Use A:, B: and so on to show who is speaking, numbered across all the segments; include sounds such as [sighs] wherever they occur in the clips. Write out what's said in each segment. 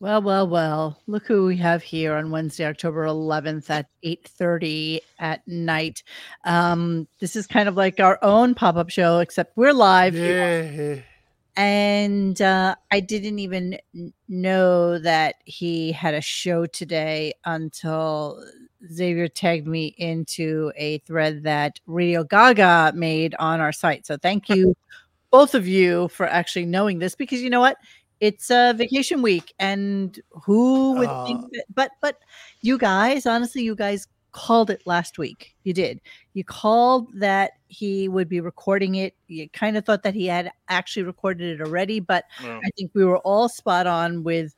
A: Well, well, well. Look who we have here on Wednesday, October 11th at 8:30 at night. Um, this is kind of like our own pop-up show, except we're live.
B: Yeah.
A: And uh, I didn't even n- know that he had a show today until Xavier tagged me into a thread that Radio Gaga made on our site. So thank you, both of you, for actually knowing this because you know what? It's uh, vacation week, and who would
B: Uh.
A: think that? But but you guys, honestly, you guys called it last week. You did. You called that he would be recording it. You kind of thought that he had actually recorded it already, but
B: No.
A: I think we were all spot on with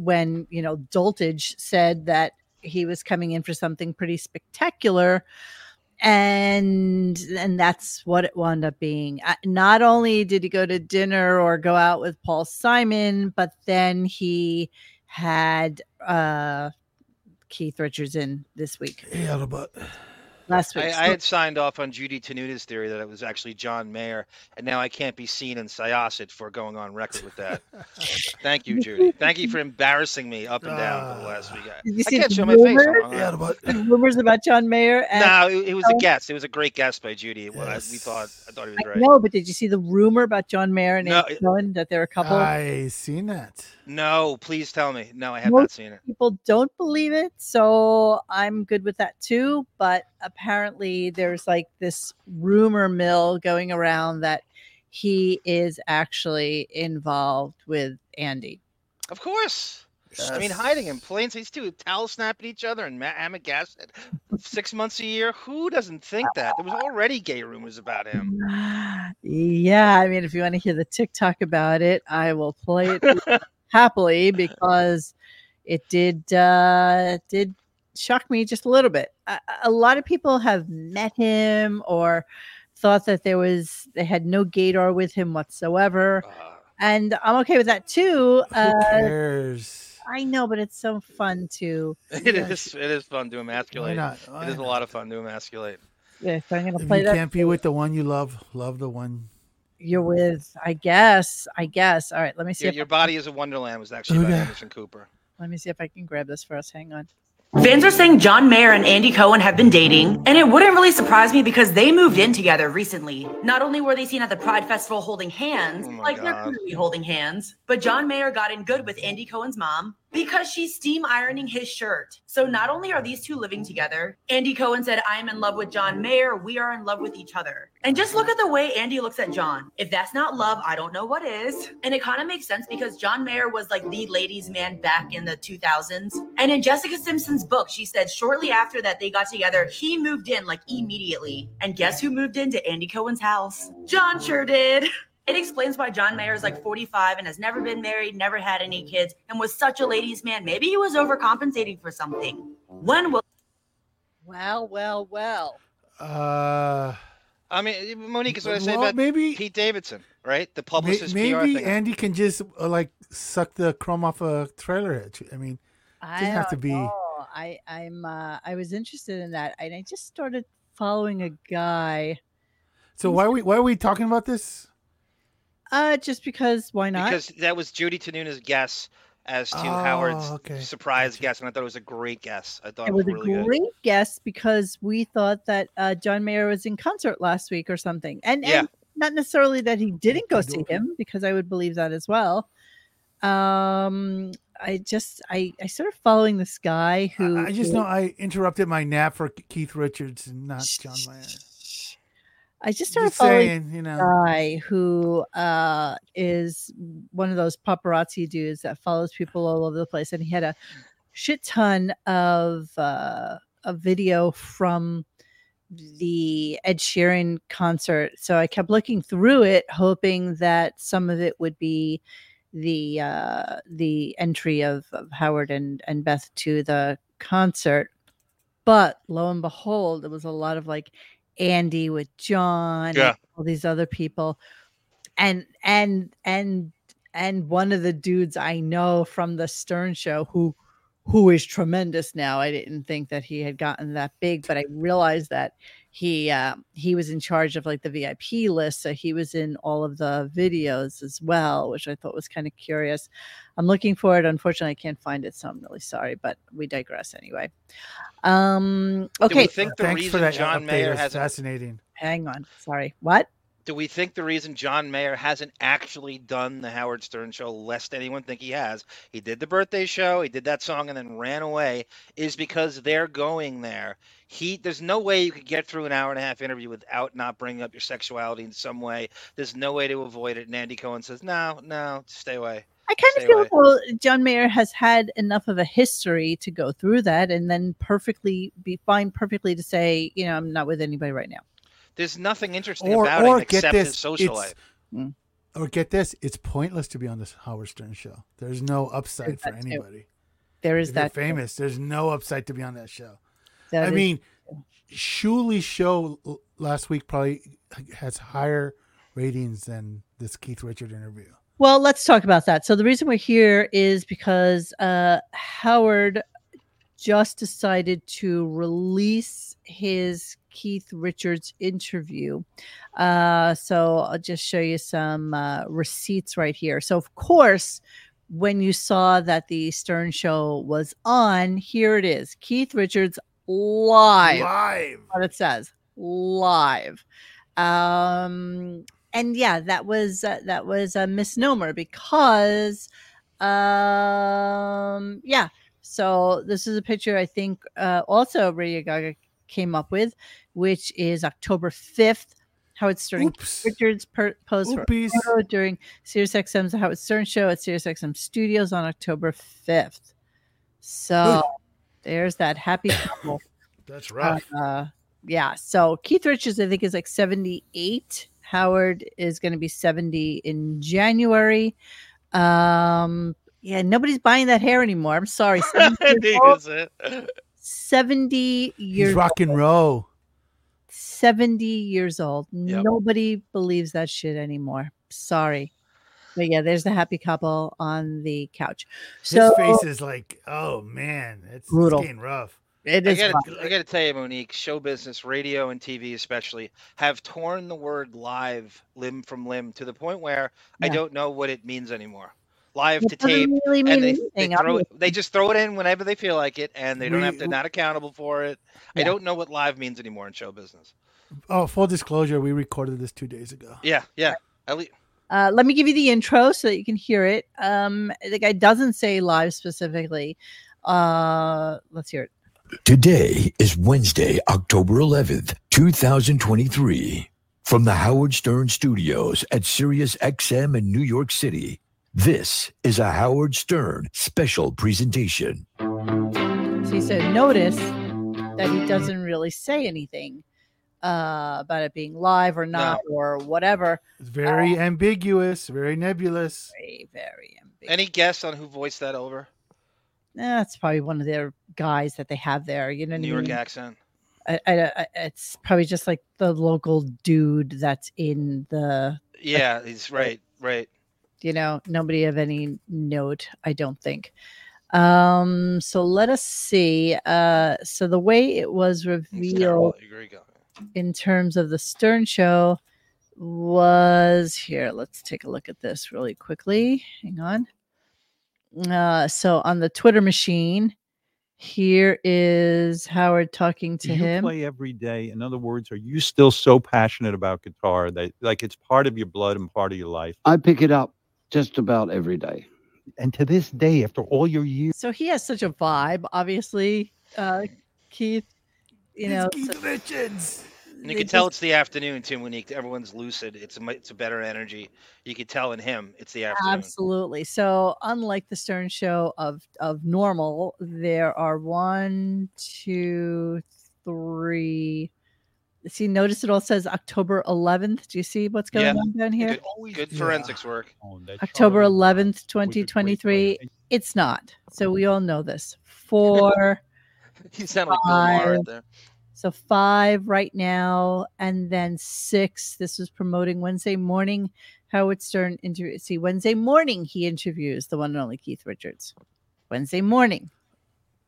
A: when you know Doltage said that he was coming in for something pretty spectacular and and that's what it wound up being Uh, not only did he go to dinner or go out with paul simon but then he had uh keith richards in this week
B: Yeah, the butt.
A: last week
C: I,
A: So-
C: I had signed off on Judy Tenuda's theory that it was actually John Mayer, and now I can't be seen in Syosset for going on record with
A: [laughs]
C: that. Thank you, Judy. Thank you for embarrassing me up and down for the last week. I,
A: Ah. Did you
C: I
A: see
C: can't
A: the
C: show my face.
A: rumors?
C: I'm hung
B: Yeah,
C: up.
B: the butt.
A: rumors about john mayer and
C: No, it, it was a
A: Oh.
C: guess. It was a great guess by Judy. It was- I- we thought I thought he was
A: I
C: right.
A: know, but did you see the rumor about John Mayer and
C: No,
A: Andy Cohen that they're a couple?
B: I seen that.
C: No, please tell me. No, I have
A: Nope.
C: not seen it.
A: People don't believe it, so I'm good with that too. But apparently, there's like this rumor mill going around that he is actually involved with Andy.
C: Of course. I mean, hiding in plain sight. These two towel snapping each other and Amagasset six months a year. Who doesn't think that? There was already gay rumors about him.
A: Yeah, I mean, if you want to hear the TikTok about it, I will play
C: [laughs]
A: it happily because it did uh, did shock me just a little bit. A, a lot of people have met him or thought that there was they had no gaydar with him whatsoever,
C: Uh,
A: and I'm okay with that too.
B: Who
A: Uh,
B: cares?
A: I know, but it's so fun to.
C: [laughs] It
B: Yeah,
C: is. It is fun to
B: Why
C: emasculate.
B: not?
C: It is a lot of fun to emasculate.
A: Yeah, so I'm gonna
B: If
A: play
B: you
A: that.
B: can't be with the one you love, love the one.
A: You're with, I guess. I guess. All right, let me see.
C: Your,
A: if
C: Your body is a wonderland was actually by
B: Okay.
C: Anderson Cooper.
A: let me see if I can grab this for us. Hang on.
D: Fans are saying John Mayer and Andy Cohen have been dating, and it wouldn't really surprise me because they moved in together recently. Not only were they seen at the Pride Festival holding hands,
C: Oh my
D: like they're
C: God.
D: clearly holding hands, but John Mayer got in good with Andy Cohen's mom because she's steam ironing his shirt. So not only are these two living together, Andy Cohen said, I am in love with John Mayer. We are in love with each other. And just look at the way Andy looks at John. If that's not love, I don't know what is. And it kind of makes sense because John Mayer was like the ladies' man back in the 2000s. And in Jessica Simpson's book, she said shortly after that they got together, he moved in like immediately. And guess who moved into Andy Cohen's house? John sure did. [laughs] It explains why John Mayer is like 45 and has never been married, never had any kids, and was such a ladies' man. Maybe he was overcompensating for something. When will
A: Well, well, well.
B: Uh,
C: I mean, Monique is what I say
B: well,
C: about
B: maybe
C: Pete Davidson, right? The
B: may-
C: publicist PR
B: maybe
C: thing.
B: Andy can just uh, like suck the chrome off a trailer. hitch. I mean,
A: I
B: Doesn't have
A: don't
B: to be-
A: know. I I'm uh, I was interested in that, and I just started following a guy.
B: so why are we why are we talking about this?
A: Uh, just because why not?
C: because that was Judy Tenuna's guess as to
B: Oh,
C: Howard's
B: okay.
C: surprise guess, and I thought it was a great guess. I thought
A: it
C: it
A: was
C: was
A: a
C: really good.
A: great guess because we thought that uh, John Mayer was in concert last week or something, and
C: Yeah.
A: and not necessarily that he didn't go
B: Okay,
A: see
B: okay.
A: him because I would believe that as well. Um, I just I I started following this guy
B: I-
A: who
B: I, just know I interrupted my nap for Keith Richards and not John Mayer.
A: I just started
B: Just
A: following
B: saying, you know.
A: guy who uh, is one of those paparazzi dudes that follows people all over the place, and he had a shit ton of uh, a video from the Ed Sheeran concert. So I kept looking through it, hoping that some of it would be the uh, the entry of, of Howard and and Beth to the concert. But lo and behold, it was a lot of like Andy with John, and
C: Yeah.
A: all these other people, and and and and one of the dudes I know from the Stern Show who who is tremendous now. I didn't think that he had gotten that big, but I realized that he uh, he was in charge of like the VIP list, so he was in all of the videos as well, which I thought was kind of curious. I'm looking for it. Unfortunately, I can't find it, so I'm really sorry, but we digress anyway. Um,
C: Do we
A: okay,
C: think the
B: Thanks for
C: reason
B: that uh,
C: John
B: update.
C: Mayer
B: It's
C: hasn't
B: fascinating.
A: hang on. Sorry, what?
C: do we think the reason John Mayer hasn't actually done the Howard Stern show, lest anyone think he has, he did the birthday show, he did that song, and then ran away, is because they're going there. He, there's no way you could get through an hour and a half interview without not bringing up your sexuality in some way. There's no way to avoid it. And Andy Cohen says, "No, no, stay away."
A: I kind of
C: Stay
A: feel
C: away.
A: well, John Mayer has had enough of a history to go through that and then perfectly be fine perfectly to say, you know, I'm not with anybody right now.
C: There's nothing interesting
B: Or,
C: about
B: or
C: it
B: get
C: except
B: this,
C: his social
B: it's-
C: life.
A: Mm.
B: or get this, it's pointless to be on this Howard Stern show. There's no upside
A: There's
B: for
A: that too.
B: anybody.
A: There is
B: If you're
A: that
B: famous, there's no upside to be on that show.
A: that
B: I
A: is-
B: mean, Shuli's show l- last week probably has higher ratings than this Keith Richard
C: [laughs]
B: interview.
A: Well, let's talk about that. So the reason we're here is because uh, Howard just decided to release his Keith Richards interview. Uh, so I'll just show you some uh, receipts right here. So of course, when you saw that the Stern Show was on, here it is: Keith Richards live
B: Live.
A: what it says live um and yeah that was uh, that was a misnomer because um yeah so this is a picture i think uh, also radio gaga came up with which is october 5th howard stern and
B: Oops.
A: richards per- posed for Oh,
B: Oopies.
A: photo during SiriusXM's The Howard Stern Show at SiriusXM Studios on October 5th. So there's that happy couple.
B: That's
A: Uh, yeah. So Keith Richards, I think, is like 78. Howard is going to be 70 in January. Um, yeah, nobody's buying that hair anymore. I'm sorry. 70 years old,
C: Is it?
A: 70
B: He's
A: years,
B: rock and roll.
A: 70 years old.
C: Yep.
A: Nobody believes that shit anymore. Sorry. But yeah, there's the happy couple on the couch. So
B: His face is like, oh man, it's,
A: Brutal.
B: it's getting rough.
A: it
C: I
A: is.
C: gotta,
A: rough.
C: I gotta tell you, Monique, show business, radio and TV especially, have torn the word live limb from limb to the point where I
A: Yeah.
C: don't know what it means anymore. Live
A: It
C: to
A: doesn't
C: tape,
A: really mean
C: and they, they
A: anything,
C: throw it,
A: obviously.
C: they just throw it in whenever they feel like it, and they don't
B: We-
C: have they're not accountable for it. I
A: Yeah.
C: don't know what live means anymore in show business.
B: Oh, full disclosure, we recorded this two days ago.
C: Yeah, yeah. At least
A: Uh, let me give you the intro so that you can hear it. Um, the guy doesn't say live specifically. Uh, let's hear it.
E: Today is Wednesday, October 11th, 2023. From the Howard Stern Studios at Sirius XM in New York City, this is a Howard Stern special presentation.
A: So he said, notice that he doesn't really say anything uh, about it being live or not or whatever.
B: It's
A: Oh.
B: very ambiguous, very nebulous.
A: Very, very ambiguous.
C: any guess on who voiced that over
A: That's probably one of their guys that they have there. You know, what
C: New
A: I
C: York
A: mean?
C: accent?
A: I, I, I, it's probably just like the local dude that's in the
C: Yeah, he's right, right.
A: you know nobody of any note i don't think um so let us see uh so the way it was
C: He's
A: revealed
C: terrible. Here we go.
A: in terms of the stern show was here let's take a look at this really quickly hang on uh so on the twitter machine here is howard talking to
F: Do you
A: him
F: play every day? In other words, are you still so passionate about guitar that like it's part of your blood and part of your life?
G: I pick it up just about every day.
F: And to this day, after all your years,
A: so he has such a vibe obviously uh keith you know
B: it's
A: so
B: Keith Richards.
C: And you
A: it
C: can tell
A: just-
C: it's the afternoon too, Monique. Everyone's lucid. It's a mu- it's a better energy. You can tell in him it's the afternoon.
A: Absolutely. So, unlike the Stern Show of of normal, there are one, two, three. See, notice it all says October 11th. Do you see what's going
C: Yeah.
A: on down here?
C: Good, good
B: Yeah.
C: forensics work.
A: October 11th, 2023. It's not. So we all know this. Four,
C: He sounded like Bill Maher right there.
A: so five right now, and then six. This was promoting Wednesday morning. Howard Stern interview. See, Wednesday morning he interviews the one and only Keith Richards. Wednesday morning.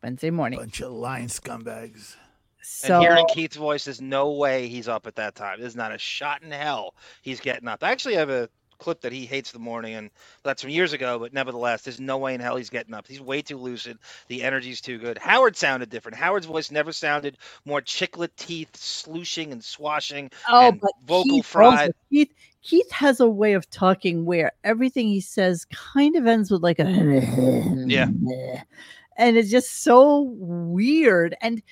A: Wednesday morning.
B: Bunch of lying scumbags.
A: So
C: and hearing Keith's voice, there's no way he's up at that time. There's not a shot in hell he's getting up. I actually have a clip that he hates the morning, and that's from years ago, but nevertheless, there's no way in hell he's getting up. He's way too lucid. The energy's too good. Howard sounded different. Howard's voice never sounded more chiclet teeth, slooshing and swashing.
A: oh,
C: and
A: but
C: vocal
A: Keith
C: fry-
A: also- Keith, Keith has a way of talking where everything he says kind of ends with like a [laughs]
C: Yeah.
A: Eh, and it's just so weird. And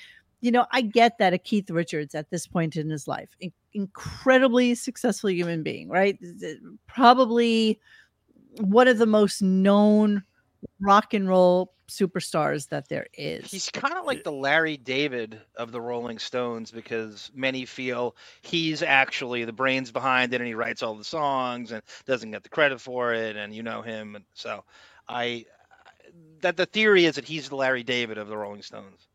A: you know, I get that a Keith Richards at this point in his life, in- incredibly successful human being, right? Th- Probably one of the most known rock and roll superstars that there is.
C: He's kind of like the Larry David of the Rolling Stones because many feel he's actually the brains behind it and he writes all the songs and doesn't get the credit for it and you know him and so I that the theory is that he's the Larry David of the Rolling Stones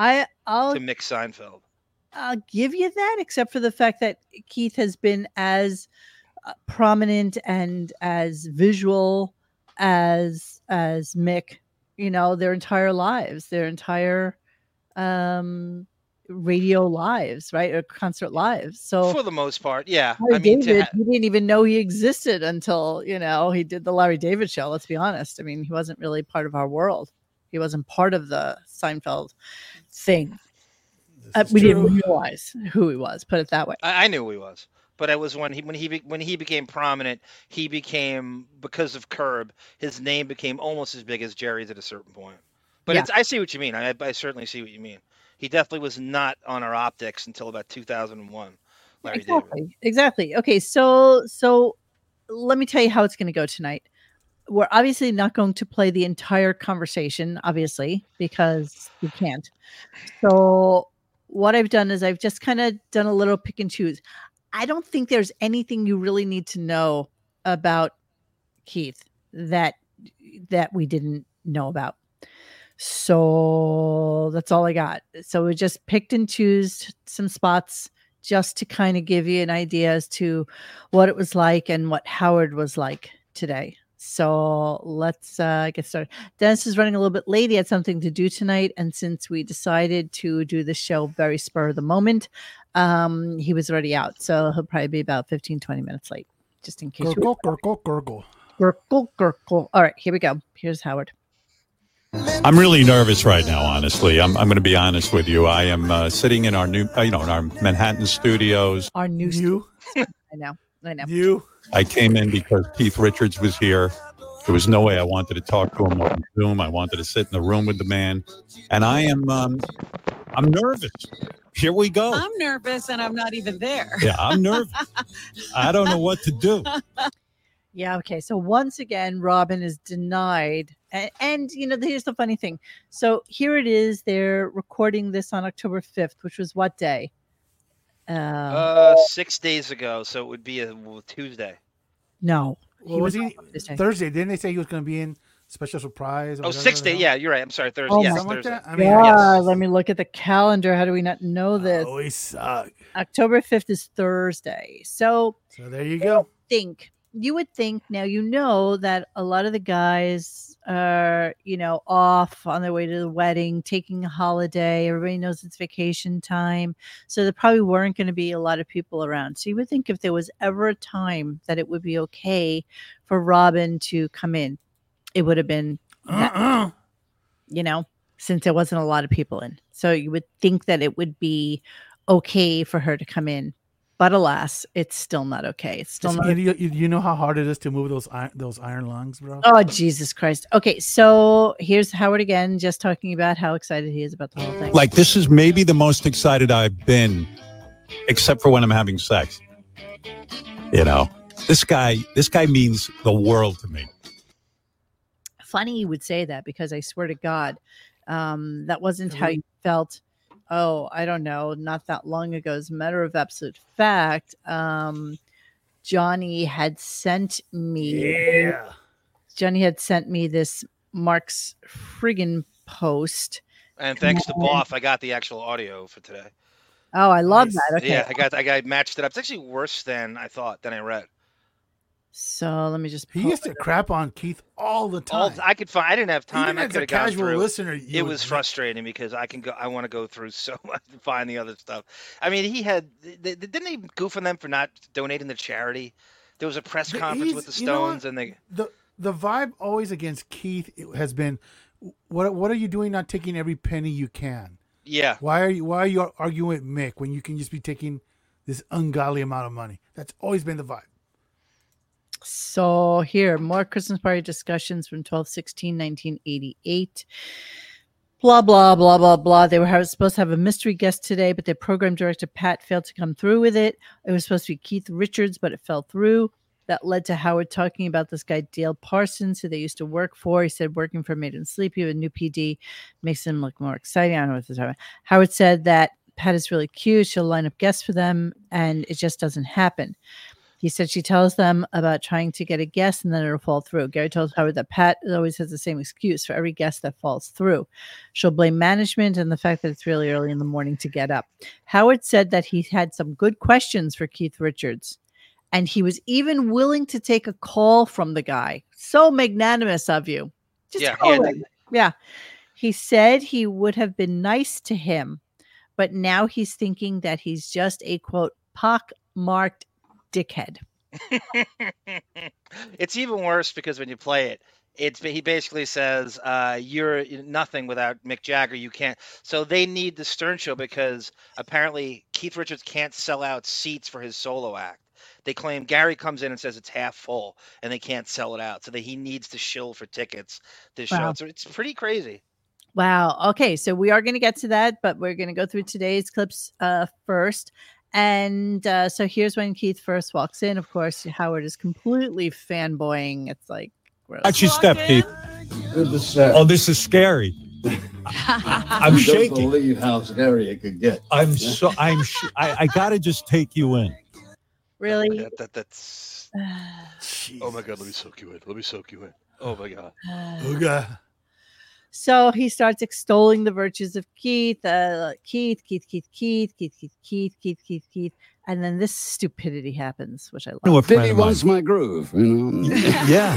A: I I'll
C: to Mick Seinfeld.
A: I'll give you that, except for the fact that Keith has been as uh, prominent and as visual as as Mick, you know, their entire lives, their entire um radio lives, right, or concert lives. So
C: For the most part, yeah.
A: Larry
C: I mean, to
A: David,
C: ha-
A: he didn't even know he existed until you know he did the Larry David show. Let's be honest. I mean, he wasn't really part of our world. He wasn't part of the Seinfeld thing
B: This
A: uh,
B: is
A: we
B: true.
A: didn't realize who he was. Put it that way.
C: I, I knew who he was, but it was when he when he be- when he became prominent, he became because of Curb, his name became almost as big as Jerry's at a certain point. But
A: Yeah.
C: it's, I see what you mean. I, I certainly see what you mean. He definitely was not on our optics until about 2001. Larry David.
A: exactly. Exactly. Okay. So so let me tell you how it's going to go tonight. We're obviously not going to play the entire conversation, obviously, because we can't. So what I've done is I've just kind of done a little pick and choose. I don't think there's anything you really need to know about Keith that that we didn't know about. So that's all I got. So we just picked and choose some spots just to kind of give you an idea as to what it was like and what Howard was like today. So let's uh, get started. Dennis is running a little bit late. He had something to do tonight. And since we decided to do the show very spur of the moment, um, he was already out. So he'll probably be about 15, 20 minutes late, just in case. we-
B: Gurgle, gurgle, gurgle.
A: Gurgle, gurgle. All right, here we go. Here's Howard.
F: I'm really nervous right now, honestly. I'm, I'm going to be honest with you. I am uh, sitting in our new, uh, you know, in our Manhattan studios.
A: Our new
B: You,
A: [laughs] I know. I know.
B: you.
F: I came in because Keith Richards was here. There was no way I wanted to talk to him on Zoom. I wanted to sit in the room with the man, and I am, um, I'm nervous. Here we
H: Oh.
F: go.
I: I'm nervous and I'm not even there.
F: yeah, I'm
A: [laughs]
F: nervous. I don't know what to do.
A: Yeah. Okay. So once again, Robin is denied. And, and you know, here's the funny thing. So here it is. They're recording this on October 5th, which was what day? Um,
C: Uh, six days ago, so it would be a w- Tuesday.
A: no.
B: Well, was he
A: Thursday.
B: Thursday? Didn't they say he was going to be in special surprise? or
C: Oh,
B: whatever
C: six
B: the
C: days.
B: hell?
C: Yeah, you're right. I'm sorry. Thursday.
A: Oh
C: yes,
B: Something like
C: Thursday.
B: that? I mean,
A: yeah.
C: yes.
A: Let me look at the calendar. How do we not know this?
B: Oh, we suck.
A: October 5th is Thursday. So
B: So there you go.
A: think you would think now you know that a lot of the guys are you know off on their way to the wedding taking a holiday everybody knows it's vacation time so there probably weren't going to be a lot of people around so you would think if there was ever a time that it would be okay for robin to come in it would have been that-
B: Uh-uh.
A: you know since there wasn't a lot of people in so you would think that it would be okay for her to come in but alas it's still not okay it's still
B: Just-
A: not
B: you, you, you know how hard it is to move those iron, those iron lungs, bro.
A: Oh Jesus Christ! Okay, so here's Howard again, just talking about how excited he is about the whole thing.
F: Like this is maybe the most excited I've been, except for when I'm having sex. You know, this guy, this guy means the world to me.
A: funny you would say that because I swear to God, um, that wasn't how you felt. Oh, I don't know, not that long ago. As a matter of absolute fact, um, Johnny had sent me.
B: Yeah.
A: Johnny had sent me this Mark's friggin' post.
C: And thanks to Boff, I got the actual audio for today.
A: Oh, I love
B: Nice.
A: that. Okay,
C: Yeah, I got I got matched it up. It's actually worse than I thought than I read.
A: So let me just.
B: He
A: pull
B: used to crap on Keith all the
C: All
B: time.
C: I could find. I didn't have time.
B: Even
C: I
B: as
C: could
B: a
C: have gone
B: casual
C: through.
B: listener, you
C: it
B: would
C: was
B: think-
C: frustrating because I can go. I want to go through [laughs] so much to find the other stuff. I mean, he had. th- th- Didn't they goof on them for not donating to charity? There was a press
B: Th-
C: conference with the
B: he's- you know what?
C: Stones, and they.
B: the the vibe always against Keith has been, what what are you doing? Not taking every penny you can.
C: Yeah,
B: Why are you Why are you arguing with Mick when you can just be taking this ungodly amount of money? That's always been the vibe.
A: So here, more Christmas party discussions from 12 16 1988. Blah, blah, blah, blah, blah. They were ha- supposed to have a mystery guest today, but their program director, Pat, failed to come through with it. It was supposed to be Keith Richards, but it fell through. That led to Howard talking about this guy, Dale Parsons, who they used to work for. He said working for Made Him Sleepy with New PD makes him look more exciting. I don't know what this is. Howard said that Pat is really cute. She'll line up guests for them, and it just doesn't happen. He said she tells them about trying to get a guest and then it'll fall through. Gary tells Howard that Pat always has the same excuse for every guest that falls through. She'll blame management and the fact that it's really early in the morning to get up. Howard said that he had some good questions for Keith Richards and he was even willing to take a call from the guy. So magnanimous of you. Just
C: Yeah,
A: call
G: [laughs]
C: yeah,
A: him. yeah. He said he would have been nice to him, but now he's thinking that he's just a quote pock-marked dickhead.
C: it's even worse because when you play it, it's he basically says uh, you're nothing without Mick Jagger. You can't. So they need the Stern Show because apparently Keith Richards can't sell out seats for his solo act. They claim Gary comes in and says it's half full and they can't sell it out, so that he needs to shill for tickets this
A: Wow.
C: show. So it's pretty crazy.
A: Wow. Okay. So we are going to get to that, but we're going to go through today's clips uh, first. And uh, so here's when Keith first walks in. Of course, Howard is completely fanboying. It's like, gross.
F: That's your step, Keith.
G: Good to say.
F: Oh, this is scary. I'm
G: You don't
F: shaking.
G: believe how scary it could get.
F: I'm so. I'm. Sh- I, I gotta just take you in.
A: really.
G: [sighs]
C: That, that- that's. oh
B: Jeez.
C: my God! Let me soak you in. Let me soak you in. Oh my God!
B: Ooga.
A: So he starts extolling the virtues of Keith, uh, Keith, Keith, Keith, Keith, Keith, Keith, Keith, Keith, Keith, Keith. And then this stupidity happens, which I
F: I know a
A: love.
F: friend
G: Billy
F: of mine.
G: wants my groove, you know.
F: [laughs] Yeah.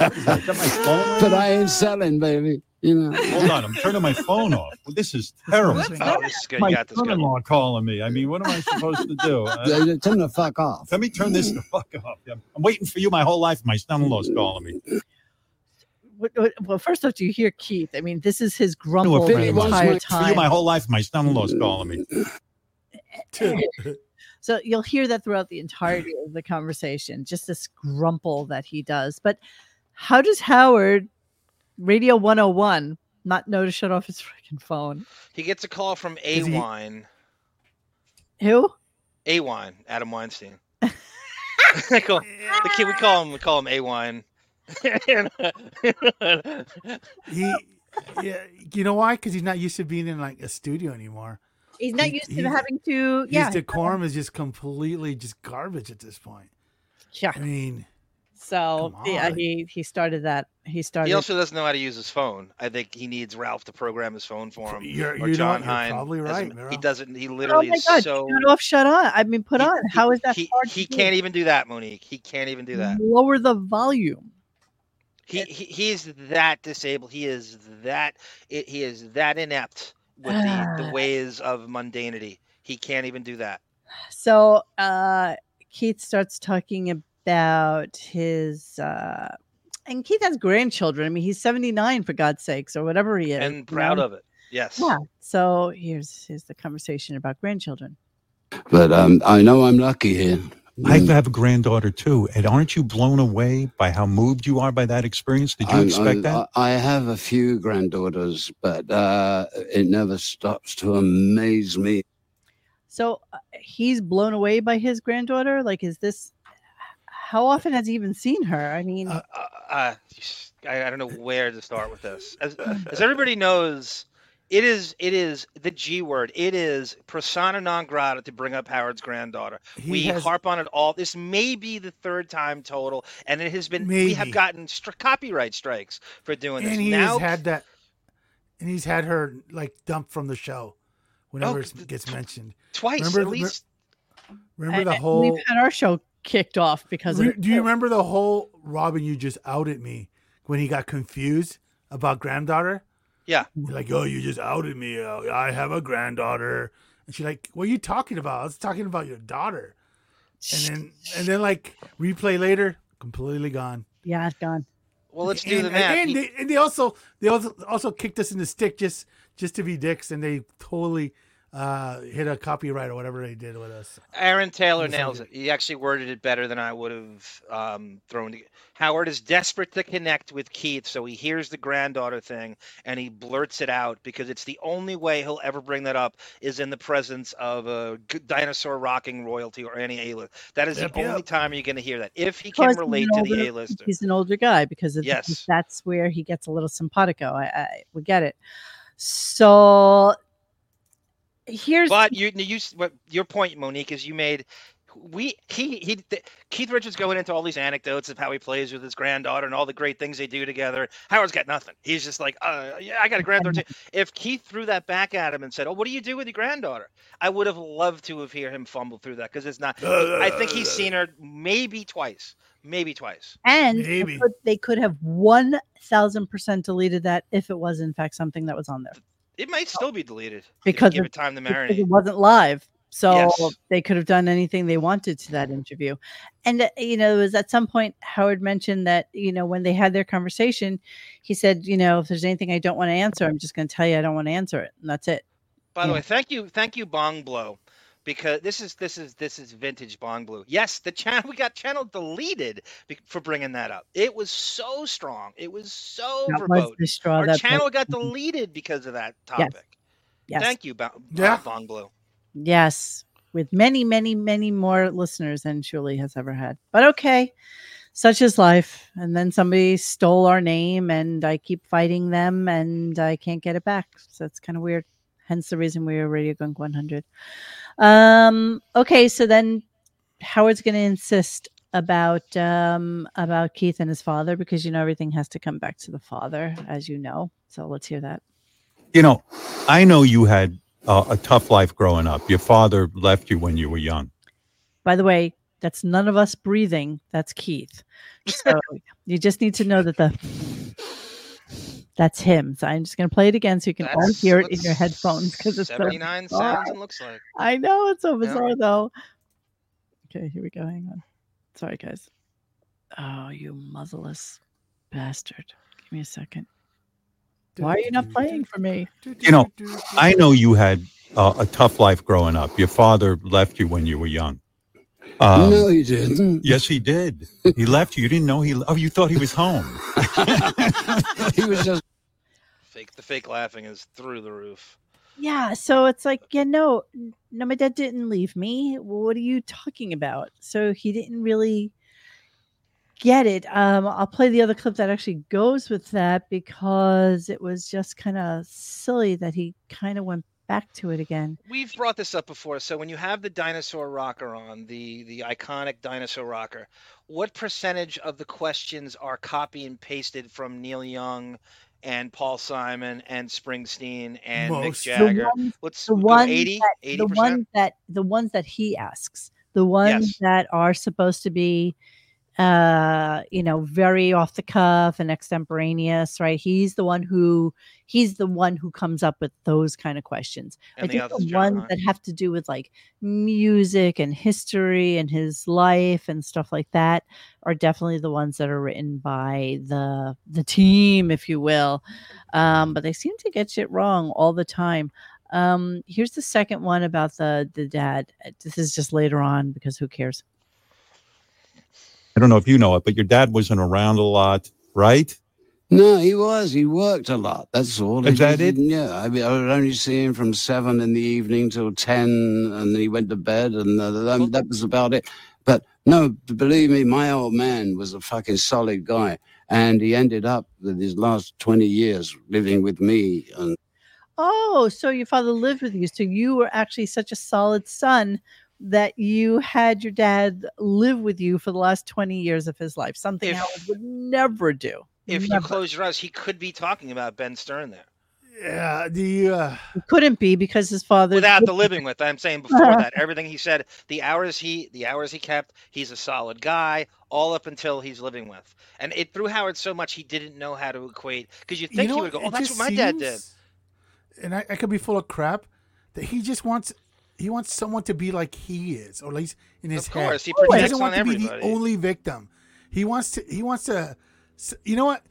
G: but I ain't selling, baby. You know.
F: Hold on. I'm turning my phone off. Well, this is terrible.
I: What's
C: Oh, this is good.
F: My
C: you got this. Good.
F: son-in-law calling me. I mean, what am I supposed to
G: [laughs]
F: do? Uh,
G: They- they Turn the fuck off.
F: let me turn this the fuck off. I'm I'm waiting for you my whole life. My son-in-law's calling me.
A: What- what- Well, first off, do you hear Keith? I mean, this is
F: know
A: his
F: a
A: grumble the
F: friend of mine.
A: entire
F: For you my
A: time.
F: whole life. My son-in-law's calling me.
A: [laughs] So you'll hear that throughout the entirety of the conversation, just this grumble that he does. But how does Howard, Radio 101, not know to shut off his freaking phone?
C: He gets a call from A
B: Is he-
C: Wine.
A: Who?
C: A Wine, Adam
A: [laughs]
C: Weinstein. [laughs] They call- the kid we call him we call him A [laughs] Wine.
B: He, [laughs] yeah, you know why? Because he's not used to being in like a studio anymore.
A: He's not
B: He-
A: used to
B: he's-
A: having to.
B: His
A: Yeah.
B: decorum is just completely just garbage at this point.
A: yeah.
B: I mean,
A: So
B: Come
A: yeah,
B: on.
A: he he started that. He started.
C: he also doesn't know how to use his phone. I think he needs Ralph to program his phone for him.
B: You're-
C: or
B: you know
C: John
B: what? You're
C: Hine.
B: probably
C: doesn't-
B: right, Miro.
C: He doesn't. He
A: oh
C: literally
A: my
C: is
A: God!
C: so.
A: shut off, shut on. I mean, put
C: he-
A: on. How is that
C: He,
A: hard?
C: he
A: to do?
C: can't even do that, Monique. He can't even do that.
A: Lower the volume. Mm-hmm.
C: He, he he's that disabled. He is that it, he is that inept with
A: [sighs]
C: the,
A: Ah.
C: the ways of mundanity. He can't even do that.
A: So uh, Keith starts talking about his, uh, and Keith has grandchildren. I mean, he's 79 for God's sakes, or whatever he is.
C: and proud of it. Yes.
A: Yeah. So here's here's the conversation about grandchildren.
G: But um, I know I'm lucky here.
F: I have a granddaughter too, and aren't you blown away by how moved you are by that experience? Did you
G: I'm-
F: expect
G: I'm-
F: that?
G: I I have a few granddaughters, but uh, it never stops to amaze me.
A: So uh, he's blown away by his granddaughter. Like, is this? How often has he even seen her? I mean,
C: uh, uh, uh, s- I, I don't know where to start with this. As, as everybody knows, it is it is the G word. It is persona non grata to bring up Howard's granddaughter.
B: he
C: we
B: has,
C: harp on it all. This may be the third time total, and it has been. We have
B: Maybe.
C: gotten stri- copyright strikes for doing this.
B: and he
C: now
B: has had that, and he's had her like dumped from the show whenever it
C: th-
B: gets mentioned.
C: Oh, twice
B: remember
C: at
B: the-
C: least.
B: Remember
A: I-
B: the
A: I-
B: whole
A: we've had our show kicked off because of
B: Re-
A: it.
B: do you remember the whole Robin you just outed me when he got confused about granddaughter?
C: Yeah.
B: You're like, oh, you just outed me. Uh, I have a granddaughter. And she's like, what are you talking about? I was talking about your daughter. And then, and then like replay later, completely gone.
A: yeah, it's gone.
C: Well, let's do
B: and,
C: the math.
B: And
C: He-
B: they, and they also they also also kicked us in the stick just just to be dicks, and they totally uh hit a copyright or whatever they did with us.
C: Aaron Taylor
B: Yes, I
C: nails
B: do.
C: it. He actually worded it better than I would have um, thrown. To... Howard is desperate to connect with Keith, so he hears the granddaughter thing and he blurts it out because it's the only way he'll ever bring that up is in the presence of a g- dinosaur rocking royalty or any A-list. That is
B: Yep,
C: the only
B: yep.
C: time you're going to hear that if he
A: Because
C: can
A: he's
C: relate
A: an
C: to the
A: older-
C: A-lister.
A: He's an older guy because of
C: Yes.
A: that's where he gets a little simpatico. I, I we get it. So here's
C: But you, you, s- what your point, Monique, is you made. We he he th- Keith Richards going into all these anecdotes of how he plays with his granddaughter and all the great things they do together. Howard's got nothing. He's just like, uh, yeah, I got a granddaughter. Too. If Keith threw that back at him and said, "Oh, what do you do with your granddaughter?" I would have loved to have hear him fumble through that because it's not. I think he's seen her maybe twice, maybe twice.
A: and they
B: Maybe.
A: could, they could have one thousand percent deleted that if it was in fact something that was on there
C: It might still be deleted if you
A: Because
C: give
A: of-
C: it time to
A: because
C: marinate.
A: it wasn't live. So
C: Yes.
A: they could have done anything they wanted to that interview. And, uh, you know, it was at some point Howard mentioned that, you know, when they had their conversation, he said, you know, if there's anything I don't want to answer, I'm just going to tell you I don't want to answer it. And that's it.
C: By the
A: Yeah.
C: way, thank you, thank you, Bong Blow, because this is this is this is vintage Bong Blue. Yes, the channel [laughs] we got channel deleted be- for bringing that up. It was so strong. It was so
A: That was
C: verboten.
A: the straw
C: Our
A: that
C: channel
A: broke [laughs]
C: got
A: the camel's
C: deleted because of that topic.
A: Mm-hmm. Yes.
C: Thank you, Bong,
B: Yeah.
C: Bong Blue.
A: Yes, with many, many, many more listeners than Julie has ever had. But okay, such is life. And then somebody stole our name, and I keep fighting them, and I can't get it back. So it's kind of weird. Hence the reason we are Radio Gunk 100. Um, okay, so then Howard's going to insist about um, about Keith and his father because you know everything has to come back to the father, as you know. So let's hear that.
F: You know, I know you had uh, a tough life growing up. Your father left you when you were young.
A: By the way, that's none of us breathing. That's Keith. So you just need to know that the [laughs] that's him. So I'm just going to play it again so you can all
C: That's
A: hear it in
C: what
A: your headphones because it's so,
C: 79 sounds and looks like.
A: I know it's so
C: Yeah.
A: bizarre though. Okay, here we go. Hang on. Sorry, guys. Oh, you muzzleless bastard. Give me a second. Why are you not playing for me?
F: You know, I know you had uh, a tough life growing up. Your father left you when you were young. Um,
G: no, he didn't.
F: Yes, he did. He left you. You didn't know he. Oh, you thought he was home.
G: [laughs] he was just
C: Fake the fake laughing is through the roof.
A: Yeah, so it's like, yeah, no, n- no, my dad didn't leave me. What are you talking about? So he didn't really get it. Um, I'll play the other clip that actually goes with that because it was just kind of silly that he kind of went back to it again.
C: We've brought this up before. So when you have the dinosaur rocker on, the the iconic dinosaur rocker, what percentage of the questions are copy and pasted from Neil Young and Paul Simon and Springsteen and
B: Most.
C: Mick
B: The
A: The
C: Jagger?
A: ones,
C: What's
A: the
C: the
A: ones
C: 80,
A: the
C: 80%?
A: ones that the ones that he asks, the ones
C: Yes.
A: that are supposed to be uh you know very off the cuff and extemporaneous right he's the one who he's the one who comes up with those kind of questions
C: and
A: i
C: the
A: think
C: others,
A: the
C: John
A: ones
C: Hunt.
A: that have to do with like music and history and his life and stuff like that are definitely the ones that are written by the the team if you will um but they seem to get shit wrong all the time um here's the second one about the the dad this is just later on because who cares
F: I don't know if you know it, but your dad wasn't around a lot, right?
G: no, he was. He worked a lot. That's all. He
F: Is that it?
G: didn't- Yeah, I mean, I would only see him from seven in the evening till ten, and he went to bed, and uh, that, that was about it. But no, believe me, my old man was a fucking solid guy, and he ended up with his last twenty years living with me, and
A: Oh, so your father lived with you. So you were actually such a solid son that you had your dad live with you for the last 20 years of his life, something
C: If-
A: Howard would never do.
C: if you
A: Never.
C: close your eyes, he could be talking about Ben Stern there.
B: yeah, the uh,
A: It couldn't be because his father
C: without the living with. I'm saying before that, everything he said, the hours he the hours he kept, he's a solid guy, all up until he's living with. And it threw Howard so much he didn't know how to equate because you
B: you
C: think
B: know
C: he would go,
B: it
C: Oh, that's what
B: just
C: my dad did.
B: seems- And I, I could be full of crap. That he just wants he wants someone to be like he is, or at least in his
C: Of
B: head.
C: course, he
B: he
C: projects
B: doesn't want
C: on
B: to be the
C: everybody.
B: only victim. He wants to. He wants to. s- You know what?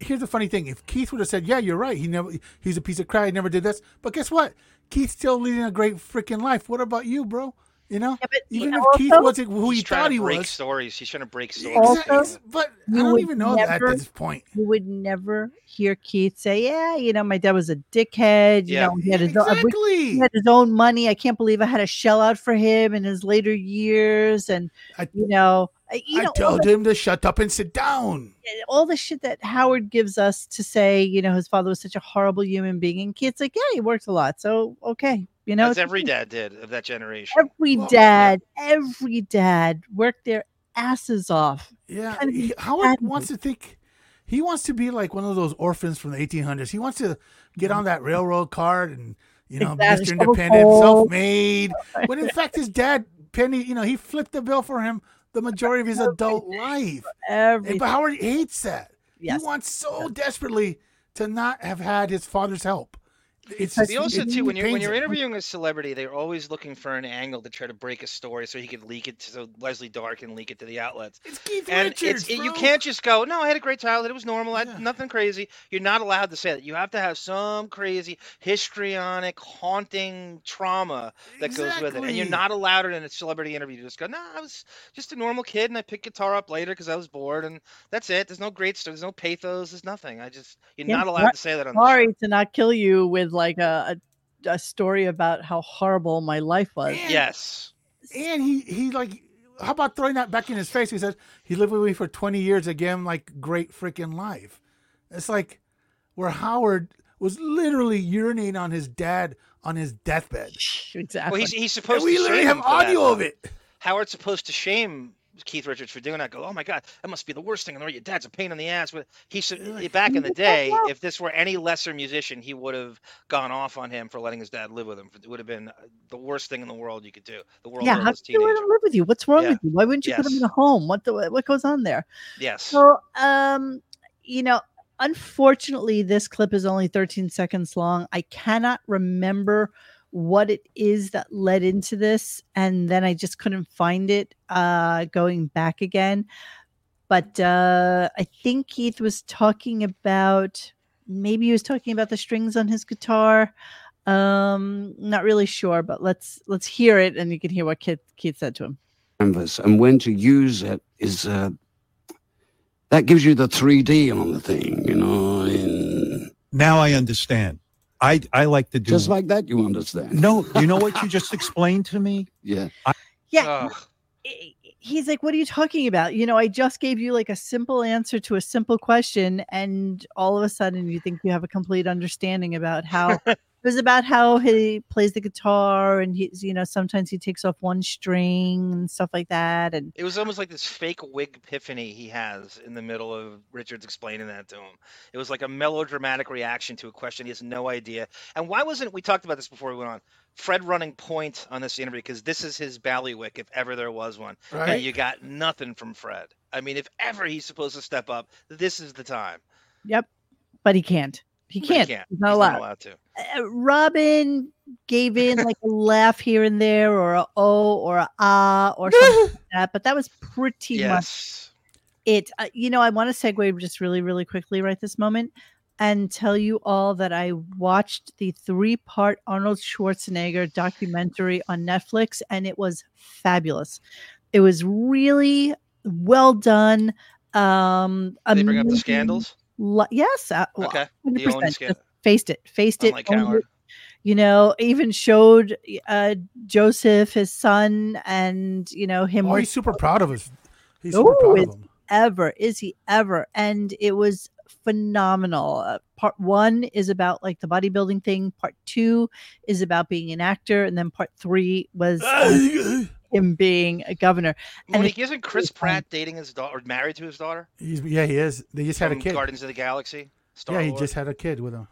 B: Here's the funny thing. If Keith would have said, "Yeah, you're right. He never. He's a piece of crap. He never did this." But guess what? Keith's still leading a great freaking life. What about you, bro? You know,
A: but
B: even
A: you
B: if Keith
A: also-
B: wasn't who
C: He's
B: he
C: trying
B: thought
C: to
B: he
C: break
B: was,
C: stories. He's trying to break stories.
B: Exa- but I
A: you
B: don't
A: would
B: even know that
A: never-
B: at this point.
A: you would never hear Keith say, "Yeah, you know, my dad was a dickhead. You
C: Yeah.
A: know, he had, his own, I wish he
B: Exactly.
A: had his own money. I can't believe I had to shell out for him in his later years." And
B: I-
A: you know, I- you
B: I
A: know, all
B: told him to shut up and sit down.
A: the- all the shit that Howard gives us to say, you know, his father was such a horrible human being, and Keith's like, "Yeah, he worked a lot, so okay." You know,
C: That's
A: it's
C: every
A: okay."
C: dad did of that generation.
A: Every
B: Well-
A: dad, every dad worked their asses off.
B: Yeah,
A: kind of
B: he-
A: be
B: Howard
A: saddened.
B: wants to think. He wants to be like one of those orphans from the 1800s. He wants to get on that railroad card and you know,
A: Exactly.
B: Mr.
A: Shovel
B: Independent,
A: coal.
B: self-made.
A: [laughs]
B: When in fact, his dad, Penny, you know, he flipped the bill for him the majority of his adult life.
A: Every
B: And, but Howard hates that.
A: yes.
B: He wants so desperately to not have had his father's help. It's
A: Because
C: We also
B: it
C: too when you're when
B: pains
C: you're
B: him.
C: interviewing a celebrity, they're always looking for an angle to try to break a story so he could leak it to so Leslie Dark and leak it to the outlets.
B: It's Keith
C: and
B: Richards.
C: it's it, you
B: bro.
C: can't just go no i had a great childhood it was normal I,
B: Yeah.
C: nothing crazy you're not allowed to say that you have to have some crazy histrionic haunting trauma that goes with it and you're
B: Exactly.
C: not allowed it in a celebrity interview to just go no i was just a normal kid and i picked guitar up later because i was bored and that's it there's no great story there's no pathos there's nothing i just you're
A: Yeah,
C: not allowed
A: right.
C: to say that on the show.
A: sorry to not kill you with like a, a, a story about how horrible my life was.
B: Yeah.
C: yes
B: And he he like how about throwing that back in his face? He says he lived with me for twenty years again, like great freaking life. It's like where Howard was literally urinating on his dad on his deathbed.
A: exactly.
C: well
B: [laughs]
C: he's, he's supposed
B: And we
C: to
B: literally
C: shame
B: have
C: him for that,
B: audio
C: though.
B: of it.
C: Howard's supposed to shame Keith Richards for doing that. Go, oh my God, that must be the worst thing in the world. Your dad's a pain in the ass. But he should, back in the day, if this were any lesser musician, he would have gone off on him for letting his dad live with him. It would have been uh, the worst thing in the world you could do. The world
A: yeah,
C: yeah,
A: how
C: as
A: could you let
C: teenager.
A: him live with you? What's wrong
C: Yeah.
A: with you? Why wouldn't you put him
C: Yes.
A: in a home? What the what goes on there?
C: Yes.
A: So, um, you know, unfortunately, this clip is only 13 seconds long. I cannot remember what it is that led into this, and then I just couldn't find it uh, going back again. But uh, I think Keith was talking about maybe he was talking about the strings on his guitar. Um, not really sure, but let's let's hear it, and you can hear what Keith, Keith said to him.
G: canvas and when to use it is uh, that gives you the 3D on the thing, you know. In,
F: Now I understand. I I like to do
G: just like that, you understand.
F: no. You know what you just explained to me?
G: [laughs] Yeah.
A: Yeah,
C: Ugh.
A: i- i- he's like, What are you talking about? You know, I just gave you like a simple answer to a simple question, and all of a sudden you think you have a complete understanding about [laughs] how it was about how he plays the guitar and he's, you know, sometimes he takes off one string and stuff like that. And
C: It was almost like this fake wig epiphany he has in the middle of Richards explaining that to him. It was like a melodramatic reaction to a question he has no idea. And why wasn't we talked about this before we went on? Fred running point on this interview because this is his ballywick if ever there was one.
B: Right?
C: And you got nothing from Fred. I mean, if ever he's supposed to step up, this is the time.
A: yep, but he can't. He
C: But he
A: can't. He's not allowed.
C: to.
A: Uh, Robin gave in like
C: [laughs]
A: a laugh here and there, or a oh, or a ah, or something like
C: [laughs]
A: that. But that was pretty much
C: Yes.
A: it uh, you know i want to segue just really really quickly right this moment and tell you all that i watched the three part arnold schwarzenegger documentary on netflix and it was fabulous it was really well done um
C: They bring up the
A: amazing
C: scandals.
A: li- yes uh, well,
C: Okay. The
A: 100%,
C: own
A: just
C: scandal.
A: faced it faced it
C: Unlike
A: owned it,
C: Howard.
A: you know even showed uh joseph his son and you know him
B: Oh,
A: working
B: he's super proud of us. He's
A: No,
B: super proud of
A: it's-
B: him.
A: ever is he ever and it was phenomenal uh, part one is about like the bodybuilding thing part two is about being an actor and then part three
B: [laughs]
A: was uh, him being a governor and
C: Monique, isn't Chris
B: um,
A: really fun.
C: Pratt dating his daughter, or married to his daughter?
B: He's, yeah, he is. They just had a
C: From
B: kid.
C: Guardians of the Galaxy. Star
B: yeah, he
C: Lord?
B: just had a kid with him.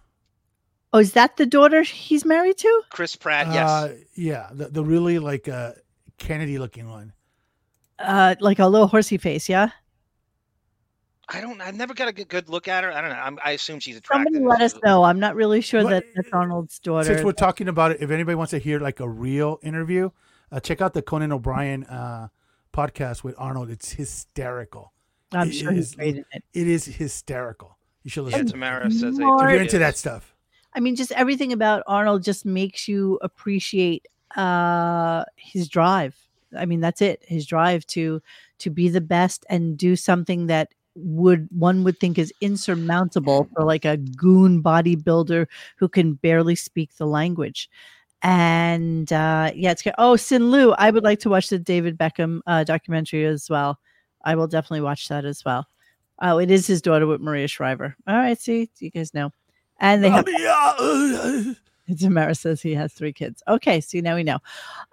A: Oh, is that the daughter he's married to?
C: Chris Pratt, yes.
B: Uh, yeah, the, the really like uh, Kennedy looking one.
A: Uh, like a little horsey face, yeah.
C: I don't. I never got a good, good look at her. I don't know. I'm, I assume she's attractive.
A: Somebody let us know. I'm not really sure
B: Well,
A: that that's Arnold's daughter.
B: uh, Since we're talking about it, if anybody wants to hear like a real interview, uh, check out the Conan O'Brien uh, podcast with Arnold. It's hysterical.
A: I'm
B: it
A: sure he's
B: is-
A: great in it.
B: It is hysterical. You should
C: Yeah,
B: listen. to it.
C: Tamara says they-
A: More-
B: If
A: Lord.
B: you're into that stuff,
A: I mean, just everything about Arnold just makes you appreciate uh, his drive. I mean, that's it. His drive to to be the best and do something that would one would think is insurmountable for like a goon bodybuilder who can barely speak the language. And uh, yeah, it's good. Oh, Sin Lu, I would like to watch the David Beckham uh, documentary as well. I will definitely watch that as well. Oh, it is his daughter with Maria Shriver. All right, see, you guys know. And they
B: Oh, Um,
A: have [laughs] Tamara says he has three kids. Okay, see now we know.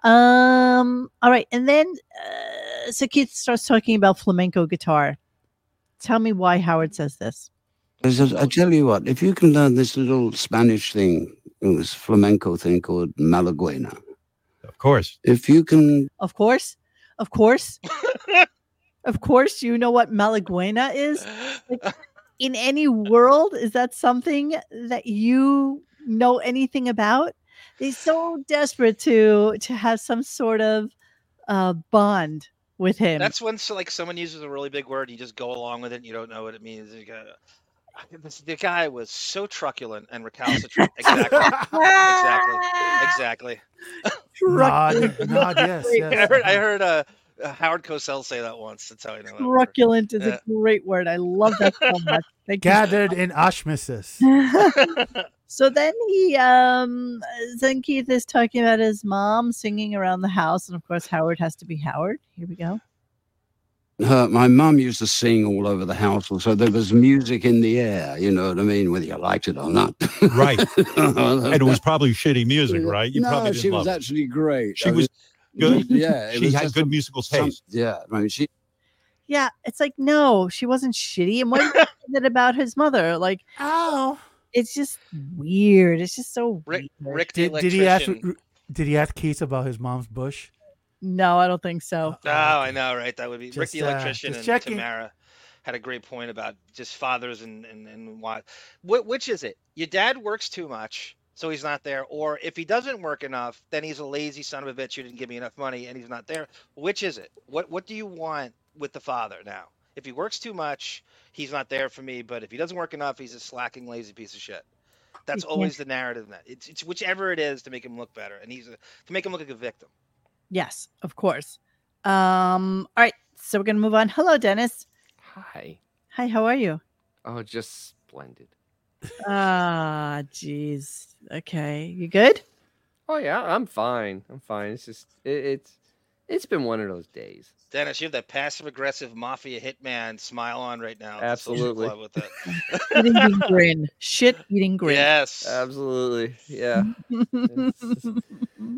A: Um, all right, and then uh, so Keith starts talking about flamenco guitar. Tell me why Howard says this.
G: He says, I tell you what, if you can learn this little Spanish thing, this flamenco thing called Malaguena,
F: Of course.
G: if you can,
A: Of course, of course, of course, you know what Malaguena is in any world. Is that something that you know anything about? They're so desperate to to have some sort of uh, bond with him.
C: That's when so, like someone uses a really big word, you just go along with it. And you don't know what it means. You go, "Ah, this- the guy was so truculent and
A: [laughs]
C: recalcitrant. exactly. Exactly. Exactly.
B: nod,
C: [laughs]
B: nod, yes, yes.
A: [laughs]
C: I heard. I heard. Uh, uh, Howard Cosell say that once. That's how I know. that word.
A: Truculent is
C: Yeah.
A: a great word. I love that so much. Thank you.
B: Gathered in Ashmesis.
A: so then he, um, then Keith is talking about his mom singing around the house, and of course Howard has to be Howard. Here we go.
G: her, my mum used to sing all over the house, so there was music in the air, you know what I mean, whether you liked it or not. [laughs]
F: Right. And it was probably shitty music, right? You
G: no,
F: probably didn't
G: she
F: love
G: was
F: it.
G: actually great.
F: She
G: I
F: was
G: mean,
F: good.
G: [laughs] Yeah. it
F: She
G: was
F: had
G: just
F: good
G: a-
F: musical
G: some-
F: taste.
G: yeah. I mean, she,
A: Yeah, it's like no, she wasn't shitty. [laughs] And what is it about his mother? Like Oh.
B: Ow.
A: it's just weird. It's just so
C: Rick,
A: weird.
C: Rick the
B: Did, did he ask?
C: electrician.
B: Did he ask Keith about his mom's bush?
A: No, I don't think so.
C: Oh, I know, right? That would be Rick
B: Just,
C: the
B: uh,
C: electrician
B: just
C: and
B: checking.
C: Tamara had a great point about just fathers and and and why. Wh- which is it? Your dad works too much, so he's not there, or if he doesn't work enough, then he's a lazy son of a bitch who didn't give me enough money and he's not there. Which is it? What what do you want with the father now? If he works too much, he's not there for me. But if he doesn't work enough, he's a slacking, lazy piece of shit. That's
A: You can't-
C: always the narrative. in That it's, it's whichever it is to make him look better, and he's a, to make him look like a victim.
A: Yes, of course. Um, all right, so we're gonna move on. Hello, Dennis.
J: Hi.
A: Hi, how are you?
J: Oh, just splendid.
A: Ah, jeez. Okay, you [laughs] good?
J: Oh yeah, I'm fine. I'm fine. It's just it, it's it's been one of those days.
C: Dennis, you have that passive aggressive mafia hitman smile on right now. at the social
J: Absolutely.
C: club with that.
A: Shit eating grin. Shit eating grin.
C: Yes.
J: [laughs] Absolutely. Yeah.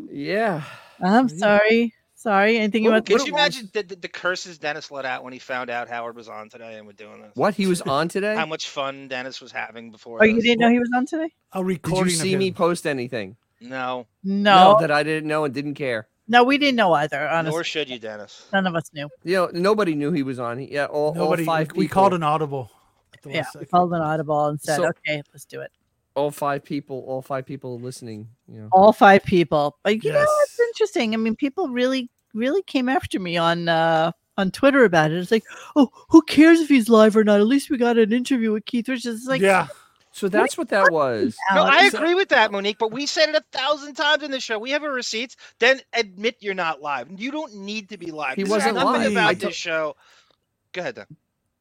J: Yeah.
A: I'm sorry. Sorry. Anything you
J: Ooh,
A: want
J: what
C: Could
J: it
C: you
J: was-
C: imagine the, the, the curses Dennis let out when he found out Howard was on today and we're doing this?
J: What
C: [laughs]
J: he was on today?
C: How much fun Dennis was having before?
A: Oh, you
C: this.
A: didn't know he was on today?
B: A
J: Did
B: recording.
J: you see
B: of
J: me
B: him.
J: post anything?
C: No,
A: No. Uh,
J: that I didn't know and didn't care.
A: No, we didn't know either,
C: nor
A: honestly.
C: should you, Dennis.
A: None of us knew.
J: You know, nobody knew he was on. He- Yeah, all, all
B: Nobody.
J: five.
B: we, we
J: people-
B: called an audible. at the last
A: Yeah, we
B: second.
A: called an audible and said,
J: So-
A: okay, let's do it.
J: all five people. All five people listening. You know.
A: All five people. Like, you know, it's
B: Yes.
A: interesting. I mean, people really, really came after me on uh on Twitter about it. It's like, oh, who cares if he's live or not? At least we got an interview with Keith Richards. It's like,
B: yeah.
J: So that's what that was.
C: No, I
A: Alex,
C: agree with that, Monique. But we said it a thousand times in the show. We have our receipts. Then admit you're not live. You don't need to be live.
J: He
C: This has
J: wasn't
C: nothing
B: live. I
C: about
B: don't-
C: this show. Go ahead, Dennis.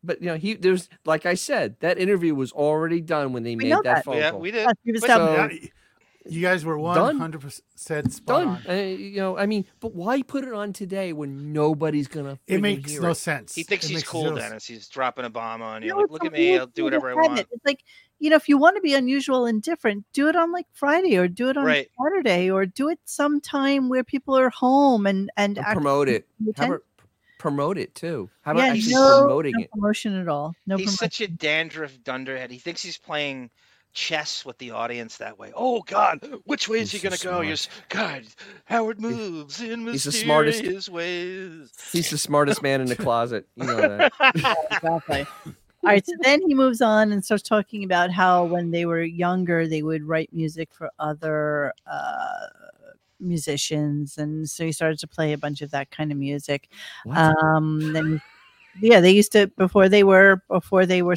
J: But you know, he there's like I said, that interview was already done when they
A: We
J: made
A: know
J: that,
A: that.
J: phone
C: Yeah,
J: call.
C: we did.
A: yes, we've
C: But-
A: established-
J: So-
B: Yeah, you guys were
J: Done.
B: 100% spot
J: done.
B: on.
J: Uh, you know, I mean, but why put it on today when nobody's gonna?
B: It
J: friggin'
B: makes
J: hear
B: no
J: it?
B: sense.
C: He thinks
B: It
C: he's
B: makes
C: cool,
B: zero sense.
C: Dennis. He's dropping a bomb on you.
A: No,
C: like,
A: it's
C: look at
A: a
C: me.
A: weird
C: I'll do
A: thing to
C: whatever I
A: have
C: want.
A: it. It's like, you know, if you want to be unusual and different, do it on like Friday or do it on
C: Right.
A: Saturday or do it sometime where people are home and
J: And
A: and actually
J: promote it.
A: pay
J: How
A: attention.
J: about p- promote it too? How about
A: yeah,
J: actually
A: no,
J: promoting
A: no
J: it?
A: promotion at all. No
C: he's
A: promotion.
C: such a dandruff dunderhead. He thinks he's playing chess with the audience that way. Oh God, which way is
K: He's
C: he
K: so
C: gonna go? You're, s- God, Howard moves in mysterious
J: he's the smartest-
C: ways.
J: He's the smartest man in the closet. You know
C: [laughs]
J: that.
A: exactly. All right. So then he moves on and starts talking about how when they were younger, they would write music for other uh, musicians, and so he started to play a bunch of that kind of music. Um, then, yeah, they used to before they were before they were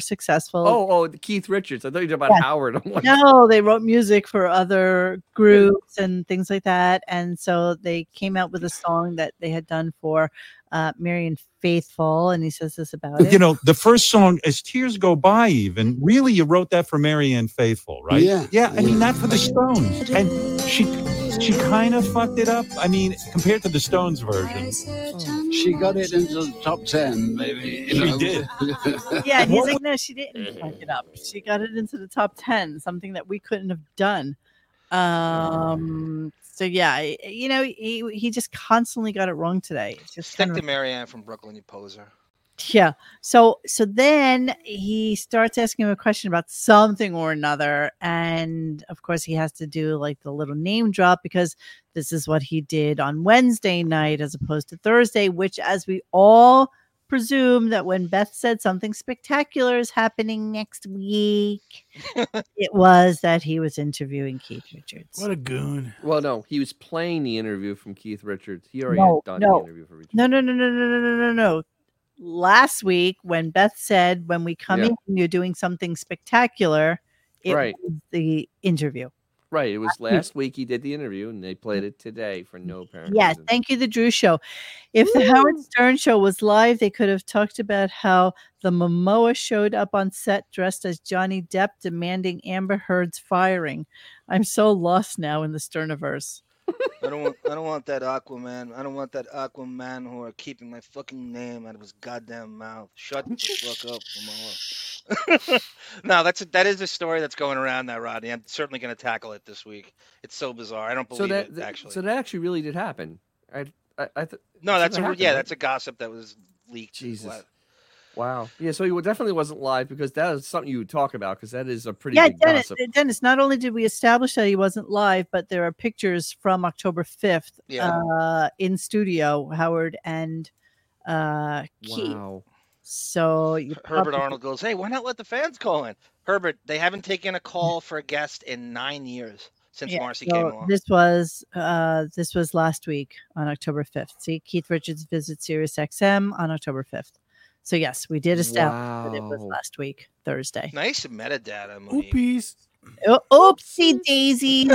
F: [laughs]
A: successful.
J: Oh, oh, Keith Richards. I thought you were talking about
A: Yeah.
J: Howard. [laughs] I'm like,
A: No, they wrote music for other groups and things like that. And so they came out with a song that they had done for uh, Marion Faithful. And he says this about it.
F: You know, the first song, As Tears Go By, even, really, you wrote that for Mary Ann Faithful, right?
G: Yeah.
F: Yeah, I mean, not for the Stones. And she she kind of fucked it up. I mean, compared to the Stones version.
G: Oh, She got it into the top ten, maybe.
F: She
G: You know?
F: did.
G: [laughs]
A: yeah, and he's
F: What
A: like, no, she didn't fuck it up. She got it into the top ten, something that we couldn't have done. Um. So yeah, I- you know, he he just constantly got it wrong today. It's just
C: Stick
A: kind of
C: to Marianne from Brooklyn, you poser.
A: yeah. So so then he starts asking him a question about something or another, and of course he has to do like the little name drop because this is what he did on Wednesday night as opposed to Thursday, which, as we all presume, that when Beth said something spectacular is happening next
B: [laughs]
A: week, it was that he was interviewing Keith Richards.
B: What a goon.
J: well, no, he was playing the interview from Keith Richards. He already
A: No,
J: had done
A: no,
J: the interview for Richards.
A: No, no, no, no, no, no, no, no, no. Last week, when Beth said, when we come
J: Yeah.
A: in, you're doing something spectacular, it
J: Right.
A: was the interview.
J: Right. It was last week he did the interview and they played it today for no apparent
A: Yeah,
J: reason.
A: thank you, The Drew Show. If the Howard Stern Show was live, they could have talked about how the Momoa showed up on set dressed as Johnny Depp demanding Amber Heard's firing. I'm so lost now in the Sterniverse.
C: I don't want I don't want that Aquaman. I don't want that Aquaman who are keeping my fucking name out of his goddamn mouth. Shut the fuck up, Momoa. [laughs] no, that's a, that is a story that's going around now, Rodney. I'm certainly going to tackle it this week. It's so bizarre. I don't believe
J: so that
C: it
J: th-
C: actually.
J: so that actually really did happen. I I, I th-
C: no,
J: so
C: that's
J: that
C: a
J: happened,
C: yeah,
J: right?
C: that's a gossip that was leaked.
J: Jesus.
C: What-
J: wow. Yeah, so he wa- definitely wasn't live because that is something you would talk about because that is a pretty
A: Yeah,
J: big
A: Dennis, eh,
J: gossip.
A: Dennis, not only did we establish that he wasn't live, but there are pictures from October 5th
C: Yeah.
A: uh, in studio, Howard and uh, Keith.
J: Wow.
A: So
C: Her-
A: you
C: Herbert
A: probably-
C: Arnold goes, "Hey, why not let the fans call in?" Herbert, they haven't taken a call for a guest in nine years since
A: Yeah,
C: Marcy came
A: So
C: along.
A: this was uh, this was last week on October 5th. See, Keith Richards visits Sirius XM on October 5th. So yes, we did establish that it was
J: Wow.
A: last week, Thursday.
C: Nice metadata, Monique.
B: Oopies.
A: O- Oopsie
C: [laughs]
A: daisy.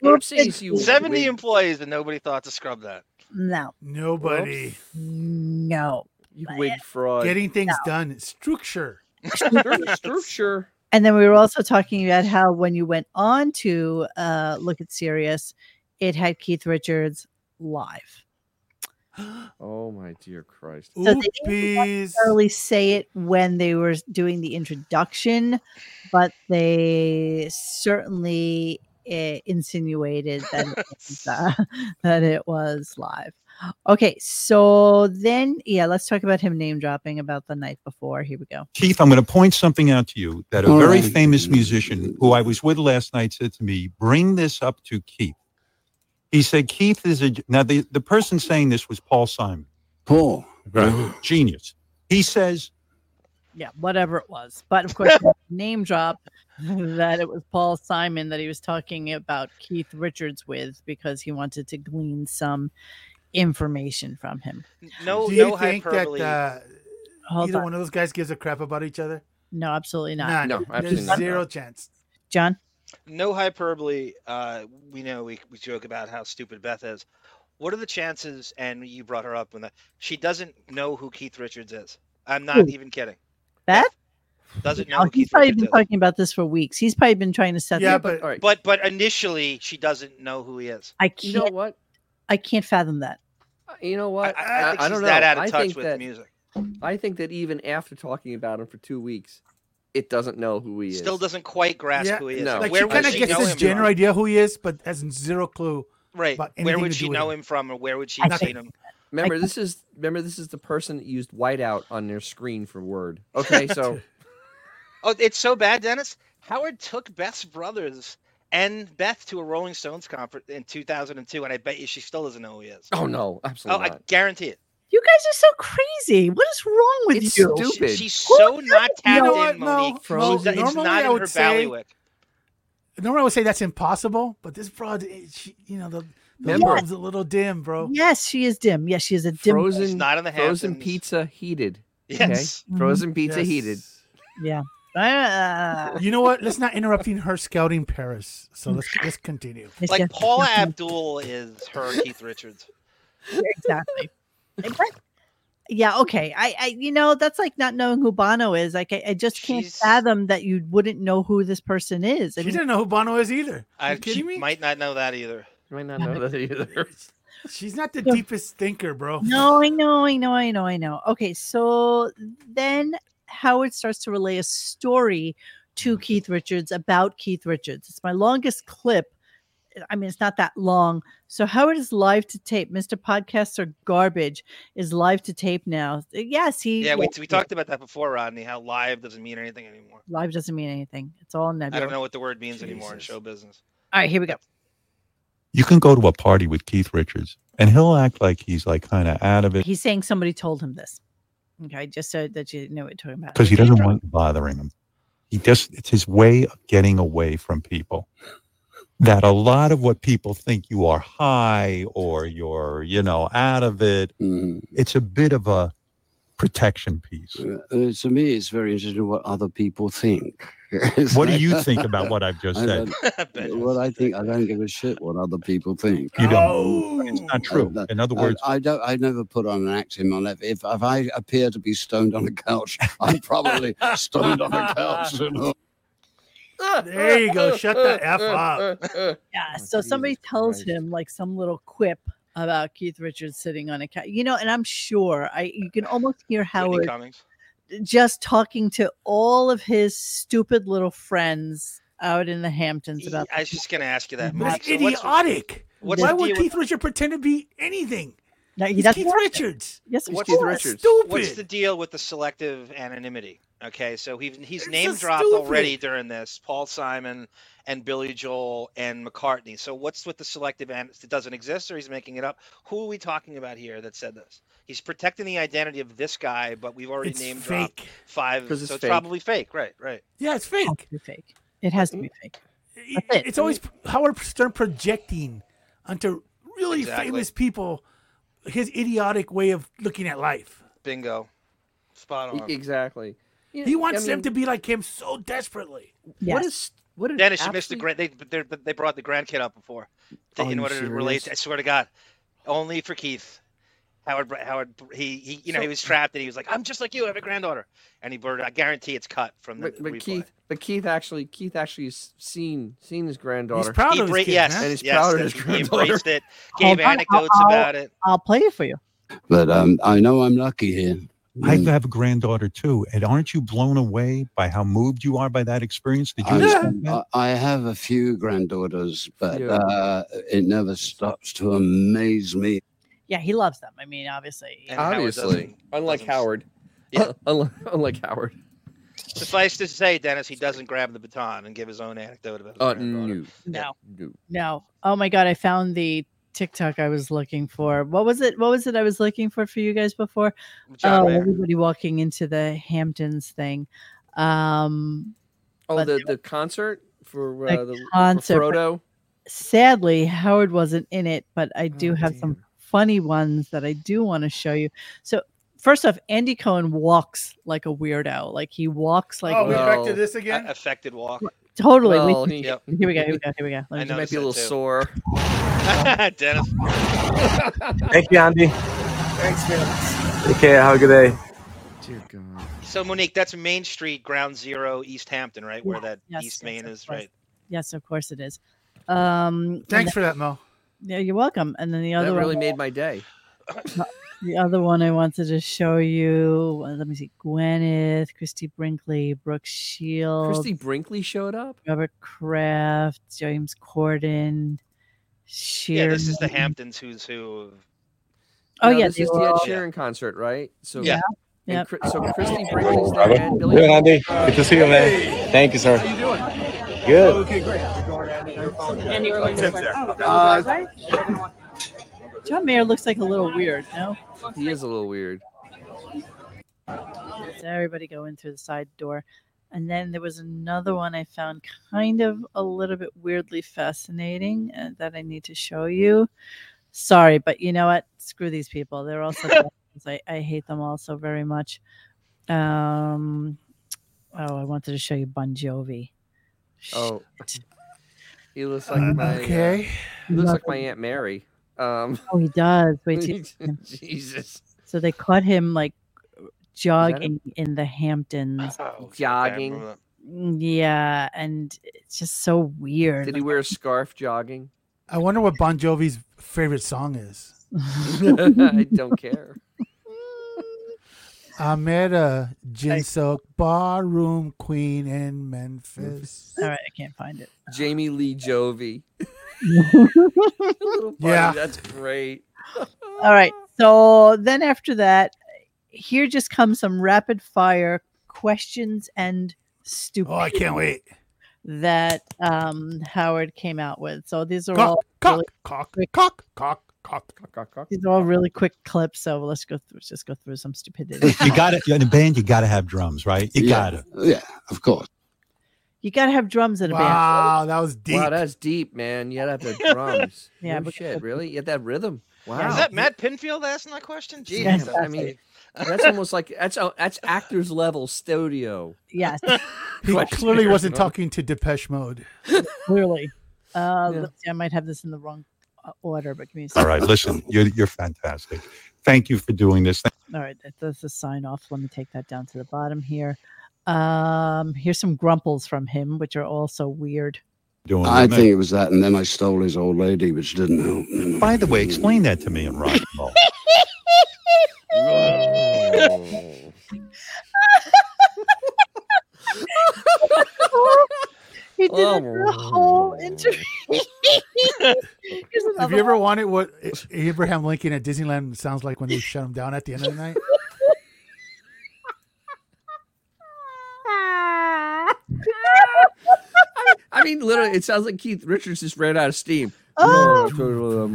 J: Oopsies, you
C: 70
J: wig.
C: employees and nobody thought to scrub that.
A: No,
B: Nobody.
A: no.
J: You wig fraud.
B: Getting things done. Structure. [laughs]
J: Structure.
A: And then we were also talking about how when you went on to uh, look at Sirius, it had Keith Richards live.
J: Oh my dear Christ.
A: they didn't
B: Oopies.
A: Early say it when they were doing the introduction, but they certainly uh, insinuated that it was, uh, [laughs] that it was live. Okay, so then yeah, let's talk about him name dropping about the night before. Here we go.
F: Keith, I'm going to point something out to you that a
G: All
F: very
G: right.
F: famous musician who I was with last night said to me, Bring this up to Keith. He said, Keith is a. Now, the, the person saying this was Paul Simon,
G: Paul.
F: genius. He says,
A: Yeah, whatever it was, but of
B: [laughs]
A: course name drop [laughs] that it was Paul Simon that he was talking about Keith Richards with because he wanted to glean some information from him.
C: N- No,
B: Do you
C: no
B: think that
C: hyperbole.
B: uh,
A: Hold
B: either
A: on.
B: one of those guys gives a crap about each other?
A: No, absolutely not.
B: None.
J: No, absolutely
B: There's
J: not.
B: zero chance.
A: John.
C: no hyperbole. Uh, we know we, we joke about how stupid Beth is. What are the chances? And you brought her up when that she doesn't know who Keith Richards is. I'm not
A: Who?
C: even kidding.
A: Beth?
C: doesn't know
A: No,
C: who
A: Oh, he's
C: Keith
A: probably
C: Richards
A: been
C: is.
A: talking about this for weeks. He's probably been trying to set.
B: Yeah,
A: Yeah,
B: but
J: All right.
C: But but initially she doesn't know who he is.
A: I
J: you
A: can't.
J: know what?
A: I can't fathom that.
J: You know
C: I,
J: what?
C: I, I think
J: don't
C: she's
J: know.
C: that out of
J: I
C: touch
J: think
C: with
J: that,
C: music.
J: I think that even after talking about him for two weeks, it doesn't know who he is.
C: Still doesn't quite grasp
B: Yeah,
C: who he is.
J: no.
B: Like
C: Where
B: she
C: would
B: kind of
C: she
B: gets
C: know
B: this
C: him
B: general
C: from?
B: idea who he is, but has zero clue.
C: Right.
B: about
C: Where
B: anything
C: would
B: to
C: she
B: do with
C: know
B: him.
C: him from, or where would she
A: I
C: have seen
A: think-
C: him?
J: Remember, this is remember this is the person that used [laughs] whiteout on their screen for Word. Okay, so
C: Oh, it's so bad, Dennis. Howard took Beth's brothers and Beth to a Rolling Stones concert in 2002, and I bet you she still doesn't know who he is.
J: Oh no,
C: Oh,
J: absolutely
C: I
J: not.
C: guarantee it.
A: You guys are so crazy. What is wrong with
J: It's
A: you?
J: stupid.
C: She, she's
A: Who
C: so
A: is-
C: not
A: You
C: tapped
A: know
B: what?
C: in,
B: No,
C: Monique.
B: no,
C: It's not- it's
B: normally
C: not
B: I
C: in
B: would
C: her
B: say-
C: ballywick.
B: Normally I would say that's impossible, but this broad, eh, she, you know, the, the
J: Remember-
B: bulb's a little dim, bro.
A: Yes, she is dim. Yes, she is a dim.
C: It's
J: Frozen,
C: not in the
J: frozen
C: Hamptons.
J: pizza heated. okay?
C: Yes. Mm-hmm.
A: Mhm.
J: Frozen pizza
B: Yes.
J: [laughs] heated.
A: Yeah. Ah.
B: You know what? Let's not interrupting her scouting Paris. So let's let's continue.
A: It's
C: Like
A: just-
B: [laughs]
C: Paula Abdul is her Keith Richards.
A: exactly. But- yeah, okay. I, I, you know, that's like not knowing who Bono is. Like, I, I just can't
C: She's-
A: fathom that you wouldn't know who this person is. I
B: She
A: mean,
B: didn't know who Bono is either.
C: I
B: you
C: she
B: kidding me?
C: might not know that either.
J: You might not know that either.
B: She's not the
A: Yeah.
B: deepest thinker, bro.
A: no, I know, I know, I know, I know. Okay, so then Howard starts to relay a story to Keith Richards about Keith Richards. It's my longest clip. I mean, it's not that long. So Howard is live to tape. Mr. Podcasts are garbage. Is live to tape now. Yes, he.
C: Yeah, we, we talked about that before, Rodney. How live doesn't mean anything anymore.
A: Live doesn't mean anything. It's all
C: I don't
A: nebulous.
C: know what the word means anymore in
B: Jesus.
C: show business.
A: All right, here we go.
F: You can go to a party with Keith Richards, and he'll act like he's like kind of out of it
A: He's saying somebody told him this. Okay, just so that you know what you're talking about.
F: because he doesn't want you bothering him. He just it's his way of getting away from people. That a lot of what people think you are high or you're, you know, out of it,
G: Mm.
F: it's a bit of a protection piece.
G: Uh, uh, to me, it's very interesting what other people think. [laughs] It's
F: What do
G: like-
F: you think about what I've just
G: I
F: said?
C: [laughs] I bet
G: don't- well, I think I don't give a shit what other people think.
F: You don't. It's
B: Oh.
F: not true. In other words,
G: I, I don't. I never put on an act in my life. If, if I appear to be stoned on a couch, I'm probably stoned on a couch. You know?
B: Ah, There you go. Shut the F
J: up.
A: Yeah.
G: Oh,
A: So somebody
G: Jesus
A: tells
G: Christ.
A: him like some little quip about Keith Richards sitting on a couch, you know, and I'm sure I you can almost hear
C: Whitney
A: Howard
C: Cummings.
A: just talking to all of his stupid little friends out in the Hamptons
C: E-
A: about
C: I was just gonna ask you that, Monique.
B: That's
C: So what's-
B: idiotic.
C: what's
B: Why
C: the
B: would
C: deal with-
B: Keith Richards pretend to be anything?
A: No, he
B: He's
A: doesn't
B: Keith
A: want it.
B: Richards.
A: Yes, of
C: What's
A: course.
J: Keith Richards.
B: Stupid.
C: What's the deal with the selective anonymity? Okay, so he's he's
B: It's
C: name
B: just
C: dropped
B: stupid.
C: already during this. Paul Simon and Billy Joel and McCartney. So what's with the selective and it doesn't exist or he's making it up? Who are we talking about here that said this? He's protecting the identity of this guy, but we've already
B: it's
C: name dropped
B: fake.
C: five. So
J: 'Cause it's
C: it's
J: fake.
C: probably fake, right? Right.
B: Yeah, it's
A: It has
B: fake. Mm.
A: to be fake. It has to be fake. That's it.
B: It's always Howard Stern projecting onto really
C: Exactly.
B: famous people his idiotic way of looking at life.
C: Bingo. Spot
A: E,
C: on.
J: exactly. You
B: He
J: know, I
B: wants them
J: mean,
B: to be like him so desperately.
A: Yes.
J: What is what? an
C: Dennis, you missed the
J: absolute-
C: grand. They they they brought the grand kid up before, to,
J: Are
C: in
J: you
C: order to relate.
J: serious?
C: I swear to God, only for Keith. Howard Br- Howard Br- he, he you know he
J: So-
C: was trapped and he was like I'm just like you I have a granddaughter and he blurted I guarantee it's cut from the
J: But, but
C: replay.
J: Keith, but Keith actually, Keith actually has seen seen his
B: He's
J: granddaughter.
B: proud
C: he
B: of his
C: bra-
B: kid,
C: yes,
B: man.
J: And he's
C: yes,
J: proud of
C: that's-
J: his
C: he
J: granddaughter.
C: embraced
J: [laughs]
C: it
A: Hold
C: gave
A: on, I'll-
C: anecdotes
A: I'll-
C: about it
A: I'll play it for you.
G: But um, I know I'm lucky here.
F: I
G: Mm.
F: have a granddaughter too, and aren't you blown away by how moved you are by that experience? Did you?
G: I'm-
F: understand that?
G: I, I have a few granddaughters, but
J: Yeah.
G: uh, it never stops to amaze me.
A: Yeah, he loves them. I mean, obviously.
C: And Howard
J: Obviously,
C: doesn't-
J: unlike
C: doesn't-
J: Howard.
C: [laughs]
J: [laughs]
C: Yeah.
J: unlike, unlike Howard.
C: suffice to say Dennis he doesn't grab the baton and give his own anecdote about his
J: Uh,
C: granddaughter.
J: no,
A: No.
J: no.
A: No. Oh my god, I found the TikTok I was looking for. What was it? What was it I was looking for for you guys before?
C: John
A: oh,
C: Mayer.
A: everybody walking into the Hamptons thing. Um
J: Oh,
A: But
J: the, the concert for
A: The
J: uh, the concert.
A: concert, but
J: Frodo.
A: sadly Howard wasn't in it, but I do
J: Oh,
A: have some
J: damn.
A: funny ones that I do want to show you. So first off, Andy Cohen walks like a weirdo. Like he walks like
B: oh,
A: a-
B: we're back to
J: Well-
B: this
C: A-
B: again.
C: affected walk
A: totally. we-
J: Well, he,
C: Yep.
A: here we go. Here we go. Here we go.
C: I
A: Let me
J: he
C: know. noticed
J: might
A: just,
J: be a
C: that
J: little
C: too.
J: sore.
C: [laughs] Dennis
K: Thank you, Andy.
A: [laughs] Thanks, man.
K: Take care. Have a good day.
J: Dear God.
C: so Monique that's Main Street Ground Zero East Hampton right where
A: Yeah,
C: that
A: yes,
C: East
A: yes,
C: Main
A: of
C: is
A: course.
C: right
A: Yes, of course it is. Um and
B: Thanks for that, Mo.
A: Yeah, you're welcome. And then the
J: That
A: other
J: really
A: one,
J: made my day.
A: [laughs] the other one I wanted to show you. uh, Let me see: Gwyneth, Christy Brinkley, Brooke Shields,
J: Christy Brinkley showed up.
A: Robert Kraft, James Corden. Sheer.
C: yeah [coughs] this is the Hamptons who's who of
A: Oh
J: No,
A: yeah,
J: this
A: they
J: is
A: were
J: the Ed
A: all-
J: Sheeran concert, right? So
C: Yeah.
J: And
A: Yep.
J: Chri- so Christy Brinkley's there and Billy.
K: Good, Andy. Good to see you, man. Thank you, sir. Good.
L: Okay, great.
D: Andy Orlando.
L: Tim's there.
A: Uh, John Mayer looks like a little weird. No,
J: He is a little weird.
A: everybody going through the side door, and then there was another one I found kind of a little bit weirdly fascinating uh, that I need to show you. Sorry, but you know what? Screw these people. They're all [laughs] such assholes. I, I hate them all so very much. Um, oh, I wanted to show you Bon Jovi.
J: Oh, he looks like my uh,
B: okay.
J: he looks like my aunt Mary. Um,
A: [laughs] Oh, he does.
J: [laughs]
A: Wait, till you see [laughs] him.
J: Jesus,
A: so they caught him like jogging in the Hamptons.
J: Oh,
A: Mm,
J: jogging.
A: Yeah, and it's just so weird.
J: Did he wear a scarf
A: [laughs]
J: jogging? [laughs]
B: I wonder what Bon Jovi's favorite song is.
J: I don't care.
B: I'm at a gin soaked barroom queen in Memphis.
A: All right, I can't find it.
J: Jamie Lee Jovi. Little buddy,
B: Yeah.
J: that's great.
A: All right. So then after that, here just comes some rapid fire questions and stupid
B: Oh, I can't wait.
A: that um, Howard came out with. So these are
B: Cock,
A: all
B: cock,
A: really,
B: cock,
A: quick.
B: cock, cock, cock.
A: these are all really quick clips. So let's go through. Let's just go through some
B: [laughs]
A: stupidity.
F: You got to in a band. You got to have drums, right? You
G: Yeah.
F: got to.
G: Yeah, of course.
A: you gotta have drums in a band.
B: [laughs] Wow, that was deep.
J: Wow, that's deep, man. You had the drums.
A: [laughs] Yeah,
J: yeah, no
A: but-
J: shit, really? You had that rhythm. Wow.
C: Is that Matt Pinfield asking that question?
J: Damn,
C: Jesus.
J: I mean, oh. that's almost like that's uh, that's actors level studio. [laughs]
A: Yes,
B: [laughs] He
J: question.
B: clearly wasn't talking to Depeche Mode.
A: clearly. Uh,
J: Yeah.
A: let's see, I might have this in the wrong uh, order, but give me a
F: All
A: second.
F: right, listen, you're you're fantastic. Thank you for doing this.
A: All right, that- that's a sign off. Let me take that down to the bottom here. Um, here's some grumples from him, which are also weird.
F: For doing
G: I
F: this.
G: think it was that, and then I stole his old lady, which didn't help. Never
F: By the way,
G: mind.
F: explain that to me in rock and roll.
J: Oh.
A: He did it for a whole
J: Oh.
A: [laughs] interview. Here's
B: Have
A: another
B: you ever
A: one.
B: wanted what I- Abraham Lincoln at Disneyland sounds like when they shut him down at the end of the night?
J: I mean, literally, it sounds like Keith Richards just ran out of steam.
A: Oh,
J: Oh.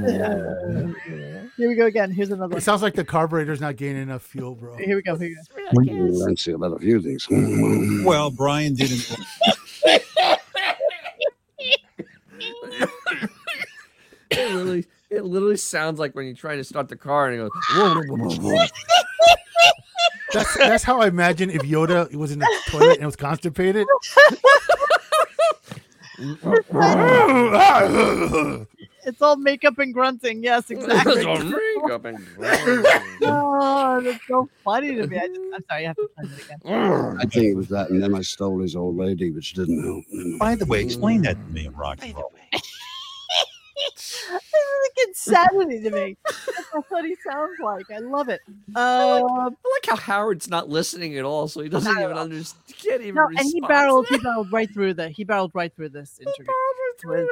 A: here we go again. Here's another
B: It
A: one.
B: sounds like the carburetor's not gaining enough fuel,
A: [laughs]
B: bro.
A: Here we go. Here we go.
G: I don't see about a few things. Hmm.
F: Well, Brian
G: [laughs]
F: didn't.
J: [laughs] It literally, it literally sounds like when you try to start the car and it
C: [laughs]
J: goes. "Whoa, whoa, whoa, whoa, whoa."
B: That's that's how I imagine if Yoda was in the toilet and was
J: [laughs]
B: constipated.
A: It's all makeup and grunting. Yes, exactly. [laughs]
J: Up and down.
A: oh, that's so funny to me. I just, I'm sorry, I have to find it again.
G: [laughs] [laughs] I think it was that, and then I stole his old lady, which didn't help. Never mind.
F: By the way, explain that to me in rock and
C: Either
F: roll.
C: way.
A: this is like insanity to me. That's what he sounds like. I love it. Um,
J: I like how Howard's not listening at all, so he doesn't even understand. Can't even
A: no,
J: respond.
A: and he barreled, he barreled right through the, he barreled right through this interview. Nothing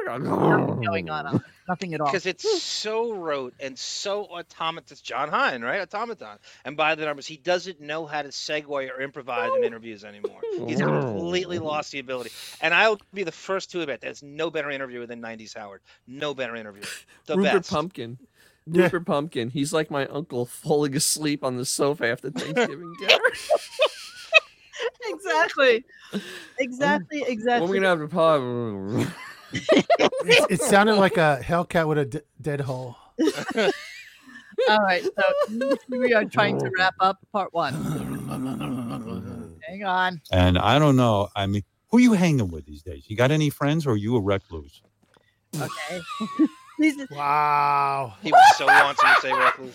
A: going on, on, nothing at all.
C: Because it's so rote and so automaton. John Hine, right? Automaton. And by the numbers, he doesn't know how to segue or improvise in interviews anymore. He's completely lost the ability. And I'll be the first to admit there's no better interviewer than 90s Howard. No better interviewer. The
J: Rupert
C: best.
J: Pumpkin.
B: Yeah.
J: Rupert Pumpkin. He's like my uncle falling asleep on the sofa after Thanksgiving dinner.
A: Exactly, exactly,
J: when we're
A: exactly.
J: gonna have a pie.
B: It, it sounded like a Hellcat with a d- dead hole.
A: All right, so we are
J: [laughs]
A: trying to wrap up part one. Hang on.
F: And I don't know. I mean, who you hanging with these days? You got any friends, or are you a recluse?
A: Okay. These,
B: Wow.
C: He was so wants to say
A: [laughs]
C: recluse.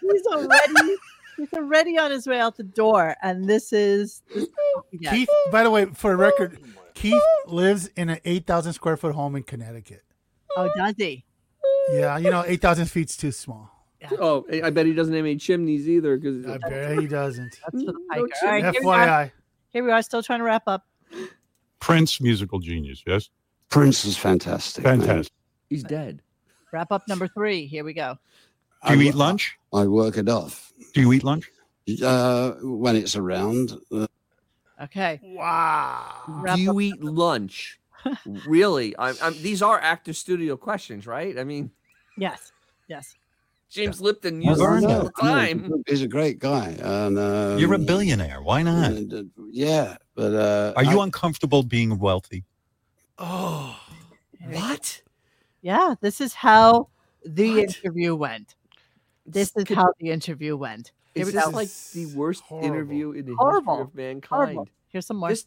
A: he's already, he's already on his way out the door, and this is. This, yeah.
B: Keith, by the way, for a record, Keith lives in an 8,000 square foot home in Connecticut.
A: Oh, does he?
B: Yeah, you know, 8,000 feet's too small.
J: Oh, I- I bet he doesn't have any chimneys either. Because
B: I bet he doesn't.
A: That's for the
J: [laughs] No
A: hiker. All right, here we are.
B: FYI.
A: Here we are, still trying to wrap up.
F: Prince, musical genius. Yes,
G: Prince is fantastic. man.
F: fantastic.
J: he's dead.
A: Wrap up number three. Here we go.
F: Do you eat lunch?
G: I work it off.
F: Do you eat lunch?
G: uh, when it's around. Uh,
A: Okay.
B: Wow.
A: Wrap
J: Do
A: up-
J: you eat
A: [laughs]
J: lunch? really? I'm, I'm, these are actor studio questions, right? I mean,
A: Yes. Yes.
J: James Lipton uses
G: I
J: this
G: know,
J: all the
G: I know,
J: time.
G: He's a great guy. And, um,
F: You're a billionaire. Why not?
G: and, uh, yeah, but uh,
F: Are you
G: I-
F: uncomfortable being wealthy?
B: Oh.
J: What?
A: Yeah. This is how the
J: What?
A: interview went. This is
J: Could-
A: how the interview went. Here
J: Is
A: we
J: this
A: go.
J: like the worst
B: horrible.
J: interview in the
A: Horrible.
J: history of mankind?
A: Horrible. Here's some more.
J: This-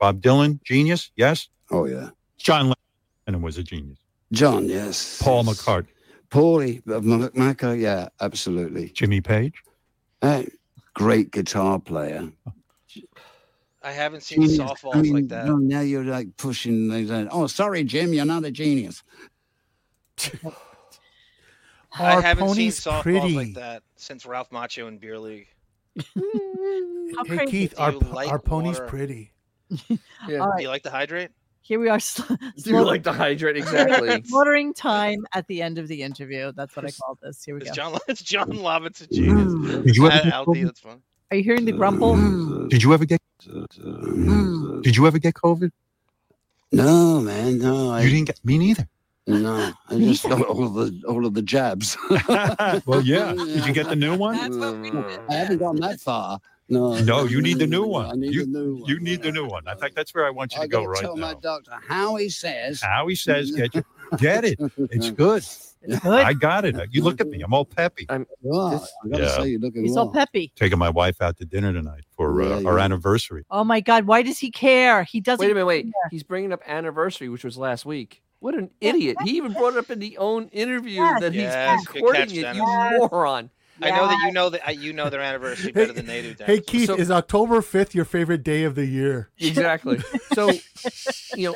F: Bob Dylan, genius. Yes.
G: Oh yeah,
F: John Lennon was a genius.
G: John. Yes.
F: Paul
G: Yes.
F: McCartney,
G: Paulie uh, M- Macca. Yeah, absolutely.
F: Jimmy Page.
G: Uh, great guitar player.
C: I haven't seen
G: Genius.
C: softballs
G: I mean,
C: like that.
G: no, now you're like pushing things out. Oh, sorry, Jim, you're not a genius.
C: I
B: Our
C: haven't seen
B: pony's
C: softballs
B: pretty.
C: like that since Ralph Macchio and Beer League.
A: How
B: Hey
A: crazy.
B: Keith,
C: Do
B: our,
C: you
B: po-
C: like
B: our pony's
C: water?
B: pretty.
J: Yeah.
A: All
C: Do
A: right.
C: you like to hydrate?
A: Here we are. [laughs] Sl-
J: [laughs] Do you like to
A: [laughs]
J: hydrate? Exactly.
A: Slaughtering time at the end of the interview. That's what I call this. Here we
C: It's
A: go.
C: John. It's John Lovitz.
J: Mm.
C: a genius.
F: Genius. Did you ever?
C: Al-
F: Get
C: Aldi,
F: COVID?
C: that's fun.
A: Are you hearing the grumble?
J: Mm.
F: Did you ever get? Did you ever get COVID?
G: No, man, no, I,
F: You didn't get me neither.
G: no. I just got all the all of the jabs.
F: [laughs]
G: [laughs]
F: Well, yeah. Did you get the new one?
I: That's what we did.
G: I haven't gone that far. No,
F: No, you need the new
G: I
F: one.
G: need
F: You-
G: the new one.
F: You need the new one. In fact, that's where I want you
G: I
F: to go
G: gotta
F: right
G: tell my
F: now.
G: doctor how he says.
F: How he
G: [laughs]
F: says, get you, get it. It's good.
A: Good.
F: [laughs] I got it. You look at me. I'm all peppy.
G: Wow,
J: This-
G: I gotta
F: Yeah.
G: say, you're looking
A: He's all
G: well.
A: peppy.
F: Taking my wife out to dinner tonight for uh,
G: Yeah,
F: our
G: yeah.
F: anniversary.
A: Oh my God. Why does he care? He doesn't.
J: Wait a minute, wait. He's bringing up anniversary, which was last week. What an idiot! He even brought it up in the own interview
A: Yes.
J: that he's
C: Yes, good
J: recording
C: catch,
J: it.
C: Dennis.
J: You moron!
C: I know that you know that I- you know their anniversary better than they do.
B: Hey
C: Dennis.
B: Keith,
J: So-
B: [laughs] is October 5th your favorite day of the year? [laughs]
J: Exactly.
A: [laughs]
J: so, you know,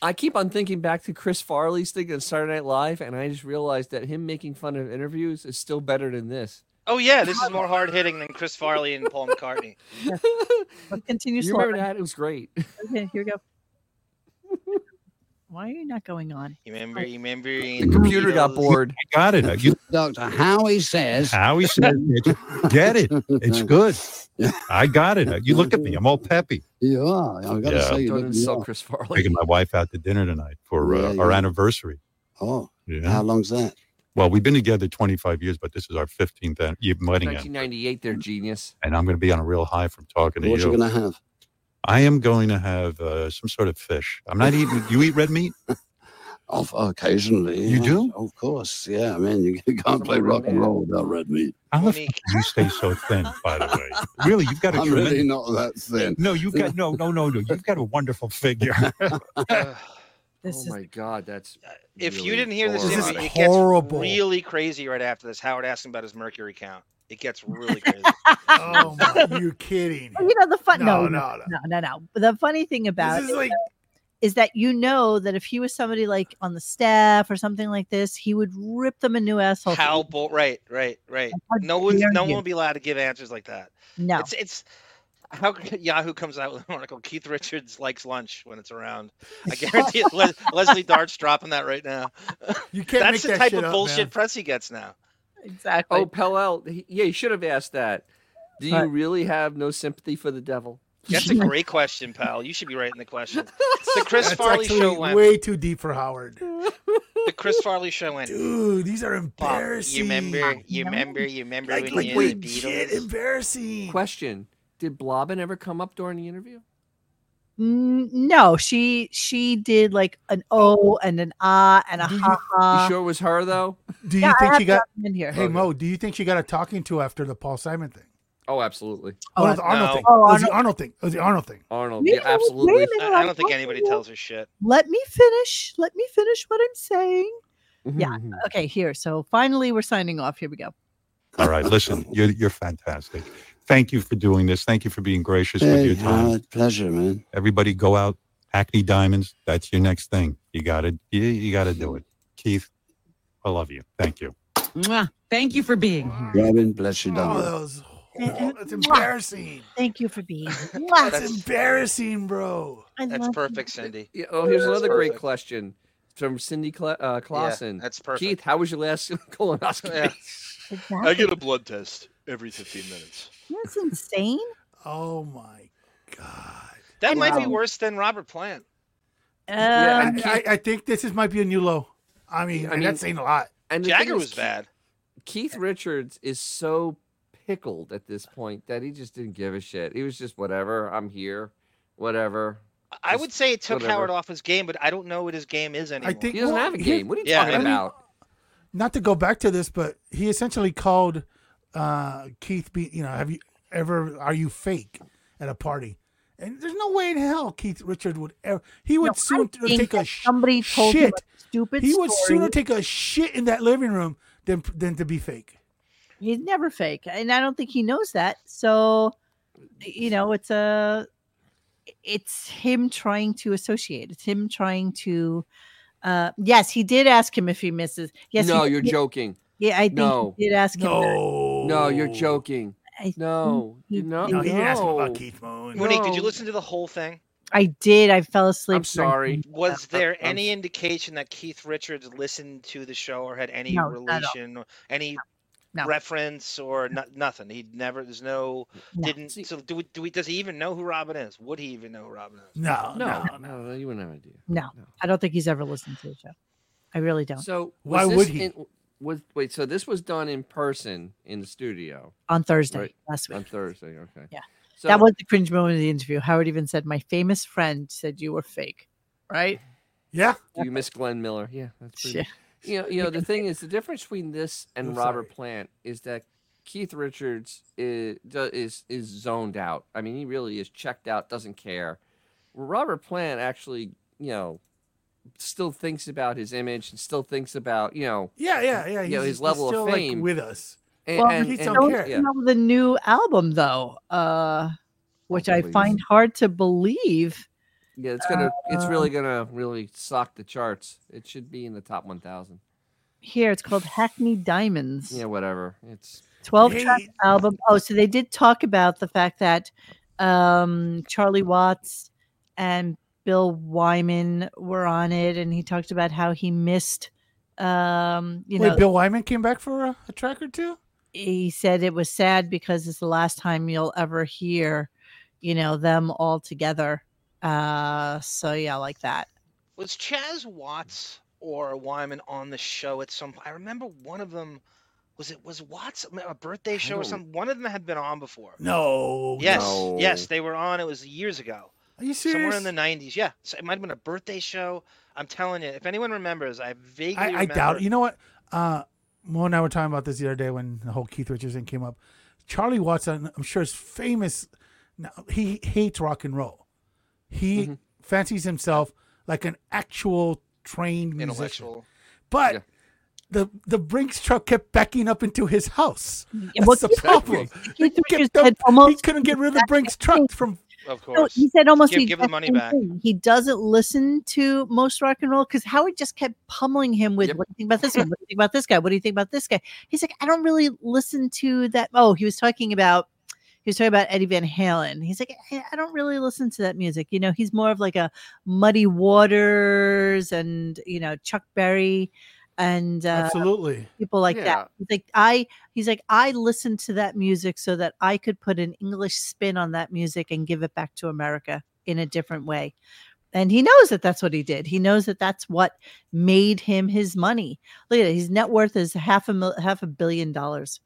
J: I keep on thinking back to Chris Farley's thing on Saturday Night Live, and I just realized that him making fun of interviews is still better than this.
C: [laughs] Oh yeah, this is more hard hitting than Chris Farley and Paul McCartney.
A: Let's
J: you
A: continue slowly.
J: remember that? It was great.
A: Okay, here
J: [laughs]
A: we go. Why are you not going on?
C: You remember? You remember?
J: The computer
C: [laughs]
J: got bored.
F: I got it. You,
G: [laughs] Doctor, how he says.
F: how he
G: [laughs]
F: says, get you, get it. It's good. I got it. You look at me. I'm all peppy.
G: You are. Oh, I gotta
F: Yeah.
G: say, you're
J: Don't
G: looking
J: insult
G: well.
J: Chris Farley.
F: Taking my wife out to dinner tonight for uh,
G: Yeah,
F: our
G: yeah.
F: anniversary.
G: Oh,
F: Yeah.
G: how long's that?
F: Well, we've been together 25 years, but this is our 15th an- year wedding, anniversary,
J: 1998, they're genius.
F: and I'm going to be on a real high from talking to
G: What you
F: you.
G: gonna have?
F: I am going to have uh, some sort of fish. I'm not eating. You eat red meat?
G: [laughs] Of occasionally.
F: You
G: yeah.
F: do?
G: Of course. Yeah. I mean, you [laughs] can't play
J: Somewhere
G: rock and
J: around.
G: roll without red meat.
F: How the
C: Monique.
F: fuck do you stay so thin? By the way, really, you've got a
G: I'm
F: tremendous.
G: really not that thin.
F: No, you've got no, no, no, no. You've got a wonderful figure.
G: [laughs]
A: This
J: oh
A: is
J: my God, that's.
C: Uh, if you
J: really
C: didn't hear this
B: This is
C: interview, it gets
B: horrible.
C: really crazy right after this. Howard asked him about his mercury count. It gets really crazy.
B: oh, my, [laughs] you're kidding.
A: you know the fun. No, no,
B: No,
A: no,
B: no,
A: no, no. But the funny thing about
B: This
A: it
B: is like
A: is that you know that if he was somebody like on the staff or something like this, he would rip them a new asshole.
C: How bull? Right, right, right.
A: How
C: No one,
A: dare
C: no
A: you.
C: one will be allowed to give answers like that.
A: No,
C: It's it's how could [laughs] Yahoo comes out with an article. Keith Richards likes lunch when it's around.
A: [laughs]
C: I guarantee it, Les- Leslie Dart's dropping that right now. [laughs]
B: you can't
C: That's
B: make
C: the
B: that
C: type
B: shit
C: of
B: up,
C: bullshit
B: man.
C: press he gets now.
A: exactly.
J: Oh, Pelel. he- Yeah, you should have asked that. Do you
A: Right.
J: really have no sympathy for the devil?
C: [laughs]
B: [laughs]
C: That's a great question, pal. You should be writing the question. The Chris
B: That's
C: Farley
B: actually
C: show went.
B: way too deep for Howard.
C: The Chris Farley show went.
B: Dude, these are
C: Bob,
B: embarrassing.
C: you remember? You
A: No.
C: remember? You remember
B: Like,
C: when
B: like
C: you were the
B: wait, shit,
C: Beatles?
B: embarrassing.
J: Question Did Blobbin ever come up during the interview?
A: N- no, she she did like an O and an ah and a
B: Do you-
A: ha
J: You
A: ha.
J: sure it was her, though?
B: Do you
A: Yeah, I
B: think
A: have
B: she got?
A: them in here.
B: Hey Mo, do you think she got a talking to after the Paul Simon thing?
J: Oh, absolutely.
A: Oh,
B: Oh, no, the
A: I-
B: Arnold
C: No.
B: thing.
A: Oh,
B: it was the Arnold thing. It was the Arnold thing.
J: Arnold.
A: Wait
J: Yeah,
A: a minute, wait a
J: absolutely.
A: minute,
C: I, I don't think
A: I'm
C: anybody
A: talking
C: tells her shit.
A: Let me finish. Let me finish what I'm saying.
B: Mm-hmm,
A: Yeah.
J: Mhm.
A: Okay, here. So finally, we're signing off. Here we go.
F: All right, listen, you're you're fantastic. Thank you for doing this. Thank you for being gracious with
G: Hey,
F: your time.
G: Howard, pleasure, man.
F: Everybody, go out. Hackney Diamonds. That's your next thing. You got to you, you got to do it. Keith, I love you. Thank you.
I: Mwah. Thank you for being here.
G: Robin, bless you,
B: Oh,
G: darling.
B: that was. Oh, that's embarrassing.
A: Thank you for being. here. Mwah.
B: That's embarrassing, bro.
A: I
C: That's
A: love you.
C: perfect, Cindy.
J: Yeah, oh, here's
C: That's
J: another great
C: perfect.
J: question from Cindy Cla- uh,
C: Yeah,
J: Clausen.
C: that's perfect.
J: Keith, how was your last [laughs]
C: Yeah.
J: colonoscopy?
A: Exactly.
C: a blood test every 15 minutes.
A: That's insane.
B: Oh my!
C: That might be
B: Wow.
C: worse than Robert Plant.
B: I,
A: Um,
B: I, I think this is might be a new low. I mean,
J: I mean-
B: that's saying a lot.
J: And the
C: Jagger
J: thing is,
C: was bad.
J: Keith Richards is so pickled at this point that he just didn't give a shit. He was just whatever. I'm here, whatever.
C: I
J: Just
C: would say it took
J: whatever.
C: Howard off his game, but I don't know what his game is anymore.
B: think-
J: He doesn't
B: Well,
J: have a
B: he-
J: game. What are you
C: yeah, I
J: talking
C: mean-
J: about?
B: Not to go back to this, but he essentially called uh, Keith. Be you know, have you ever? Are you fake at a party? And there's no way in hell Keith Richard would ever. He would
A: No, I
B: sooner
A: think
B: take a
A: that
B: sh-
A: somebody told him
B: shit.
A: a stupid
B: He would
A: story.
B: sooner take a shit in that living room than than to be fake.
A: He's never fake, and I don't think he knows that. So, you know, it's a, it's him trying to associate. It's him trying to. Uh, yes, he did ask him if he misses. Yes, he
J: no, you're
A: did.
J: joking.
A: Yeah, I think
J: No.
A: he did ask him. that.
B: No,
J: No, you're joking.
A: I,
J: No,
A: he
J: no,
A: did.
B: No, he asked me
J: No.
B: about Keith Moon.
C: Monique, did you
J: No.
C: listen to the whole thing?
A: I did. I fell asleep.
J: I'm sorry.
C: Was
J: I-
C: there
J: I'm
C: any
J: s-
C: indication that Keith Richards listened to the show or had any
A: No, not at all.
C: relation, or any
A: No.
C: reference, or no, nothing? He never. There's no.
A: No.
C: Didn't.
J: See-
C: So do we, do we? Does he even know who Robin is? Would he even know who Robin is?
B: No,
J: No,
B: no.
J: no, no, you wouldn't have an idea.
A: No,
J: No.
A: I don't think he's ever listened to the show. I really don't.
J: So
B: Why
J: was
B: would
J: this
B: he?
J: in- was wait? So this was done in person in the studio
A: On Thursday
J: Right.
A: last
J: on
A: week,
J: Thursday. Okay.
A: Yeah.
J: So
A: that was the cringe moment of the interview. Howard even said, "My famous friend said you were fake." Right?
B: Yeah,
J: you miss Glenn Miller. Yeah, that's pretty
A: Shit.
J: you know, you know the thing is the difference between this and
B: I'm
J: Robert
B: sorry.
J: Plant is that Keith Richards is, do- is is zoned out. I mean, he really is checked out, doesn't care. Robert Plant actually, you know, still thinks about his image and still thinks about, you know,
B: yeah, yeah, yeah.
J: You know, his
B: he's
J: level of
B: still, like,
J: fame.
B: with us.
J: and,
A: Well,
J: and,
B: he
J: and-
B: don't
A: Don't
B: care.
J: yeah.
A: know the new album though, uh, which I
J: believe
A: find hard to believe. um,
J: Yeah, it's gonna, it's
B: Uh,
J: really gonna really sock the charts. It should be in the top 1,000.
A: Here, it's called Hackney Diamonds.
J: Yeah, whatever. It's
A: 12 track
B: Hey.
A: album. Oh, so they did talk about the fact that um, Charlie Watts and Bill Wyman were on it, and he talked about how he missed. Um, you
B: Wait,
A: know,
B: Bill Wyman came back for a, a track or two.
A: he said it was sad because it's the last time you'll ever hear, you know, them all together. Uh, so yeah, like that.
C: Was Chaz Watts or Wyman on the show at some? I remember one of them. Was it was Watts a birthday show or
J: don't-
C: something? One of them had been on before.
B: No.
C: Yes,
J: no.
C: yes, they were on. It was years ago,
B: Are you serious?
C: somewhere in the '90s. Yeah, so it might have been a birthday show. I'm telling you, if anyone remembers, I vaguely
B: I, I
C: remember.
B: doubt. it. You know what? Uh, Mo and I were talking about this the other day when the whole Keith Richards thing came up. Charlie Watson, I'm sure, is famous. Now he hates rock and roll. He fancies himself like an actual trained musician.
C: intellectual.
B: But
J: Yeah.
B: the the Brinks truck kept backing up into his house. That's
A: well,
B: the
A: Keith-
B: problem.
A: Keith
B: He
A: Richards
B: kept them-
A: said almost
B: he couldn't get rid of the Brinks truck from.
C: Of
A: No,
C: course.
A: he said almost
C: Give-
A: the
C: give the
A: exact
C: money
A: same
C: back.
A: thing. He doesn't listen to most rock and roll because Howard just kept pummeling him with
J: Yep.
A: what do you think
C: [laughs]
A: about this guy? What do you think about this guy? What do you think about this guy? He's like, I don't really listen to that. Oh, he was talking about he was talking about Eddie Van Halen. He's like, I, I don't really listen to that music. You know, he's more of like a Muddy Waters and you know Chuck Berry and uh,
B: Absolutely.
A: people like
J: Yeah.
A: that. He's like I he's like I listened to that music so that I could put an English spin on that music and give it back to America in a different way. And he knows that that's what he did. He knows that that's what made him his money. Look at it. His net worth is half a mil- half a billion dollars.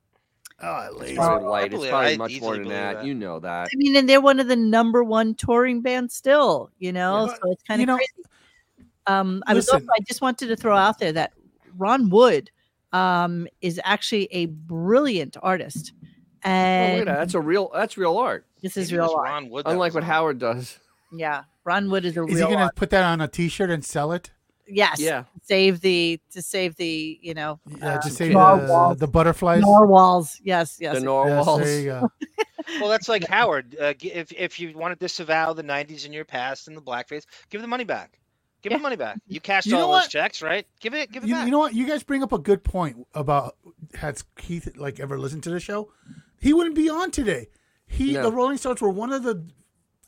B: Oh,
J: it's
B: lazy.
J: probably light. It's
C: believe-
J: probably
C: I
J: much more
C: easily
J: than
C: believe
J: that.
C: that.
J: You know that.
A: I mean, and they're one of the number one touring bands still, you know.
B: but,
A: so it's kind
B: you
A: of
B: know,
A: crazy. Um, I was also,
B: listen.
A: I just wanted to throw out there that Ron Wood um, is actually a brilliant artist,
J: Oh, look
A: and
J: at that. That's a real. That's real art.
A: this
C: Maybe
A: is
C: it
A: real
C: was
A: life.
C: Ron Wood that
J: Unlike
C: was
J: what
C: on.
J: Howard does.
A: Yeah, Ron Wood is a
B: Is he
A: real.
B: gonna
A: art-
B: put that on a T-shirt and sell it?
A: Yes,
J: Yeah.
A: save the to save the you know
B: Yeah, just say the,
A: narwhals.
B: the butterflies.
A: narwhals. Yes, yes.
J: The
B: Yes,
J: narwhals.
B: there
A: [laughs]
B: you go.
C: [laughs] Well, that's like Howard. Uh, gi- if if you want to disavow the '90s and your past and the blackface, give the money back. Give
A: Yeah.
C: the money back.
A: [laughs]
C: You cashed
B: You know
C: all those
B: what?
C: checks, right? Give it. Give it
B: you,
C: back.
B: you know what? You guys bring up a good point about has Keith like ever listened to the show? He wouldn't be on today. He
J: No.
B: the Rolling Stones were one of the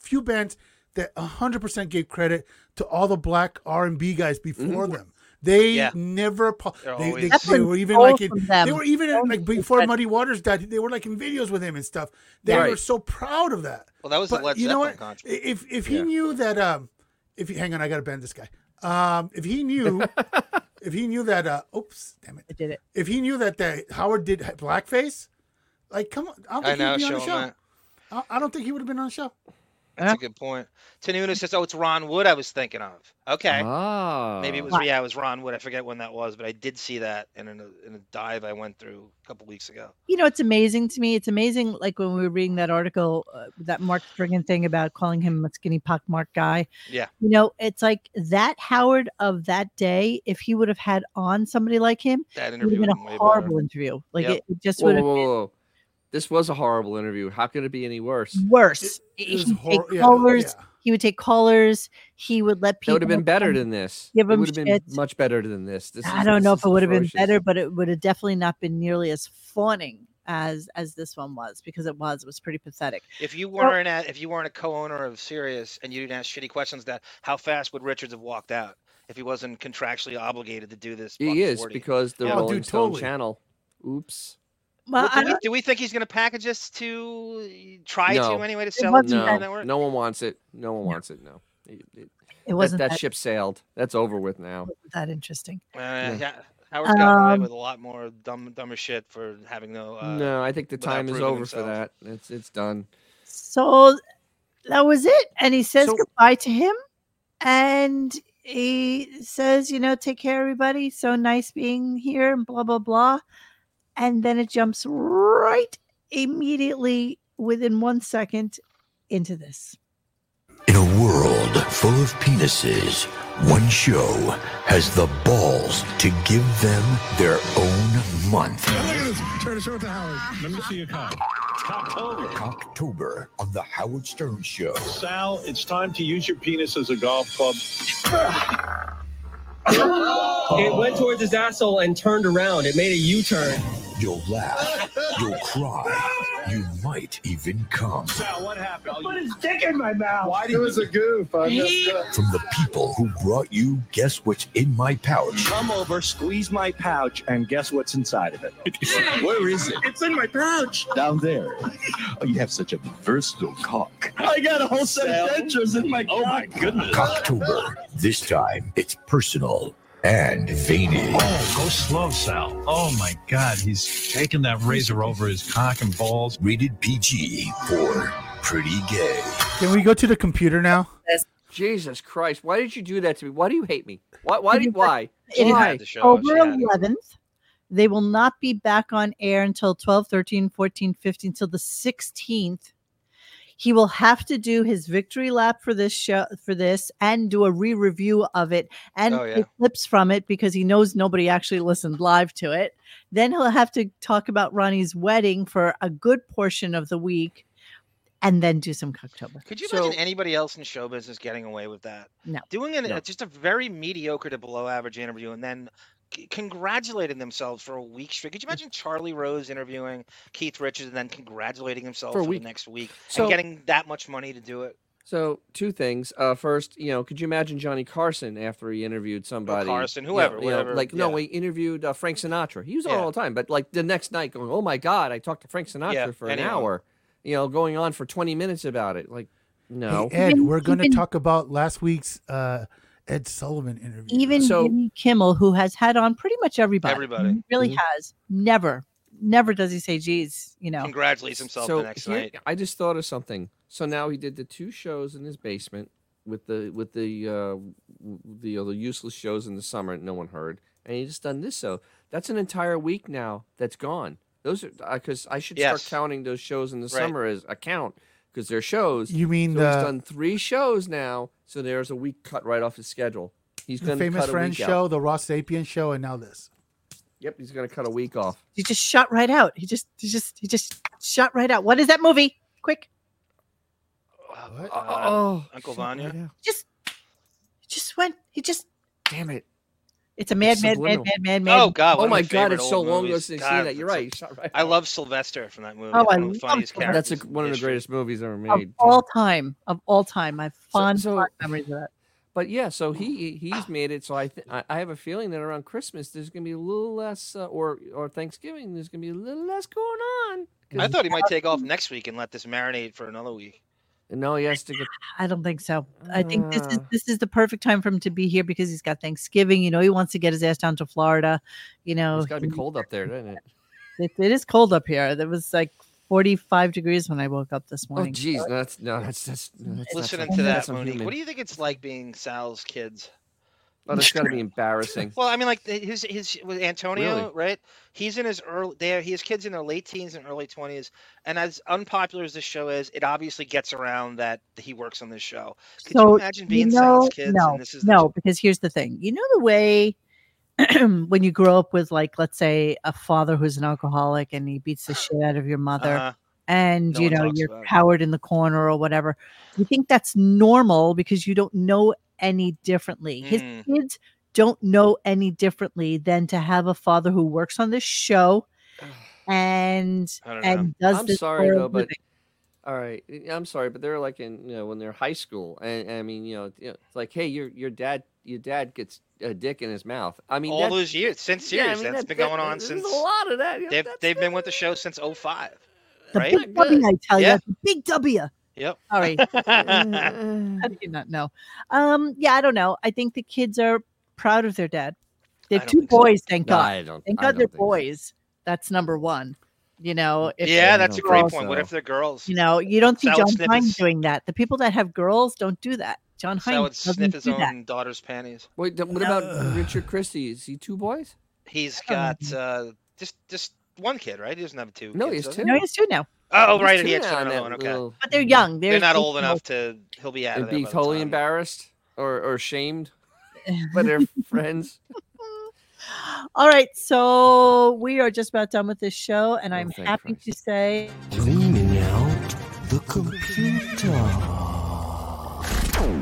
B: few bands that 100% gave credit to all the black R&B guys before them. They
C: Yeah.
B: never. Po-
C: They're
B: they, they,
C: always-
A: That's
B: they
A: when
B: were even
A: all
B: like in,
A: of
B: they
A: them-
B: were even in,
A: all
B: like
A: of them
B: before
A: said-
B: Muddy Waters died. They were like in videos with him and stuff. They
J: Right.
B: were so proud of that.
C: Well, that was the Led
B: you know
C: Zeppelin
B: what?
C: contract.
B: If if he
C: Yeah.
B: knew that um, if he, hang on, I gotta bend this guy. Um, if
J: [laughs]
B: he knew, if he knew that uh, oops, damn it.
A: I did it.
B: If he knew that that Howard did blackface, like come on, I don't
C: I
B: think
C: know,
B: he'd be on
C: show
B: the
C: him
B: show.
C: that.
B: I, I don't think he would have been on the show.
J: Uh-huh.
C: That's a good point. Tanuna says, "Oh, it's Ron Wood. I was thinking of. Okay,
J: Oh.
C: maybe it was. Yeah, it was Ron Wood. I forget when that was, but I did see that in a, in a dive I went through a couple weeks ago.
A: You know, it's amazing to me. It's amazing, like when we were reading that article, uh, that Mark Strigan thing about calling him a skinny pockmarked guy.
C: Yeah.
A: You know, it's like that Howard of that day, if he would have had on somebody like him,
C: That
A: it would
C: interview
A: have been
C: with him
A: a
C: way
A: horrible interview. Like
C: Yep.
A: it, it just
J: Whoa,
A: would
J: whoa,
A: have
J: whoa, whoa. This was a horrible interview. How could it be any worse?
A: been worse.
B: It was
A: he would
B: hor-
A: take
B: yeah, oh,
A: callers.
B: yeah.
A: He would take callers. He would let
J: That
A: people.
J: would have been better
A: come-
J: than this.
A: give
J: it
A: him
J: would have been
A: shit.
J: much better than this. this
A: I
J: is-
A: don't know
J: this
A: if it
J: is
A: would have been
J: atrocious.
A: better, but it would have definitely not been nearly as fawning as as this one was because it was it was pretty pathetic.
C: If you weren't at, if you weren't a co-owner of Sirius and you didn't ask shitty questions, that how fast would Richards have walked out if he wasn't contractually obligated to do this? buck
J: He is
C: 40?
J: because the
C: Yeah. Oh,
B: dude,
J: Rolling Stone
B: totally.
J: channel. Oops.
A: Well,
C: Well,
A: I
C: do, we,
A: don't-
C: do we think he's going to package this to try
J: No.
C: to anyway to sell it
A: wasn't
C: to the
A: that-
J: No,
C: network?
J: no one wants it. No one wants it. No. It- it-
A: it
J: that,
A: wasn't
J: that
A: that,
J: ship sailed. That's over with now.
A: wasn't that interesting.
C: Uh, yeah. Howard's gotten away
A: Um,
C: with a lot more dumb, dumber shit for having no. Uh,
J: no, I think the
C: without
J: time is
C: proving
J: over
C: himself.
J: for that. It's it's done.
A: So that was it, and he says
J: So-
A: goodbye to him, and he says, you know, take care, everybody. So nice being here, and blah blah blah, and then it jumps right immediately within one second into this.
E: In a world full of penises, one show has the balls to give them their own month. October on the Howard Stern Show.
K: Sal, it's time to use your penis as a golf club.
L: It went towards his asshole and turned around. It made a U turn.
E: You'll laugh, you'll cry, you might even come.
K: Sal, what happened?
L: Put his dick in my mouth.
K: Why do it was a goof. I uh,
E: From the people who brought you Guess What's in My Pouch.
K: Come over, squeeze my pouch, and guess what's inside [laughs] of it? Where is it?
L: It's in my pouch.
K: Down there. Oh, you have such a versatile cock. I got a whole set of dentures in my. Oh my goodness.
E: October. This time it's personal and veiny.
K: Oh, go slow, Sal. Oh my God, he's taking that razor over his cock and balls.
E: Rated PG for pretty gay.
B: Can we go to the computer now?
J: Jesus Christ! Why did you do that to me? Why do you hate me? Why? Why?
A: Because
J: Did, why?
A: It
C: She
A: is
J: Why?
C: had to show us,
A: October
C: she had to.
A: 11th. They will not be back on air until 12, 13, 14, 15, till the 16th. He will have to do his victory lap for this show, for this, and do a re review of it and
C: Oh, yeah.
A: play clips from it because he knows nobody actually listened live to it. Then he'll have to talk about Ronnie's wedding for a good portion of the week and then do some Cocktober.
C: Could you
J: So-
C: imagine anybody else in show business getting away with that?
A: No.
C: Doing an, uh,
J: No.
C: just a very mediocre to below average interview and then c- congratulating themselves for a week straight. Could you imagine Charlie Rose interviewing Keith Richards and then congratulating himself
J: For
C: for,
J: a
C: the
J: week.
C: next week
J: So-
C: and getting that much money to do it?
J: So two things. Uh, first, you know, could you imagine Johnny Carson after he interviewed somebody?
C: Carson,
J: you know-
C: whoever,
J: you know,
C: whatever,
J: like no,
C: yeah.
J: he interviewed uh, Frank Sinatra. He was on
C: Yeah.
J: all the time, but like the next night, going, "Oh my God, I talked to Frank Sinatra
C: Yeah,
J: for an
C: anyone.
J: hour," you know, going on for twenty minutes about it. Like, no,
B: Hey, Ed,
A: Even-
B: we're going to
A: even-
B: talk about last week's uh, Ed Sullivan interview.
A: even
J: So-
A: Jimmy Kimmel, who has had on pretty much everybody,
C: Everybody. Mm-hmm.
A: he really
J: Mhm.
A: has never, never does he say, "Geez," you know.
C: Congratulates himself
J: so
C: the next
J: here-
C: night.
J: I just thought of something. So now he did the two shows in his basement with the with the uh, w- the other useless shows in the summer no one heard, and he just done this. So that's an entire week now that's gone. Those are because I should
C: Yes.
J: start counting those shows in the
C: Right.
J: summer as a count because they're shows.
B: You mean
J: so he's
B: the,
J: done three shows now, so there's a week cut right off his schedule. He's
B: the
J: going to
B: famous
J: cut a
B: friend
J: week out.
B: show, the Ross Sapien show, and now this?
J: Yep, he's going to cut a week off.
A: He just shot right out. He just, he just, he just shot right out. What is that movie? Quick,
C: Uh,
B: What?
C: uh,
J: oh,
C: Uncle
J: shut right
C: Vanya?
J: out.
A: just, he just went. He just.
J: Damn it.
A: It's a mad,
J: It's
A: mad, mad,
J: subliminal.
A: mad, mad, mad.
C: oh, God.
J: Oh
C: one of
J: my God,
C: favorite
J: it's so
C: old
J: long ago
C: movies.
J: since I've
C: God,
J: seen that. You're
C: that's a-
J: right. he shot right
C: I
J: out.
C: love Sylvester from that movie.
A: Oh,
C: It's
A: I
C: one of the
A: love
C: funniest
A: Sylvester.
C: characters.
J: That's a,
C: in
J: one of the
C: history.
B: Oh,
J: greatest movies ever
A: of
J: made. too.
A: all time, of all time, I have fond,
J: so-
A: fond memories of that.
J: But yeah, so he he's made it. So I th- I I have a feeling that around Christmas there's gonna be a little less, uh, or or Thanksgiving there's gonna be a little less going on.
C: I thought he might take off next week and let this marinate for another week.
J: No, he has to get
A: I don't think so. I think this
J: Uh.
A: is this is the perfect time for him to be here because he's got Thanksgiving. You know, he wants to get his ass down to Florida. You know,
J: It's got to be cold up there, doesn't it?
A: It, it is cold up here. It was like 45 degrees when I woke up this
J: Oh,
A: morning.
J: geez, no, that's no, that's that's. no, that's not
C: Listening
J: something-
C: to
J: that's
C: that,
J: not
C: Monique,
J: human.
C: what do you think it's like being Sal's kids? [laughs]
J: Oh, that's got to be embarrassing.
C: Well, I mean, like th- his his with Antonio,
J: Really?
C: right? He's in his early. They have, he has kids in their late teens and early twenties. And as unpopular as this show is, it obviously gets around that he works on this show. Could you imagine being Sal's kids?
A: No,
C: and this is the
A: no, because here's the thing. You know the way [clears throat] when you grow up with like, let's say, a father who's an alcoholic and he
C: [sighs]
A: beats the shit out of your mother,
C: Uh-huh.
A: and
C: No
A: you
C: one
A: know
C: talks
A: you're
C: about it.
A: cowered in the corner or whatever. You think that's normal because you don't know any differently. His
C: Mm.
A: kids don't know any differently than to have a father who works on
C: [sighs]
A: this show and
J: I don't
A: and
J: know.
A: does
J: I'm
A: this
J: sorry
A: for a
J: though, but
A: living.
J: all right, I'm sorry, but they're like in you know when they're high school, and I mean you know, you know, it's like hey, your your dad your dad gets a dick in his mouth. I mean
C: all
J: that-
C: those years since
J: yeah, I
C: series
J: mean,
C: that's
J: that-
C: been
J: that-
C: going on
J: there's
C: since
J: a lot of that.
C: they've, they've been with the show since 05
A: The
C: right
A: big W, I tell
C: Yeah.
A: you, the big W.
C: yep
J: [laughs]
A: Sorry. How do you not know? Um, yeah, I don't know. I think the kids are proud of their dad. They have
C: don't
A: two
C: think so.
A: boys, thank
J: No,
A: God.
J: I don't-
A: thank
J: I
A: God
J: don't
A: they're
J: think so.
A: boys. That's number one. You know, if
C: yeah
A: they're
C: that's a great
A: girls,
C: point what if they're girls
A: you know, you don't see
C: Salad
A: John
C: snippets.
A: Hine doing that. The people that have girls don't do that. John
C: so I
A: Hine
C: would
A: doesn't
C: sniff his
A: do
C: own
A: that.
C: daughter's panties
J: Wait, th- what about Richard Christie? Is he two boys?
C: he's got uh just just one kid right he doesn't have two
J: No, he
C: kids,
J: has
C: does he?
A: No, he's two now,
C: oh
J: He's
C: right
J: two
C: he had
J: now on
C: another
J: that
C: one okay
J: little-
A: but they're young. They're,
C: they're not
A: they
C: old
A: can-
C: enough to he'll be out of
J: and
C: there
J: be
C: by the
J: totally
C: time.
J: embarrassed or or shamed
A: [laughs]
J: by their friends.
A: All right, so we are just about done with this show, and I'm
J: thank
A: happy to say
E: Cleaning out the computer.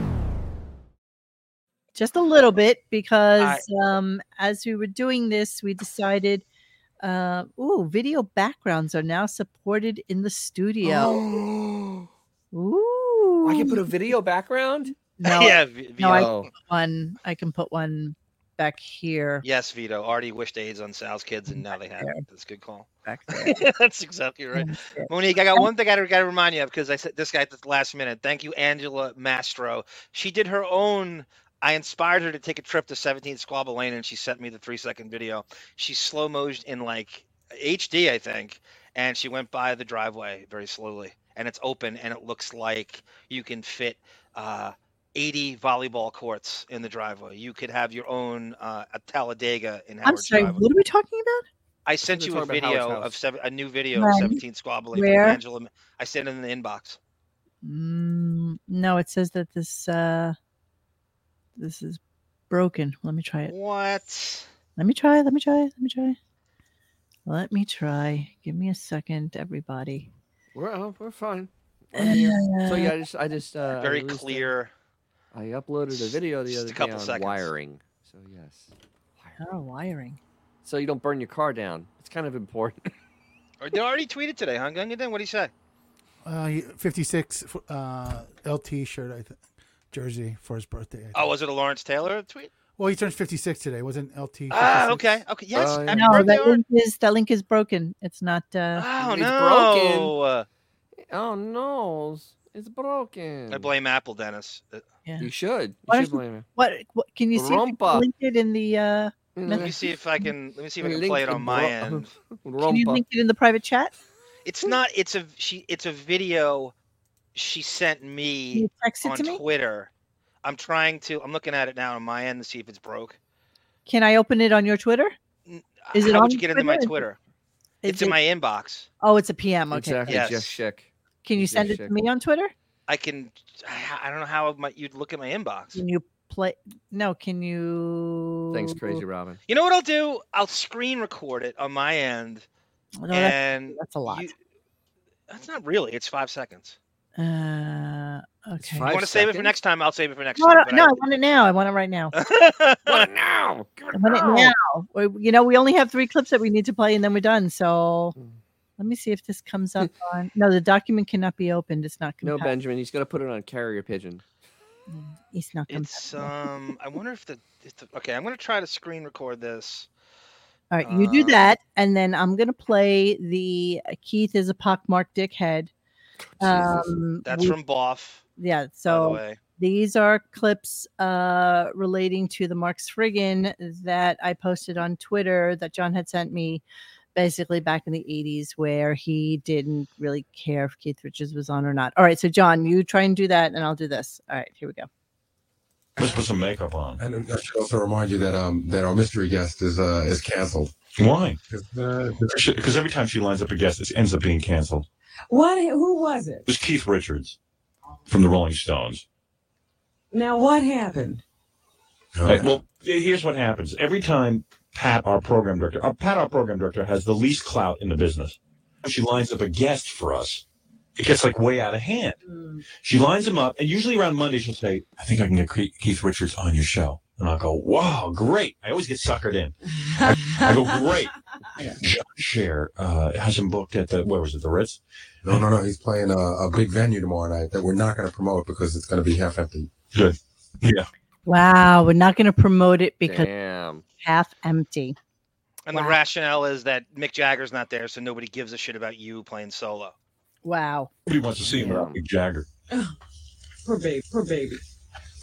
A: just a little bit because
C: I-
A: um, as we were doing this, we decided, uh, ooh, video backgrounds are now supported in the studio. Ooh,
J: Oh. I can put a video background.
A: no,
C: yeah v-
A: no, I
C: Vito.
J: Oh,
A: one. I can put one back here.
C: yes Vito already wished AIDS on Sal's kids and now they have it that's a good call
A: [laughs] Back there.
C: [laughs]
A: Um,
C: that's exactly right
A: That's it.
C: Monique, I got one thing I got to remind you of because I said this guy at the last minute. Thank you, Angela Mastro. She did her own. I inspired her to take a trip to 17 Squabble Lane, and she sent me the three second video. She slow motioned in like HD, I think, and she went by the driveway very slowly. And it's open, and it looks like you can fit uh, 80 volleyball courts in the driveway. You could have your own uh, a Talladega in
A: I'm
C: Howard's
A: sorry.
C: driveway.
A: What are we talking about?
C: I sent
J: we're
C: you a
J: talking about Howard's
C: video
J: house.
C: of seven, a new video
A: Right.
C: of 17 squabbling
A: Where?
C: from Angela. Ma- I sent it in the inbox.
A: Mm, no, it says that this uh, this is broken. Let me try it.
C: What?
A: Let me try. Let me try. Let me try. Let me try. Give me a second, everybody.
J: we're oh, we're
A: [sighs]
J: fine. I'm here. So yeah, I just I just uh, I
C: Very
J: released a-
C: clear.
J: I uploaded a
C: Just-
J: video the
C: just
J: other
C: a couple
J: day on
C: seconds.
J: wiring. So yes,
A: Oh, wiring.
J: so you don't burn your car down. It's kind of important. [laughs]
C: Or They already tweeted today, huh? Gungadin, what do you say?
B: Uh, he- 56 f- uh, LT shirt, I think, jersey for his birthday. I
C: Oh,
B: think.
C: was it a Lawrence Taylor tweet?
B: Well, he turns 56 today. Wasn't LT?
C: Ah,
B: 56?
C: okay. Okay. Yes.
J: Oh, yeah.
C: happy
A: No,
C: birthday,
A: that
C: Orange.
A: link is that link is broken. It's not. Uh,
C: Oh,
J: It's
C: no.
J: Oh no, it's- it's broken.
C: I blame Apple, Dennis. Uh,
J: You should.
A: Why
J: You
A: don't
J: should
A: you-
J: blame him.
A: what, what? Can you see? if I
J: Rumpa.
A: can Link it in the. Uh,
J: You
A: Let
C: Mm, Let
J: know,
C: me see if I can. Let me see if I
J: We
C: can play it
J: linked
C: on my
J: bro-
C: [laughs] end.
A: can you
J: Rumpa.
A: link it in the private chat?
C: It's not. It's a. She. It's a video. She sent me.
A: Can you text it
C: on
A: to me?
C: Twitter. I'm trying to. I'm looking at it now on my end to see if it's broke.
A: Can I open it on your Twitter? Is it
C: How
A: on
C: would you get into my
A: Twitter?
C: Twitter? It's in my inbox.
A: Oh, it's a PM. Okay.
J: Exactly,
C: Yes.
J: Jeff Schick.
A: Can you
J: Yeah,
A: send it to
J: check.
A: me on Twitter?
C: I can. I I don't know how my, you'd look at my inbox.
A: Can you play? No. Can you?
J: Thanks, Crazy Robin.
C: You know what I'll do? I'll screen record it on my end,
A: No, that's,
C: and
A: that's a lot.
C: you- that's not really. It's five seconds.
A: uh, okay.
C: You
J: Five
C: want to save it for
J: seconds?
C: next time? I'll save it for next
A: No,
C: time.
A: no, no, I want it now. I want it right
C: [laughs]
A: now.
C: but I-
J: What now? Give it
A: I want it
J: now.
A: now. We- You know, we only have three clips that we need to play, and then we're done. So
J: Mm.
A: let me see if this [laughs] comes up on. No, the document cannot be opened. It's not
J: No,
A: [laughs] compatible.
J: Benjamin, he's gonna put it on carrier pigeon.
A: He's not.
C: It's um. I wonder if the, if the okay. I'm gonna try to screen record this.
A: All right, you
J: Uh.
A: do that, and then I'm gonna play the uh, Keith is a pockmarked dickhead. Um,
C: That's
A: we-
C: from Boff.
A: yeah.
C: By the
A: So
C: way,
A: these are clips uh, relating to the Marks Friggin that I posted on Twitter that John had sent me, basically back in the '80s, where he didn't really care if Keith Richards was on or not. All right, so John, you try and do that, and I'll do this. All right, here we go.
H: Let's put some makeup on.
M: And I should also remind you that um that our mystery guest is uh is canceled.
H: Why?
M: Because
H: every time she lines up a guest, it ends up being canceled.
N: What? Who was it?
H: It was Keith Richards from the Rolling Stones.
N: Now, what happened?
H: Right, well, here's what happens. Every time Pat, our program director, our, Pat, our program director, has the least clout in the business. She lines up a guest for us. It gets like way out of hand. She lines him up, and usually around Monday, she'll say, I think I can get Ke- Keith Richards on your show. And I'll go, wow, great. I always get suckered in. I, I go, great. John Share uh, has him booked at the, where was it, the Ritz?
M: No, no, no. He's playing a, a big venue tomorrow night that we're not going to promote because it's going to be half empty.
H: Good. Yeah.
A: Wow, we're not gonna promote it because
J: Damn.
A: half empty.
C: and the rationale is that Mick Jagger's not there, so nobody gives a shit about you playing solo.
A: Wow.
H: Nobody wants to see him without Mick Jagger.
N: Poor baby. Poor baby.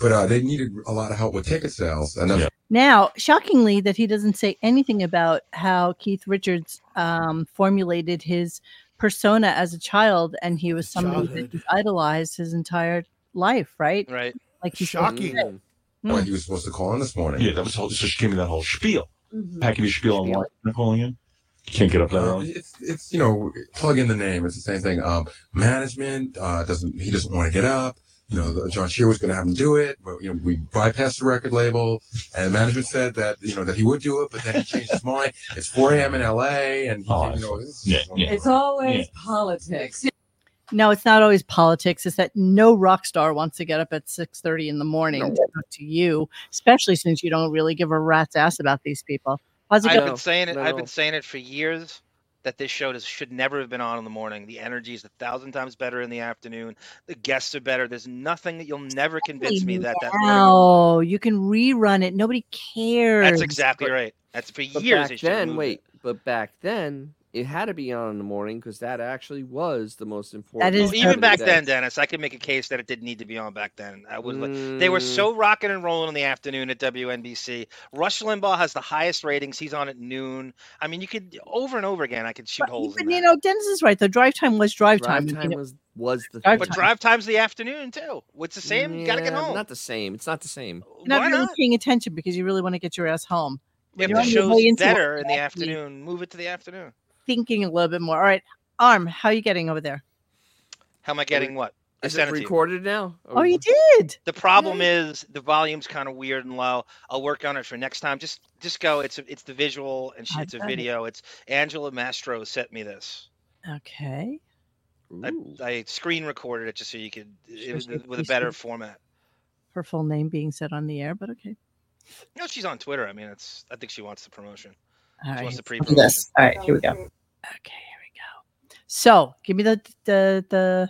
M: But uh, they needed a lot of help with ticket sales. And that's
A: Now, shockingly, that he doesn't say anything about how Keith Richards um, formulated his persona as a child, and he was somebody that he idolized his entire life, right?
C: Right.
A: Like he's
M: Shocking. why he was supposed to call in this morning.
H: Yeah, that was the whole, so she gave me that whole spiel.
M: Mhm.
H: Pat, give me a spiel on why I'm calling in. You can't get up that
M: Uh,
H: early.
M: it's, it's you know plug in the name. It's the same thing. Um, management uh, doesn't he doesn't want to get up. You know, the- John Shear was going to have him do it, but you know we bypassed the record label, and management said that you know that he would do it, but then he changed his mind. It's 4 a.m. in L.A. and he,
H: Oh,
M: you know this is-
N: It's always politics.
A: No, it's not always politics. It's that no rock star wants to get up at six thirty in the morning to talk to you, especially since you don't really give a rat's ass about these people. How's it
C: I've
A: going?
C: been saying it.
A: No,
C: I've
A: no.
C: been saying it for years that this show does, should never have been on in the morning. The energy is a thousand times better in the afternoon. The guests are better. There's nothing that you'll never convince me that that morning.
A: No, you can rerun it. Nobody cares.
C: That's exactly right. That's for
J: But
C: years. they
J: back
C: should have
J: then,
C: moved it.
J: wait, but back then it had to be on in the morning because that actually was the most important.
C: That is
J: part
C: even
J: of the
C: back
J: day.
C: then, Dennis. I could make a case that it didn't need to be on back then. I would. like They were
J: Mm.
C: so rocking and rolling in the afternoon at WNBC. Rush Limbaugh has the highest ratings. He's on at noon. I mean, you could over and over again. I could shoot holes.
A: But you know, Dennis is right. The drive time was drive,
J: Drive
A: time.
J: time was was the thing.
A: Drive
C: in. But drive times the afternoon too. What's the same? you gotta get
J: Yeah,
C: home. Uh,
J: Not the same. It's not the same.
A: You're not really paying attention because you really want to get your ass home. When
C: If
A: you're
C: the
A: on your
C: show's
A: way into work,
C: better in the
A: you're actually
C: afternoon, move it to the afternoon.
A: Thinking a little bit more. All right, Arm, how are you getting over there?
C: How am I getting what? I
J: Is
C: sent
J: it
C: to you.
J: recorded now?
A: Oh, you did.
C: The problem is the volume's kind of weird and low. I'll work on it for next time. Just just go. It's it's the visual and she,
A: I
C: it's a
A: love it.
C: video. It's Angela Mastro sent me this.
A: Okay.
C: I, I screen recorded it just so you could it,
A: Sure,
C: was
A: sure,
C: the- with a
A: please
C: better
A: do.
C: format.
A: Her full name being said on the air, but okay.
C: You know she's on Twitter. I mean, it's I think she wants the promotion.
A: All
C: she
A: right.
C: wants the
A: let's
C: pre
A: do this. All right, here we go. Okay, here we go. So, give me the the the.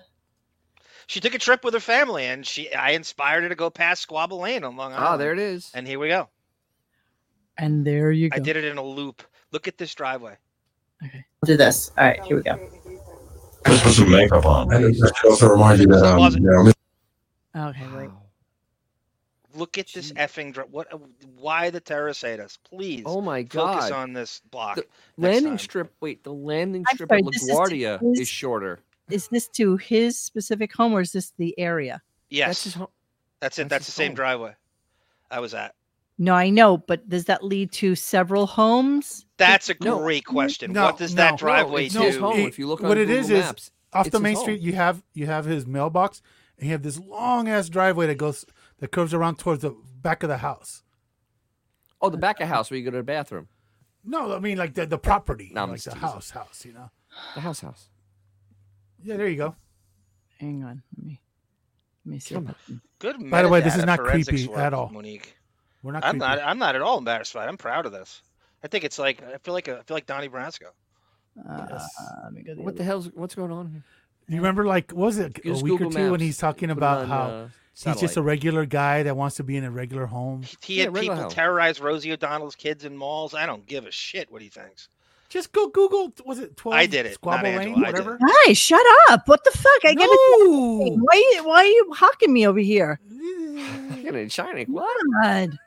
C: She took a trip with her family, and she I inspired her to go past Squabble Lane on Long Island.
J: Ah, there it is.
C: And here we go.
A: And there you go.
C: I did it in a loop. Look at this driveway.
A: I'll do this. All right, here we go.
H: Let's put some makeup on.
M: And I should also remind you that um, you know,
A: Okay, wait.
C: Look at this effing dri- what? Why the terrorists hate us? Please. Oh
J: my
C: Focus
J: God.
C: on this block.
J: The landing strip. Wait, the landing
A: I'm
J: strip
A: sorry,
J: at
A: this is to
J: LaGuardia
A: his-
J: is shorter.
A: Is this to his specific home or is this the area?
C: yes. That's, it. That's the same driveway I was at.
A: No, I know, but does that lead to several homes?
C: That's a
A: No.
C: great question.
A: No,
C: what does
A: no, no,
C: that driveway
A: it's
C: do?
A: his home.
B: It-
A: If you look
B: what
A: on
B: it
A: Google
B: is
A: Maps,
B: is off
A: it's
B: the
A: his
B: main
A: home.
B: street you have you have his mailbox and you have this long ass driveway that goes that curves around towards the back of the house.
J: Oh, the back of house where you go to the bathroom.
B: No, I mean like the, the property,
J: No, I'm
B: like
J: just
B: the
J: teasing.
B: house, house, you know.
J: The house, house.
B: Yeah, there you go.
A: Hang on, let me let me see.
B: Come
A: if I can-
C: Good.
B: By the way, this
C: metadata
B: is not
C: forensics
B: creepy
C: work,
B: at all.
C: Monique.
B: We're not
C: I'm
B: creepy.
C: not. I'm not at all embarrassed by it. I'm proud of this. I think it's like I feel like uh, I feel like Donnie Brasco.
A: Uh,
B: Uh,
J: What the hell's what's going on here?
B: You remember, like, what was it a
J: Use
B: week or
J: Google
B: two when
J: Maps.
B: he's talking
J: Put it
B: about
J: on,
B: how
J: uh,
B: He's just a regular guy that wants to be in a regular home.
C: He had people terrorize Rosie O'Donnell's kids in malls. I don't give a shit what he thinks.
B: Just go Google. Was it twelve?
C: I did it, not
B: Squabble
C: Angela,
B: Lane,
C: I did
B: whatever.
A: Guys, shut up! What the fuck? I get it. Why? you- Why are you hawking me over here?
J: Fucking Shining. What?
A: God.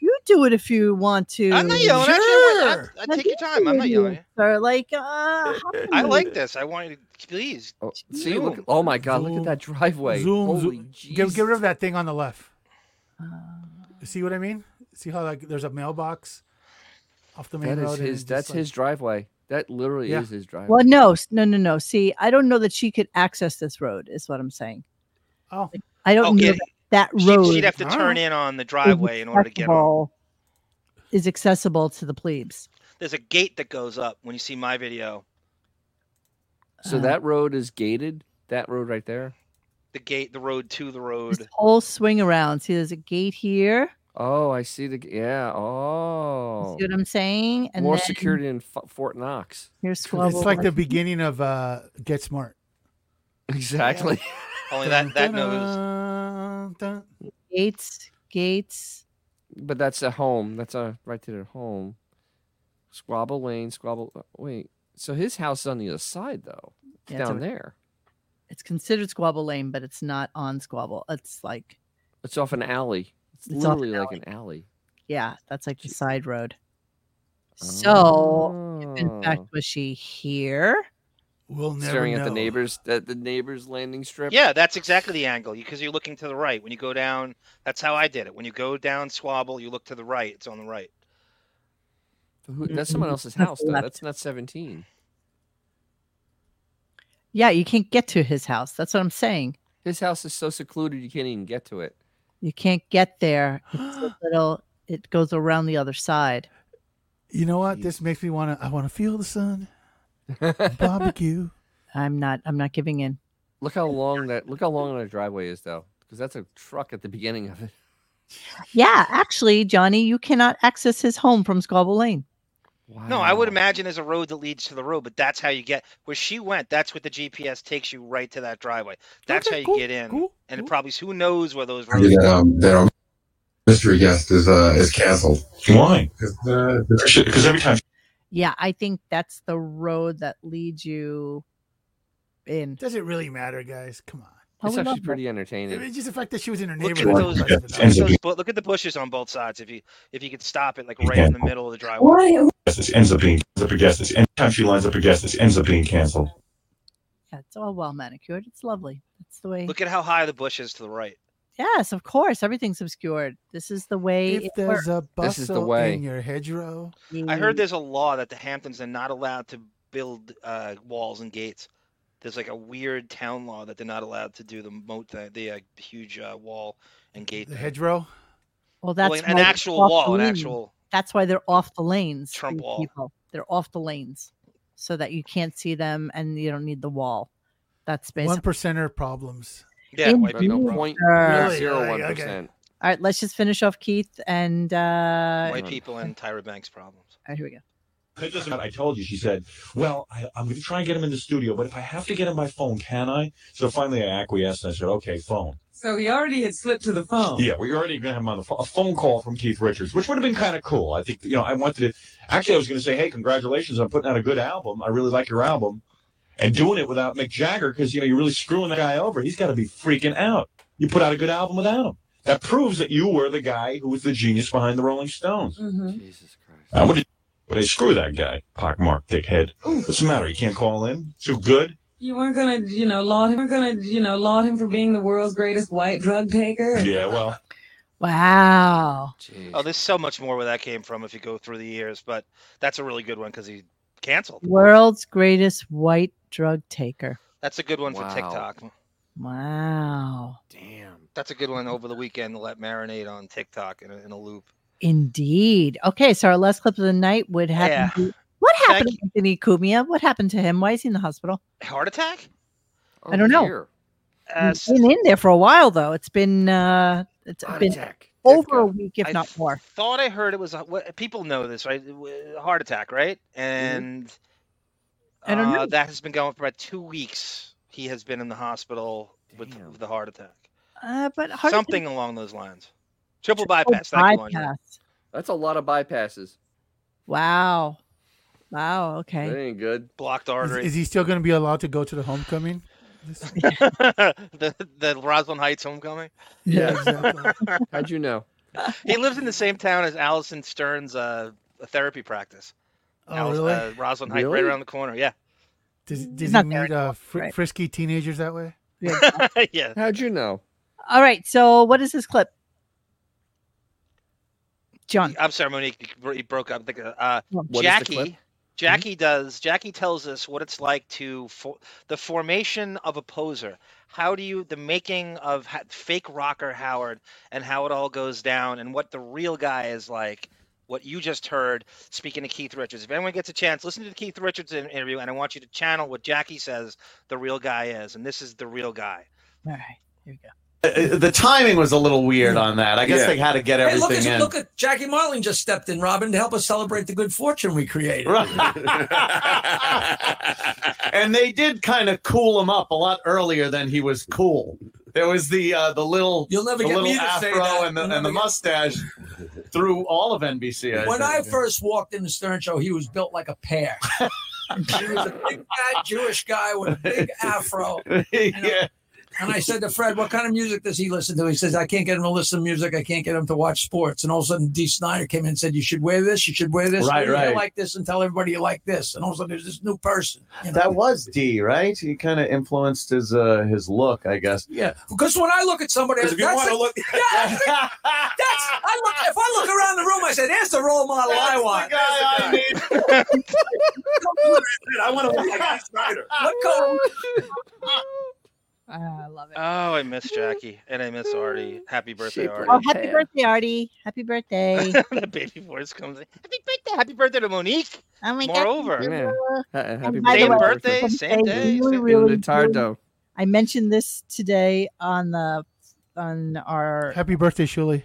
A: You do it if you want to.
C: I'm not yelling at you. I'm- I'm- I
A: Now
C: take
A: do
C: your
A: it
C: time. I'm not
A: with
C: yelling
A: you,
C: at
A: Sir, like, uh, hop on
C: I
A: me.
C: like this. I want you to please.
J: Oh, see, look, at- oh my God, look at that driveway.
B: Zoom,
J: Holy
B: zoom. Get,
J: Jesus.
B: get rid of that thing on the left.
A: Uh.
B: See what I mean? See how like there's a mailbox off the main
J: That
B: road.
J: is
B: and
J: his.
B: it's just
J: That's
B: like-
J: his driveway. That literally
B: Yeah.
J: is his driveway.
A: Well, no, s- no, no, no. See, I don't know that she could access this road. Is what I'm saying.
B: Oh,
A: I don't know
C: Okay.
A: that, that
C: She-
A: road.
C: she'd have to turn in on the driveway in order to get
A: on. Is accessible to the plebes.
C: There's a gate that goes up when you see my video.
J: So that road is gated. That road right there.
C: The gate, the road to the road.
A: Whole swing around. See, there's a gate here.
J: Oh, I see the. g- Yeah. Oh.
A: See what I'm saying? And
J: More
A: then
J: security in F- Fort Knox. [laughs]
A: Here's
B: It's
A: squabble.
B: like the beginning of uh, Get Smart.
J: Exactly.
C: Only that that knows.
A: gates, gates.
J: But that's a home. That's a right to their home. Squabble Lane. Squabble. uh, Wait. So his house is on the other side, though. It's
A: Yeah, it's
J: down
A: a-
J: there.
A: It's considered Squabble Lane, but it's not on Squabble. It's like,
J: It's off an alley. It's,
A: It's off an
J: literally like an alley.
A: yeah, that's like the side road. So, if in fact,
J: Oh.
A: was she here?
B: We'll
J: Staring at the neighbors, at the neighbors' landing strip.
C: Yeah, that's exactly the angle because you're looking to the right when you go down. That's how I did it. When you go down Squabble, you look to the right. It's on the right.
J: Who- That's
A: [laughs]
J: someone else's
A: That's
J: house, though.
A: left.
J: That's not 17.
A: Yeah, you can't get to his house. That's what I'm saying.
J: His house is so secluded you can't even get to it.
A: You can't get there. It's
B: [gasps]
A: a little. It goes around the other side.
B: You know what? This makes me want to. I want to feel
J: [laughs]
B: the sun. Barbecue.
A: I'm not. I'm not giving in.
J: Look how long that look how long that driveway is though, because that's a truck at the beginning of it.
A: Yeah, actually, Johnny, you cannot access his home from Squabble Lane.
C: No, I would imagine there's a road that leads to the road, but that's how you get where she went. That's what the GPS takes you right to that driveway. That's how you get in, and it probably who knows where those roads.
M: Yeah, that, um, that um, mystery guest is uh, is uh, canceled.
H: Why?
M: Because
H: every time
A: Yeah, I think that's the road that leads you in.
B: Does it really matter, guys? Come on.
A: Oh,
J: it's
A: we
J: actually
A: love
J: pretty
B: I mean,
J: entertaining.
B: It's just the fact that she was in her
C: Look
B: neighborhood.
C: at those, look
B: Like,
C: at those bu- look at the bushes on both sides. If you if you could stop it like right in the middle of the driveway.
H: This ends up being ends up a guest. This anytime she lines up a guest, this ends up being canceled.
A: Yeah, it's all well manicured. It's lovely. That's the way.
C: Look at how high the bush is to the right.
A: Yes, of course. Everything's obscured. This is the way.
B: If
A: it
B: there's a
A: works.
B: bustle
J: way.
B: in your hedgerow,
C: I heard there's a law that the Hamptons are not allowed to build uh, walls and gates. There's like a weird town law that they're not allowed to do the moat, the, the uh, huge uh, wall and gate.
B: the
C: thing.
B: hedgerow.
A: Well, that's
C: an- an
A: why they're
C: actual
A: off the
C: wall, an
A: lane.
C: actual-
A: That's why they're off the lanes.
C: Trump
A: these
C: wall.
A: People. They're off the lanes, so that you can't see them and you don't need the wall. That's
B: One
A: basically.
B: percenter problems.
C: Yeah,
A: In
J: But no
A: Sure.
J: point uh, zero one percent.
A: All right, let's just finish off Keith and uh,
C: White people and Tyra Banks problems.
A: all right, here we go.
H: It doesn't matter. I told you. She said, "Well, I, I'm going to try and get him in the studio, but if I have to get him by phone, can I?" So finally, I acquiesced and I said, "Okay, phone."
N: So he already had slipped to the phone.
H: Yeah, we already got him on the phone. A phone call from Keith Richards, which would have been kind of cool. I think you know, I wanted to. Actually, I was going to say, "Hey, congratulations on putting out a good album. I really like your album," and doing it without Mick Jagger because you know you're really screwing that guy over. He's got to be freaking out. You put out a good album without him. That proves that you were the guy who was the genius behind the Rolling Stones.
N: Mm-hmm.
J: Jesus
H: I would, but hey, screw that guy, pockmarked dickhead. What's the matter? You can't call in. Too good.
N: You weren't gonna, you know, laud him. You weren't gonna, you know, laud him for being the world's greatest white drug taker.
H: Yeah, well,
A: Wow.
C: Oh, there's so much more where that came from if you go through the years, but that's a really good one because he canceled.
A: [laughs] World's greatest white drug taker.
C: That's a good one
A: Wow.
C: for TikTok.
A: Wow.
C: That's a good one over the weekend to let marinate on TikTok in a, in a loop.
A: Indeed. Okay, so our last clip of the night would happen.
C: Yeah.
A: to- What happened to Anthony Cumia? What happened to him? Why is he in the hospital?
C: Heart attack?
A: I don't know.
C: Uh,
A: He's been in there for a while though. It's been uh it's
C: Heart
A: been
C: attack.
A: over a week, if
C: I
A: not more.
C: Thought I heard it was a, what, people know this, right? W- Heart attack, right? And uh,
A: I don't know.
C: that has been going for about two weeks. He has been in the hospital with, with the heart attack.
A: Uh, but hard to
C: something along those lines. Triple bypass. Thank you, Lonnie.
A: bypass.
J: That's a lot of bypasses.
A: Wow. Wow. Okay.
J: That ain't good.
C: Blocked
B: Is,
C: artery.
B: is he still going to be allowed to go to the homecoming?
A: [laughs]
C: [laughs] the the Roslyn Heights homecoming.
J: Yeah,
B: exactly.
A: [laughs]
J: How'd you know?
C: He lives in the same town as Allison Stern's uh, therapy practice.
B: Oh,
C: Alice-
B: really?
C: uh, Roslyn Heights, right
B: Really?
C: around the corner. Yeah.
B: Does,
A: He's
B: does he
A: not there
B: meet uh, fr-
A: right.
B: frisky teenagers that way?
C: [laughs] yeah.
J: How'd you know?
A: All right. So what is this clip?
C: [laughs]
A: John.
C: I'm sorry, Monique. you bro- You broke up. I think, uh, Uh,
A: What
J: is the clip? Mm-hmm.
C: Jackie. Jackie does. Jackie tells us what it's like to for, the formation of a poser. How do you the making of ha- fake rocker Howard and how it all goes down and what the real guy is like. What you just heard. Speaking to Keith Richards, if anyone gets a chance, listen to the Keith Richards in- interview, and I want you to channel what Jackie says the real guy is, and this is the real guy.
A: All right. Here we go.
O: Uh, The timing was a little weird on that. I guess
P: Yeah.
O: they had to get everything
P: hey, look at,
O: in.
P: look at Jackie Marling just stepped in, Robin, to help us celebrate the good fortune we created.
O: and they did kind of cool him up a lot earlier than he was cool. There was the uh, the little
P: You'll never
O: the
P: get
O: little
P: me to
O: afro
P: say that.
O: and the,
P: You'll
O: and
P: never
O: the
P: get-
O: mustache through all of NBC. I
P: [laughs] When
O: think.
P: I first walked in the Stern Show, he was built like a
O: [laughs]
P: pear. he was a big fat Jewish guy with a
E: [laughs]
P: big afro.
O: yeah.
P: And I said to Fred, what kind of music does he listen to? He says, I can't get him to listen to music. I can't get him to watch sports. And all of a sudden, D. Snyder came in and said, You should wear this. You should wear this.
O: Right,
P: wear your hair
O: right.
P: Like this and tell everybody you like this. And all of a sudden, there's this new person.
O: That was D, right? He kind of influenced his uh, his look, I guess.
P: Yeah, because when I look at somebody,
O: Because if you
P: that's a-
O: wanna look-
P: yeah,
O: [laughs]
P: that's, I look, if I look around the room, I say, "There's the role model I want."
K: I want to look like Zack Snyder.
P: What color?
A: I love it.
C: Oh, I miss Jackie and I miss Artie. Happy birthday, Artie.
A: Oh, happy birthday, Artie. Happy birthday.
C: [laughs] that baby voice comes in. Happy birthday! Happy birthday to Monique.
A: Oh my God,
C: Moreover,
A: thank you.
J: Ha-
A: And
J: Uh, happy
A: by
J: birthday,
A: the way,
J: birthday,
A: let me
J: same
A: say,
J: day,
A: really,
J: same-
A: really
J: Leotardo.
A: good. I mentioned this today on the on our
B: [laughs] Happy birthday, Shuli.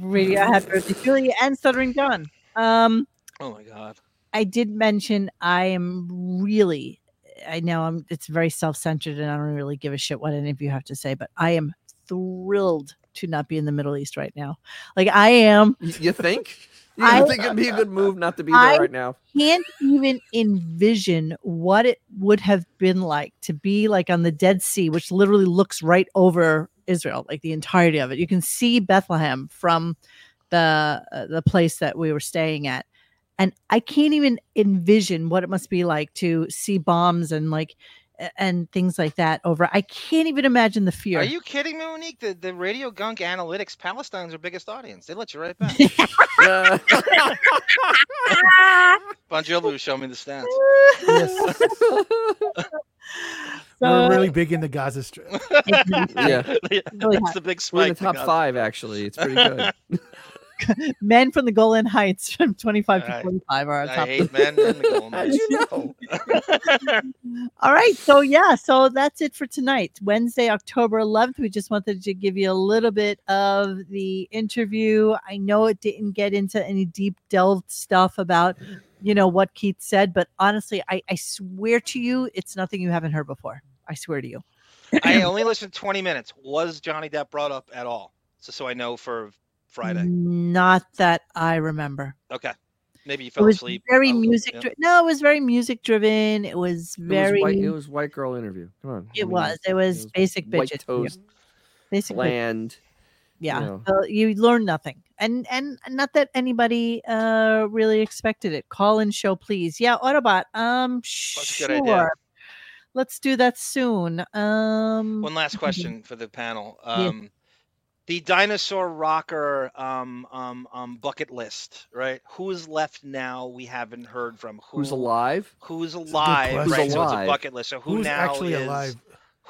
A: radio. Happy birthday, Julia and Stuttering John. Um,
C: oh my god.
A: I did mention I am really. I know I'm. It's very self centered, and I don't really give a shit what any of you have to say. But I am thrilled to not be in the Middle East right now. Like I am.
J: You you
A: [laughs]
J: think? You
A: I-
J: think it'd be a good move not to be there
A: I-
J: right
A: [laughs]
J: now?
A: can't even envision what it would have been like to be like on the Dead Sea, which literally looks right over Israel, like the entirety of it. You can see Bethlehem from the uh, the place that we were staying at, and I can't even envision what it must be like to see bombs and like a- and things like that over. I can't even imagine the fear.
C: Are you kidding me, Monique? The, the Radio Gunk analytics, Palestine's our biggest audience. They let you right
A: [laughs]
C: back. [laughs]
J: Uh,
C: Bonjolu, show me the
A: [laughs]
C: stats.
B: We're
A: So-
B: really big in the
C: [laughs]
B: Gaza Strip.
J: yeah.
A: Really
C: That's
A: hot.
C: the big
J: We're in
C: spike.
J: the top
C: because-
J: five, actually. It's pretty good.
A: [laughs] men from the Golan Heights from 25 to
J: I-
A: 45 are on
J: I
A: top.
J: hate
A: of the-
J: men from the Golan
C: How'd you
A: [laughs] All right. So, yeah. So that's it for tonight. Wednesday, October 11th. We just wanted to give you a little bit of the interview. I know it didn't get into any deep delved stuff about, you know, what Keith said, but honestly, I, I swear to you, it's nothing you haven't heard before. I swear to you.
C: I only listened 20 minutes. Was Johnny Depp brought up at all? So, so I know for Friday.
A: Not that I remember.
C: Okay. Maybe you
A: It
C: fell
A: was
C: asleep.
A: very
C: probably,
A: music.
C: yeah.
A: Dri- no, it was very music driven. It was [laughs] very.
J: It was, white, it was white girl interview. Come on. I
A: It
J: mean,
A: was. It was basic
J: white
A: bitches.
J: toast,
A: Basic bitches.
J: bland.
A: yeah
J: know.
A: so you learn nothing and and not that anybody uh really expected it call in show please yeah autobot um
C: a
A: sure
C: good idea.
A: let's do that soon um
C: One last question for the panel.
A: Yeah.
C: Um, The dinosaur rocker um, um, um, bucket list, right? Who is left now? We haven't heard from who,
J: Who's alive?
C: Who's alive?
J: question.
C: Right,
J: Who's
C: so it's a
J: alive?
C: bucket list. So who
B: Who's
C: now
B: actually
C: is
B: alive?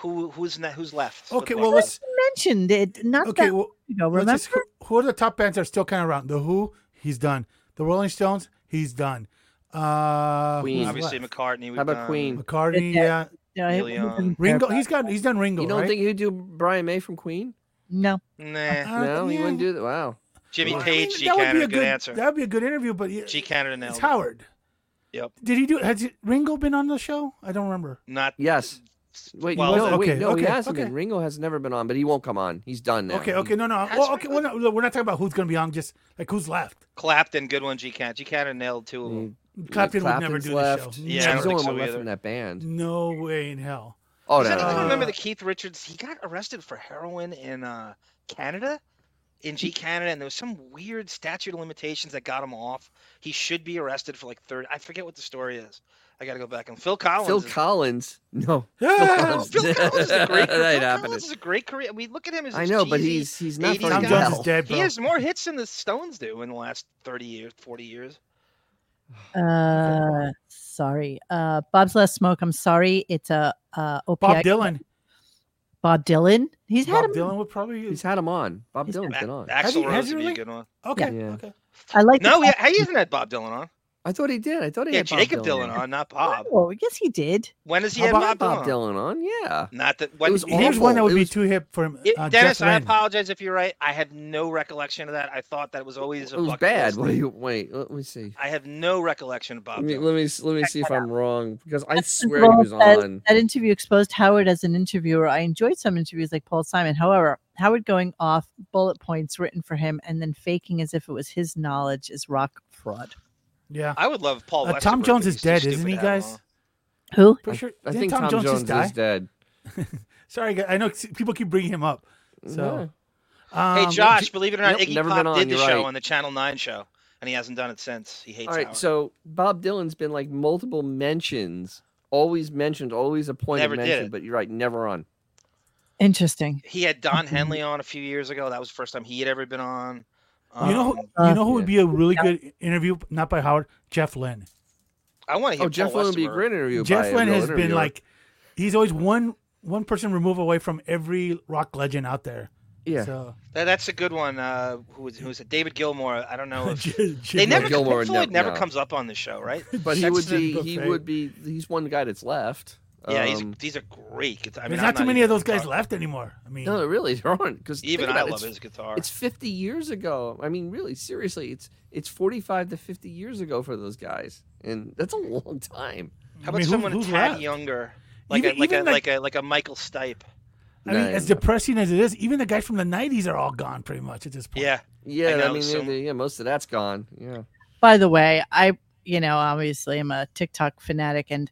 C: Who who's ne- who's left? with
B: Okay,
C: the
B: well,
C: bucket
B: let's
C: list?
A: mentioned it not
B: okay,
A: that
B: well,
A: you know
B: let's
A: remember
B: just- who- who are the top bands that are still kind of around? The Who, he's done. The Rolling Stones, he's done. Uh,
J: Queen.
B: who's
C: Obviously,
B: left?
C: McCartney.
J: How
C: We've
J: about
C: done-
J: Queen?
B: McCartney, yeah.
A: Yeah,
C: Neil Young.
B: Ringo, he's got he's done Ringo,
J: You don't
B: right?
J: think he'd do Brian May from Queen?
A: no
C: Nah.
B: Uh,
J: no, he
B: yeah.
J: wouldn't do that. Wow.
C: Jimmy
B: Well, I
C: Page,
B: mean,
C: G.
B: that would
C: Canada,
B: be a
C: good,
B: good-
C: answer.
B: That'd be a good interview, but yeah,
C: G. Canada nailed
B: it's
C: it.
B: Howard.
C: Yep.
B: Did he do? Has he- Ringo been on the show? I don't remember.
C: Not
J: Yes. Wait,
B: Well,
J: no, wait,
B: okay,
J: no, he
B: okay,
J: hasn't
B: okay.
J: been. Ringo has never been on, but he won't come on. He's done now.
B: Okay, okay, no, no. Well, okay, we're not, look, we're not talking about who's going to be on, just like who's left.
C: Clapton, good one, G Cat. G Cat and nailed two of them.
B: Clapton would never do the show.
C: Yeah, I don't
J: he's the
C: think
J: only
C: so
J: one left
C: either.
J: from that band.
B: No way in hell.
J: Oh,
C: Does
J: no, no,
C: anyone
J: no,
C: remember
J: no.
C: the Keith Richards? He got arrested for heroin in uh, Canada, in G Canada, and there was some weird statute of limitations that got him off. He should be arrested for like thirty. I forget what the story is. I got to go back and Phil Collins.
J: Phil
C: is-
J: Collins.
B: [laughs]
J: No.
C: Oh, [laughs] Phil Collins is a great.
J: [laughs] That
C: Phil Collins
J: ain't happening.
C: is a great career. I mean, look at him as
J: I
C: this
J: know, but
C: cheesy
J: he's- he's not
C: 80s
J: Tom
C: guy.
J: Jones is dead,
C: He
J: bro.
C: has more hits than the Stones do in the last thirty years, forty years.
A: [laughs] Uh, sorry. Uh, Bob's Last Smoke. I'm sorry. It's a uh, opioid.
B: Bob Dylan.
A: Bob Dylan. He's had
B: Bob
A: him.
B: Dylan would probably.
J: He's had him on. Bob Dylan's been on.
C: Axel
B: has
C: Rose
B: he
C: would be a
B: really?
C: good one.
B: Okay.
J: Yeah.
B: Okay.
A: I like. the
C: No, yeah,
A: fact-
C: he hasn't had Bob Dylan on.
J: I thought he did. I thought he
C: Yeah,
J: had Bob
C: Jacob
J: Dylan
C: Dylan on, not Bob.
A: Oh, yes, he did.
C: When has he
J: How
C: had
J: about
C: Bob,
J: Bob
C: Dylan?
J: Dylan on? Yeah.
C: Not that. What,
J: was
B: Here's one that would
J: It
B: be
J: was-
B: too hip for him.
C: It-
B: uh,
C: Dennis,
B: Jeff
C: I
B: Lynne.
C: apologize if you're right. I have no recollection of that. I thought that was always a
J: It was
C: bucket
J: bad.
C: list
J: What do
C: thing.
J: you, wait, let me see.
C: I have no recollection of Bob
J: Let me
C: Dylan.
J: let me, s- let me see if I'm wrong because I swear
A: Well,
J: he was
A: that,
J: on.
A: that interview exposed Howard as an interviewer. I enjoyed some interviews like Paul Simon. However, Howard going off bullet points written for him and then faking as if it was his knowledge is rock fraud.
B: Yeah.
C: I would love
J: Oh,
C: Paul.
B: Uh, Tom
C: Westerberg
B: Jones
C: to
B: is
C: be
B: dead,
C: stupid
B: isn't he,
C: to have
B: guys?
A: Who?
B: Pretty sure.
J: I
B: didn't
J: think
B: Tom, Jones, just
J: is
B: die?
J: dead.
B: [laughs] Sorry, guys. I know people keep bringing him up. So.
C: on. Hey,
B: um,
C: Josh, believe it or not,
J: Nope,
C: Iggy
J: never
C: Pop
J: been on,
C: did the
J: you're
C: show
J: right.
C: on the Channel 9 show, and he hasn't done it since. He hates
J: All right,
C: Howard.
J: so Bob Dylan's been like multiple mentions, always mentioned, always a point
C: Never
J: of
C: did
J: mention,
C: it.
J: but you're right, never on.
A: Interesting.
C: He had
J: [clears throat]
C: Don Henley on a few years ago. That was the first time he had ever been on.
B: You know, who-
C: Um,
B: you
J: Uh,
B: know who would be a really good interview, not by Howard, Jeff Lynn.
C: I want to hear
J: Oh, Jeff
C: Paul
J: Lynne would be a
C: Westerberg.
J: great interview. by
B: Jeff
J: a
B: Lynne
J: real
B: has been
J: interviewer.
B: like, he's always one one person remove away from every rock legend out there.
J: Yeah.
B: So,
C: That, that's a good one. Uh, who was who's it? David Gilmore. I don't
J: [laughs]
C: know if
B: J- J-
C: they never
J: Gilmour
C: Pink
J: would
C: Floyd
J: nev-
C: never
J: no.
C: comes up on the show, right?
J: [laughs] but he
B: That's
J: would
B: the
J: be, he
B: buffet.
J: would be, he's one guy that's left.
C: Yeah, he's,
J: Um,
C: these are great. guitar- I mean,
B: there's
C: I'm
B: not too many of
C: even
B: those guys
C: talking-
B: left anymore. I mean,
J: no, really, there aren't because
C: Even I love his guitar.
J: It's 50 years ago. I mean, really, seriously, it's it's 45 to 50 years ago for those guys, and that's a [laughs] long time.
C: How
B: I
C: about
B: mean, who-
C: someone a
B: who's
C: tad
B: left?
C: younger, like
B: Even-
C: a like a
B: even, like-
C: like a like a Michael Stipe?
B: I mean, as
J: Nine.
B: depressing as it is, even the guys from the '90s are all gone pretty much at this point.
C: Yeah,
J: Yeah, I,
C: know,
J: mean,
C: so-
J: yeah, yeah, most of that's gone. Yeah.
A: By the way, I you know obviously I'm a TikTok fanatic and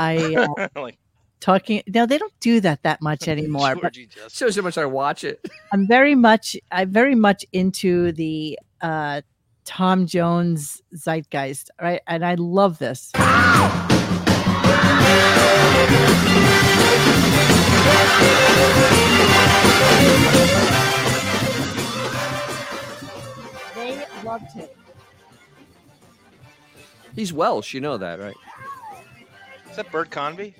C: [laughs]
A: I uh,
J: [laughs]
C: like
A: talking. No, they don't do that that much anymore. but
C: Georgie Justice.
J: Shows how much I watch it. [laughs]
A: I'm very much I'm very much into the uh Tom Jones zeitgeist, right? And I love this. Oh They loved him.
J: He's Welsh, you know that, right?
C: Is that Bert Convy?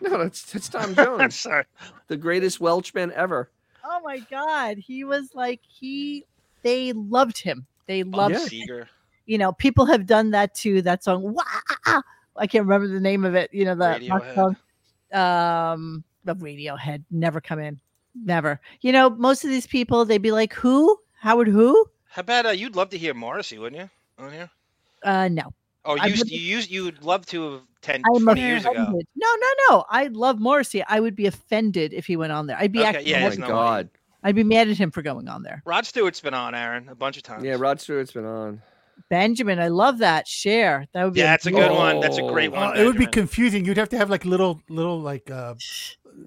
J: No, that's
C: [laughs]
J: that's Tom
C: I'm
J: Jones,
C: sorry.
J: the greatest Welshman ever.
A: Oh my god, he was like he they loved him. They loved
J: Oh, yeah.
C: Seeger.
A: you know, people have done that too. That song, Wah! ah, ah. I can't remember the name of it. You know, the rock
C: Radiohead.
A: song. Um, the Radiohead never come in, never. You know, most of these people, they'd be like, "Who? Howard? Who?
C: How about uh, you'd love to hear Morrissey, wouldn't you? On here?
A: Uh, no,
C: Oh,
A: I
C: you used,
A: would-
C: you used, you'd love to have 10,
A: I'm
C: 20 years
A: offended.
C: ago.
A: No, no, no. I love Morrissey. I would be offended if he went on there. I'd be
C: Okay,
A: actually,
C: yeah,
J: oh
C: it's
J: my
C: no
J: God.
A: I'd be mad at him for going on there.
C: Rod Stewart's been on Aaron a bunch of times.
J: Yeah, Rod Stewart's been on.
A: Benjamin, I love that. Share that would be.
C: Yeah, that's a good one. That's a great
J: Oh.
C: one.
B: Uh, it would be
C: Benjamin.
B: confusing. You'd have to have like little little like uh,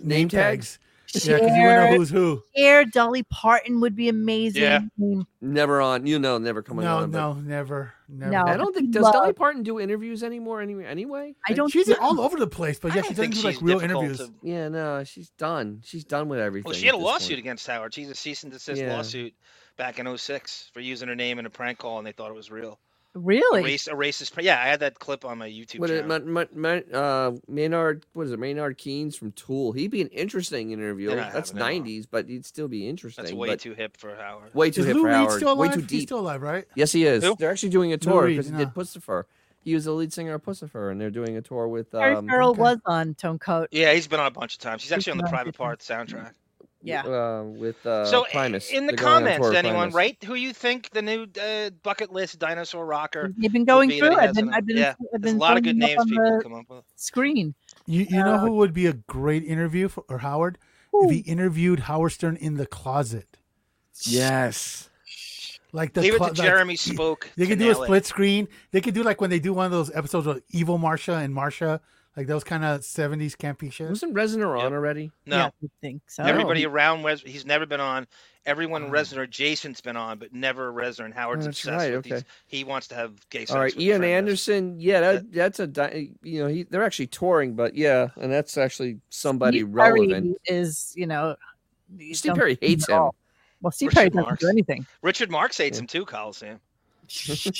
B: name
J: tags?
B: tags. Yeah, because you wouldn't know who's who.
A: Share Dolly Parton would be amazing.
C: Yeah.
J: Never on. You know, never coming
B: No,
J: on. but-
B: no, never, never.
A: No.
J: I don't think does
A: Love-
J: Dolly Parton do interviews anymore. Anyway, anyway.
A: I don't.
B: She's
A: know.
B: all over the place, but
C: I
B: yeah,
C: don't
B: she doesn't
C: think
B: do
C: she's
B: like real
C: difficult
B: interviews.
C: to-
J: Yeah, no, she's done. She's done with everything.
C: Well, she had a
J: at this
C: lawsuit
J: point.
C: against Howard. She's a cease and desist
J: Yeah.
C: lawsuit back in 06 for using her name in a prank call, and they thought it was real. A,
A: Really?
C: race, a racist. pra- Yeah, I had that clip on my YouTube
J: What uh, it,
C: channel.
J: Ma- Ma- Ma- uh, Maynard, what is it? Maynard Keynes from Tool. He'd be an interesting interview.
C: They're not
J: That's
C: having him on.
J: '90s, but he'd still be interesting.
C: That's way
J: but
C: too hip for Howard.
J: way too
B: Is
J: hip
B: Lou
J: for
B: Reed
J: Howard.
B: still
J: way
B: alive?
J: too
B: He's
J: deep.
B: still alive, right?
J: Yes, he is.
C: Who?
J: They're actually doing a tour
B: Reed,
J: because he
B: no.
J: did Pussifer. He was the lead singer of Pussifer, and they're doing a tour with.
A: Harry
J: Um,
A: Farrell
B: okay.
A: was on Tone Coat.
C: Yeah, he's been on a bunch of times. He's actually on the
A: been on a
C: Private
A: few
C: Part soundtrack.
A: Yeah.
J: Uh, with uh,
C: so, eh,
J: Primus.
C: in the
J: They're going on a
C: comments,
J: tour with
C: anyone,
J: Primus.
C: write who you think the new uh, bucket list dinosaur rocker
A: They've been
C: would
A: going
C: be that
A: through.
C: he
A: I've been,
C: hasn't-
A: I've been,
C: yeah,
A: I've
C: There's
A: been
C: a lot of good
A: thumbing up
C: names
A: on
C: people
A: the
C: come up with.
A: screen.
B: You you know who would be a great interview for or Howard? If he interviewed Howard Stern in the closet.
O: Yes.
B: Like the
C: Leave it
B: clo-
C: to
B: like-
C: Jeremy Spoke.
B: They
C: to
B: could do a
C: nail it.
B: split screen. They could do like when they do one of those episodes of Evil Marsha and Marsha, like those kind of seventies campy shit. Oh.
J: Wasn't Reznor on already?
C: No,
A: think
C: Everybody around Wes, he's never been on. Everyone Resner, Jason's been on, but never Resner. And Howard's
J: Oh. That's
C: obsessed
J: right,
C: with these.
J: okay.
C: He wants to have gay sex.
J: All right, e
C: with
J: Ian
C: friends.
J: Anderson. Yeah, that, that's a di- you know he, they're actually touring, but yeah, and that's actually somebody
A: Steve Perry
J: relevant.
A: is you know you
J: Steve
A: don't
J: Perry
A: see him
J: hates
A: at all.
J: him.
A: Well, Steve
C: Richard
A: Perry doesn't
C: Marx.
A: do
C: [laughs]
A: anything.
C: Richard Marx hates him too, Coliseum. He-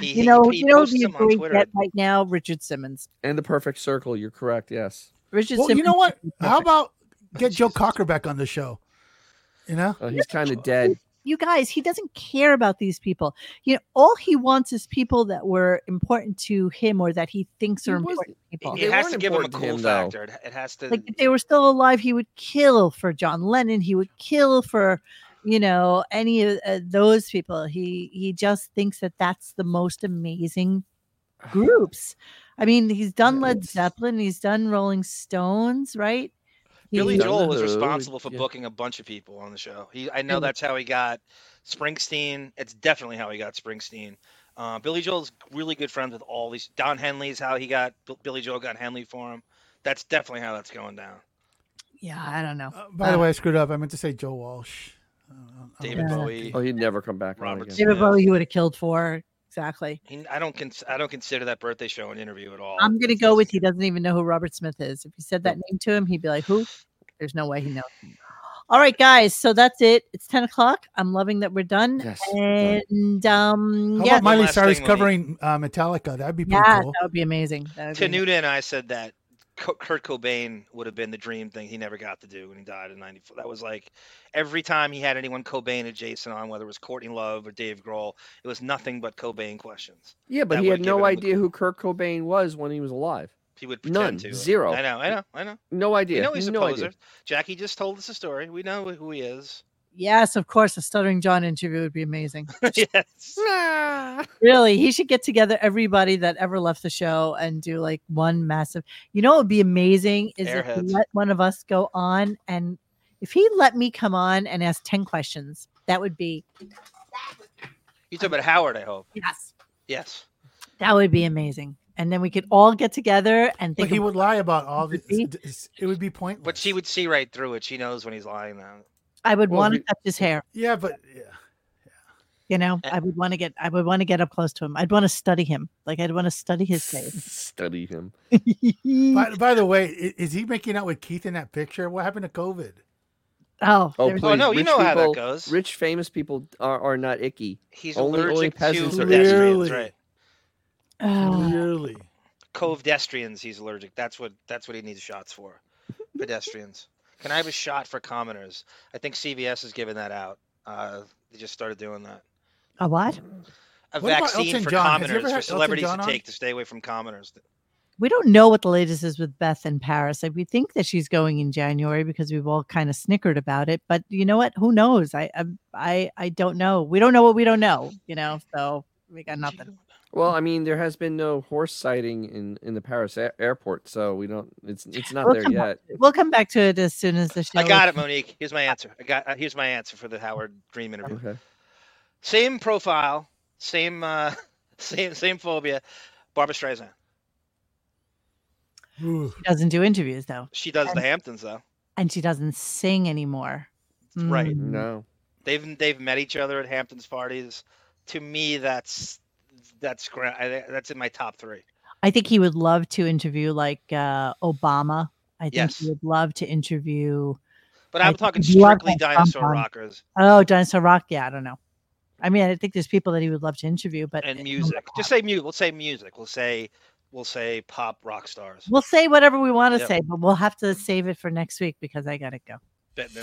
A: you know,
C: he
A: you know,
C: posts
A: you
C: him on
A: doing
C: Twitter.
A: that right now, Richard Simmons.
J: And the perfect circle. You're correct. Yes.
A: Richard
B: Well,
A: Simmons.
B: you know what? How about get Joe Cocker back on the show? You know,
J: Uh, he's kind of dead.
A: You guys, he doesn't care about these people. You know, all he wants is people that were important to him or that he thinks are important people.
C: It has to give him a cool
J: him, though.
C: factor. It, it has to.
A: like if they were still alive, he would kill for John Lennon. He would kill for you know any of uh, those people. He he just thinks that that's the most
B: [sighs]
A: amazing groups. I mean, he's done Led Zeppelin. He's done Rolling Stones, right?
C: Billy
A: He-
C: Joel was responsible for booking a bunch of people on the show. He, I know
A: And-
C: that's how he got Springsteen. It's definitely how he got Springsteen. Uh, Billy Joel's really good friends with all these. Don Henley's how he got B- Billy Joel got Henley for him. That's definitely how that's going down.
A: Oh, Yeah, I don't know.
B: Uh,
A: Uh,
B: by the way, I screwed up. I meant to say Joe Walsh. Uh,
C: David Bowie.
J: Oh, he'd never come back. on
C: Robert
J: again.
A: David Bowie, you would have killed for exactly.
C: He, I don't cons- I don't consider that birthday show an interview at
B: Oh,
C: all.
A: I'm gonna go with he doesn't even know who Robert Smith is. If you said that name to him, he'd be like, "Who?" There's no way he knows. All right, guys. So that's it. It's ten o'clock. I'm loving that we're done. and um,
B: How
A: yeah,
B: about Miley Cyrus
C: thing, Lenny.
B: covering uh, Metallica? That'd be pretty
A: Yeah,
B: cool.
A: that would be amazing. That would be amazing.
C: Tanuda and I said that Co- Kurt Cobain would have been the dream thing he never got to do when he died in '94. That was like every time he had anyone Cobain adjacent on, whether it was Courtney Love or Dave Grohl, it was nothing but Cobain questions.
J: Yeah, but
C: That
J: he
C: would've
J: had
C: given
J: no
C: him the-
J: idea who Kurt Cobain was when he was alive.
C: He would pretend
J: None.
C: to.
J: Zero.
C: I know. I know. I know.
J: No idea.
C: We know he's a
J: no
C: poser.
J: idea.
C: Jackie just told us a story. We know who he
J: [laughs]
C: is. [laughs]
A: Yes, of course. A stuttering John interview would be
B: [laughs]
A: amazing.
C: yes.
J: Ah.
A: really, he should get together everybody that ever left the show and do like one massive. You know, it would be amazing is if
C: Airheads.
A: he let one of us go on and if he let me come on and ask ten questions, that would be
C: You talk about Howard. I hope.
A: Yes.
C: Yes.
A: that would be amazing. And then we could all get together and
B: But
A: think
B: he
A: about-
B: would lie about all this. It's- It would be pointless.
C: But she would see right through it. She knows when he's lying now.
A: I would
B: Well,
A: want to
B: we-
A: touch his hair.
B: Yeah, but
A: You know, I would want to get I would want to get up close to him. I'd want to study him. Like I'd want to study his face.
J: Study him.
B: by, by the way, i- is he making out with Keith in that picture? What happened to COVID?
A: Oh,
J: Oh,
B: there's-
J: please.
B: Oh, no, you
J: rich
B: know how that
J: people-
B: goes.
J: Rich famous people are, are not icky.
C: He's
J: only,
C: allergic
J: only
C: to
J: peasants are icky.
C: pedestrians, right?
A: Oh.
B: Really?
C: Covedestrians, he's allergic. That's what that's what he needs shots for. Pedestrians. Can I have a shot for commoners? I think CVS is giving that out. Uh, they just started doing that.
A: A what?
C: A
A: What about
C: vaccine
A: Elton
C: for
A: John? Has
C: commoners
A: he ever had
C: for
A: Elton
C: celebrities
A: John
C: to
A: on?
C: take to stay away from commoners.
A: We don't know what the latest is with Beth in Paris. Like, we think that she's going in January because we've all kind of snickered about it. But you know what? Who knows? I I I, I don't know. We don't know what we don't know. You know, so we got nothing.
J: Well, I mean, there has been no horse sighting in, in the Paris air- airport, so we don't. It's it's not
A: We'll
J: there
A: come
J: yet.
A: Back, we'll come back to it as soon as the show.
C: I got
A: is-
C: it, Monique. Here's my answer. I got uh, here's my answer for the Howard Dream interview.
J: Okay.
C: Same profile, same uh, [laughs] same same phobia. Barbara Streisand.
A: She doesn't do interviews though,
C: She does the Hamptons though.
A: and she doesn't sing anymore.
C: Right.
A: Mm.
J: No.
C: They've they've met each other at Hamptons parties. To me, that's that's gra- I- that's in my top three.
A: I think he would love to interview like uh, Obama. I think
C: Yes.
A: he would love to interview.
C: But I'm
A: like,
C: talking
A: he'd love
C: strictly
A: to have
C: dinosaur
A: Trump on.
C: rockers
A: Oh, dinosaur rock. Yeah, I don't know. I mean, I think there's people that he would love to interview, but
C: and music. Just say music. We'll say music. We'll say we'll say pop rock stars.
A: we'll say whatever we want to
C: Yep.
A: say, but we'll have to save it for next week because I gotta go.
C: Bet there-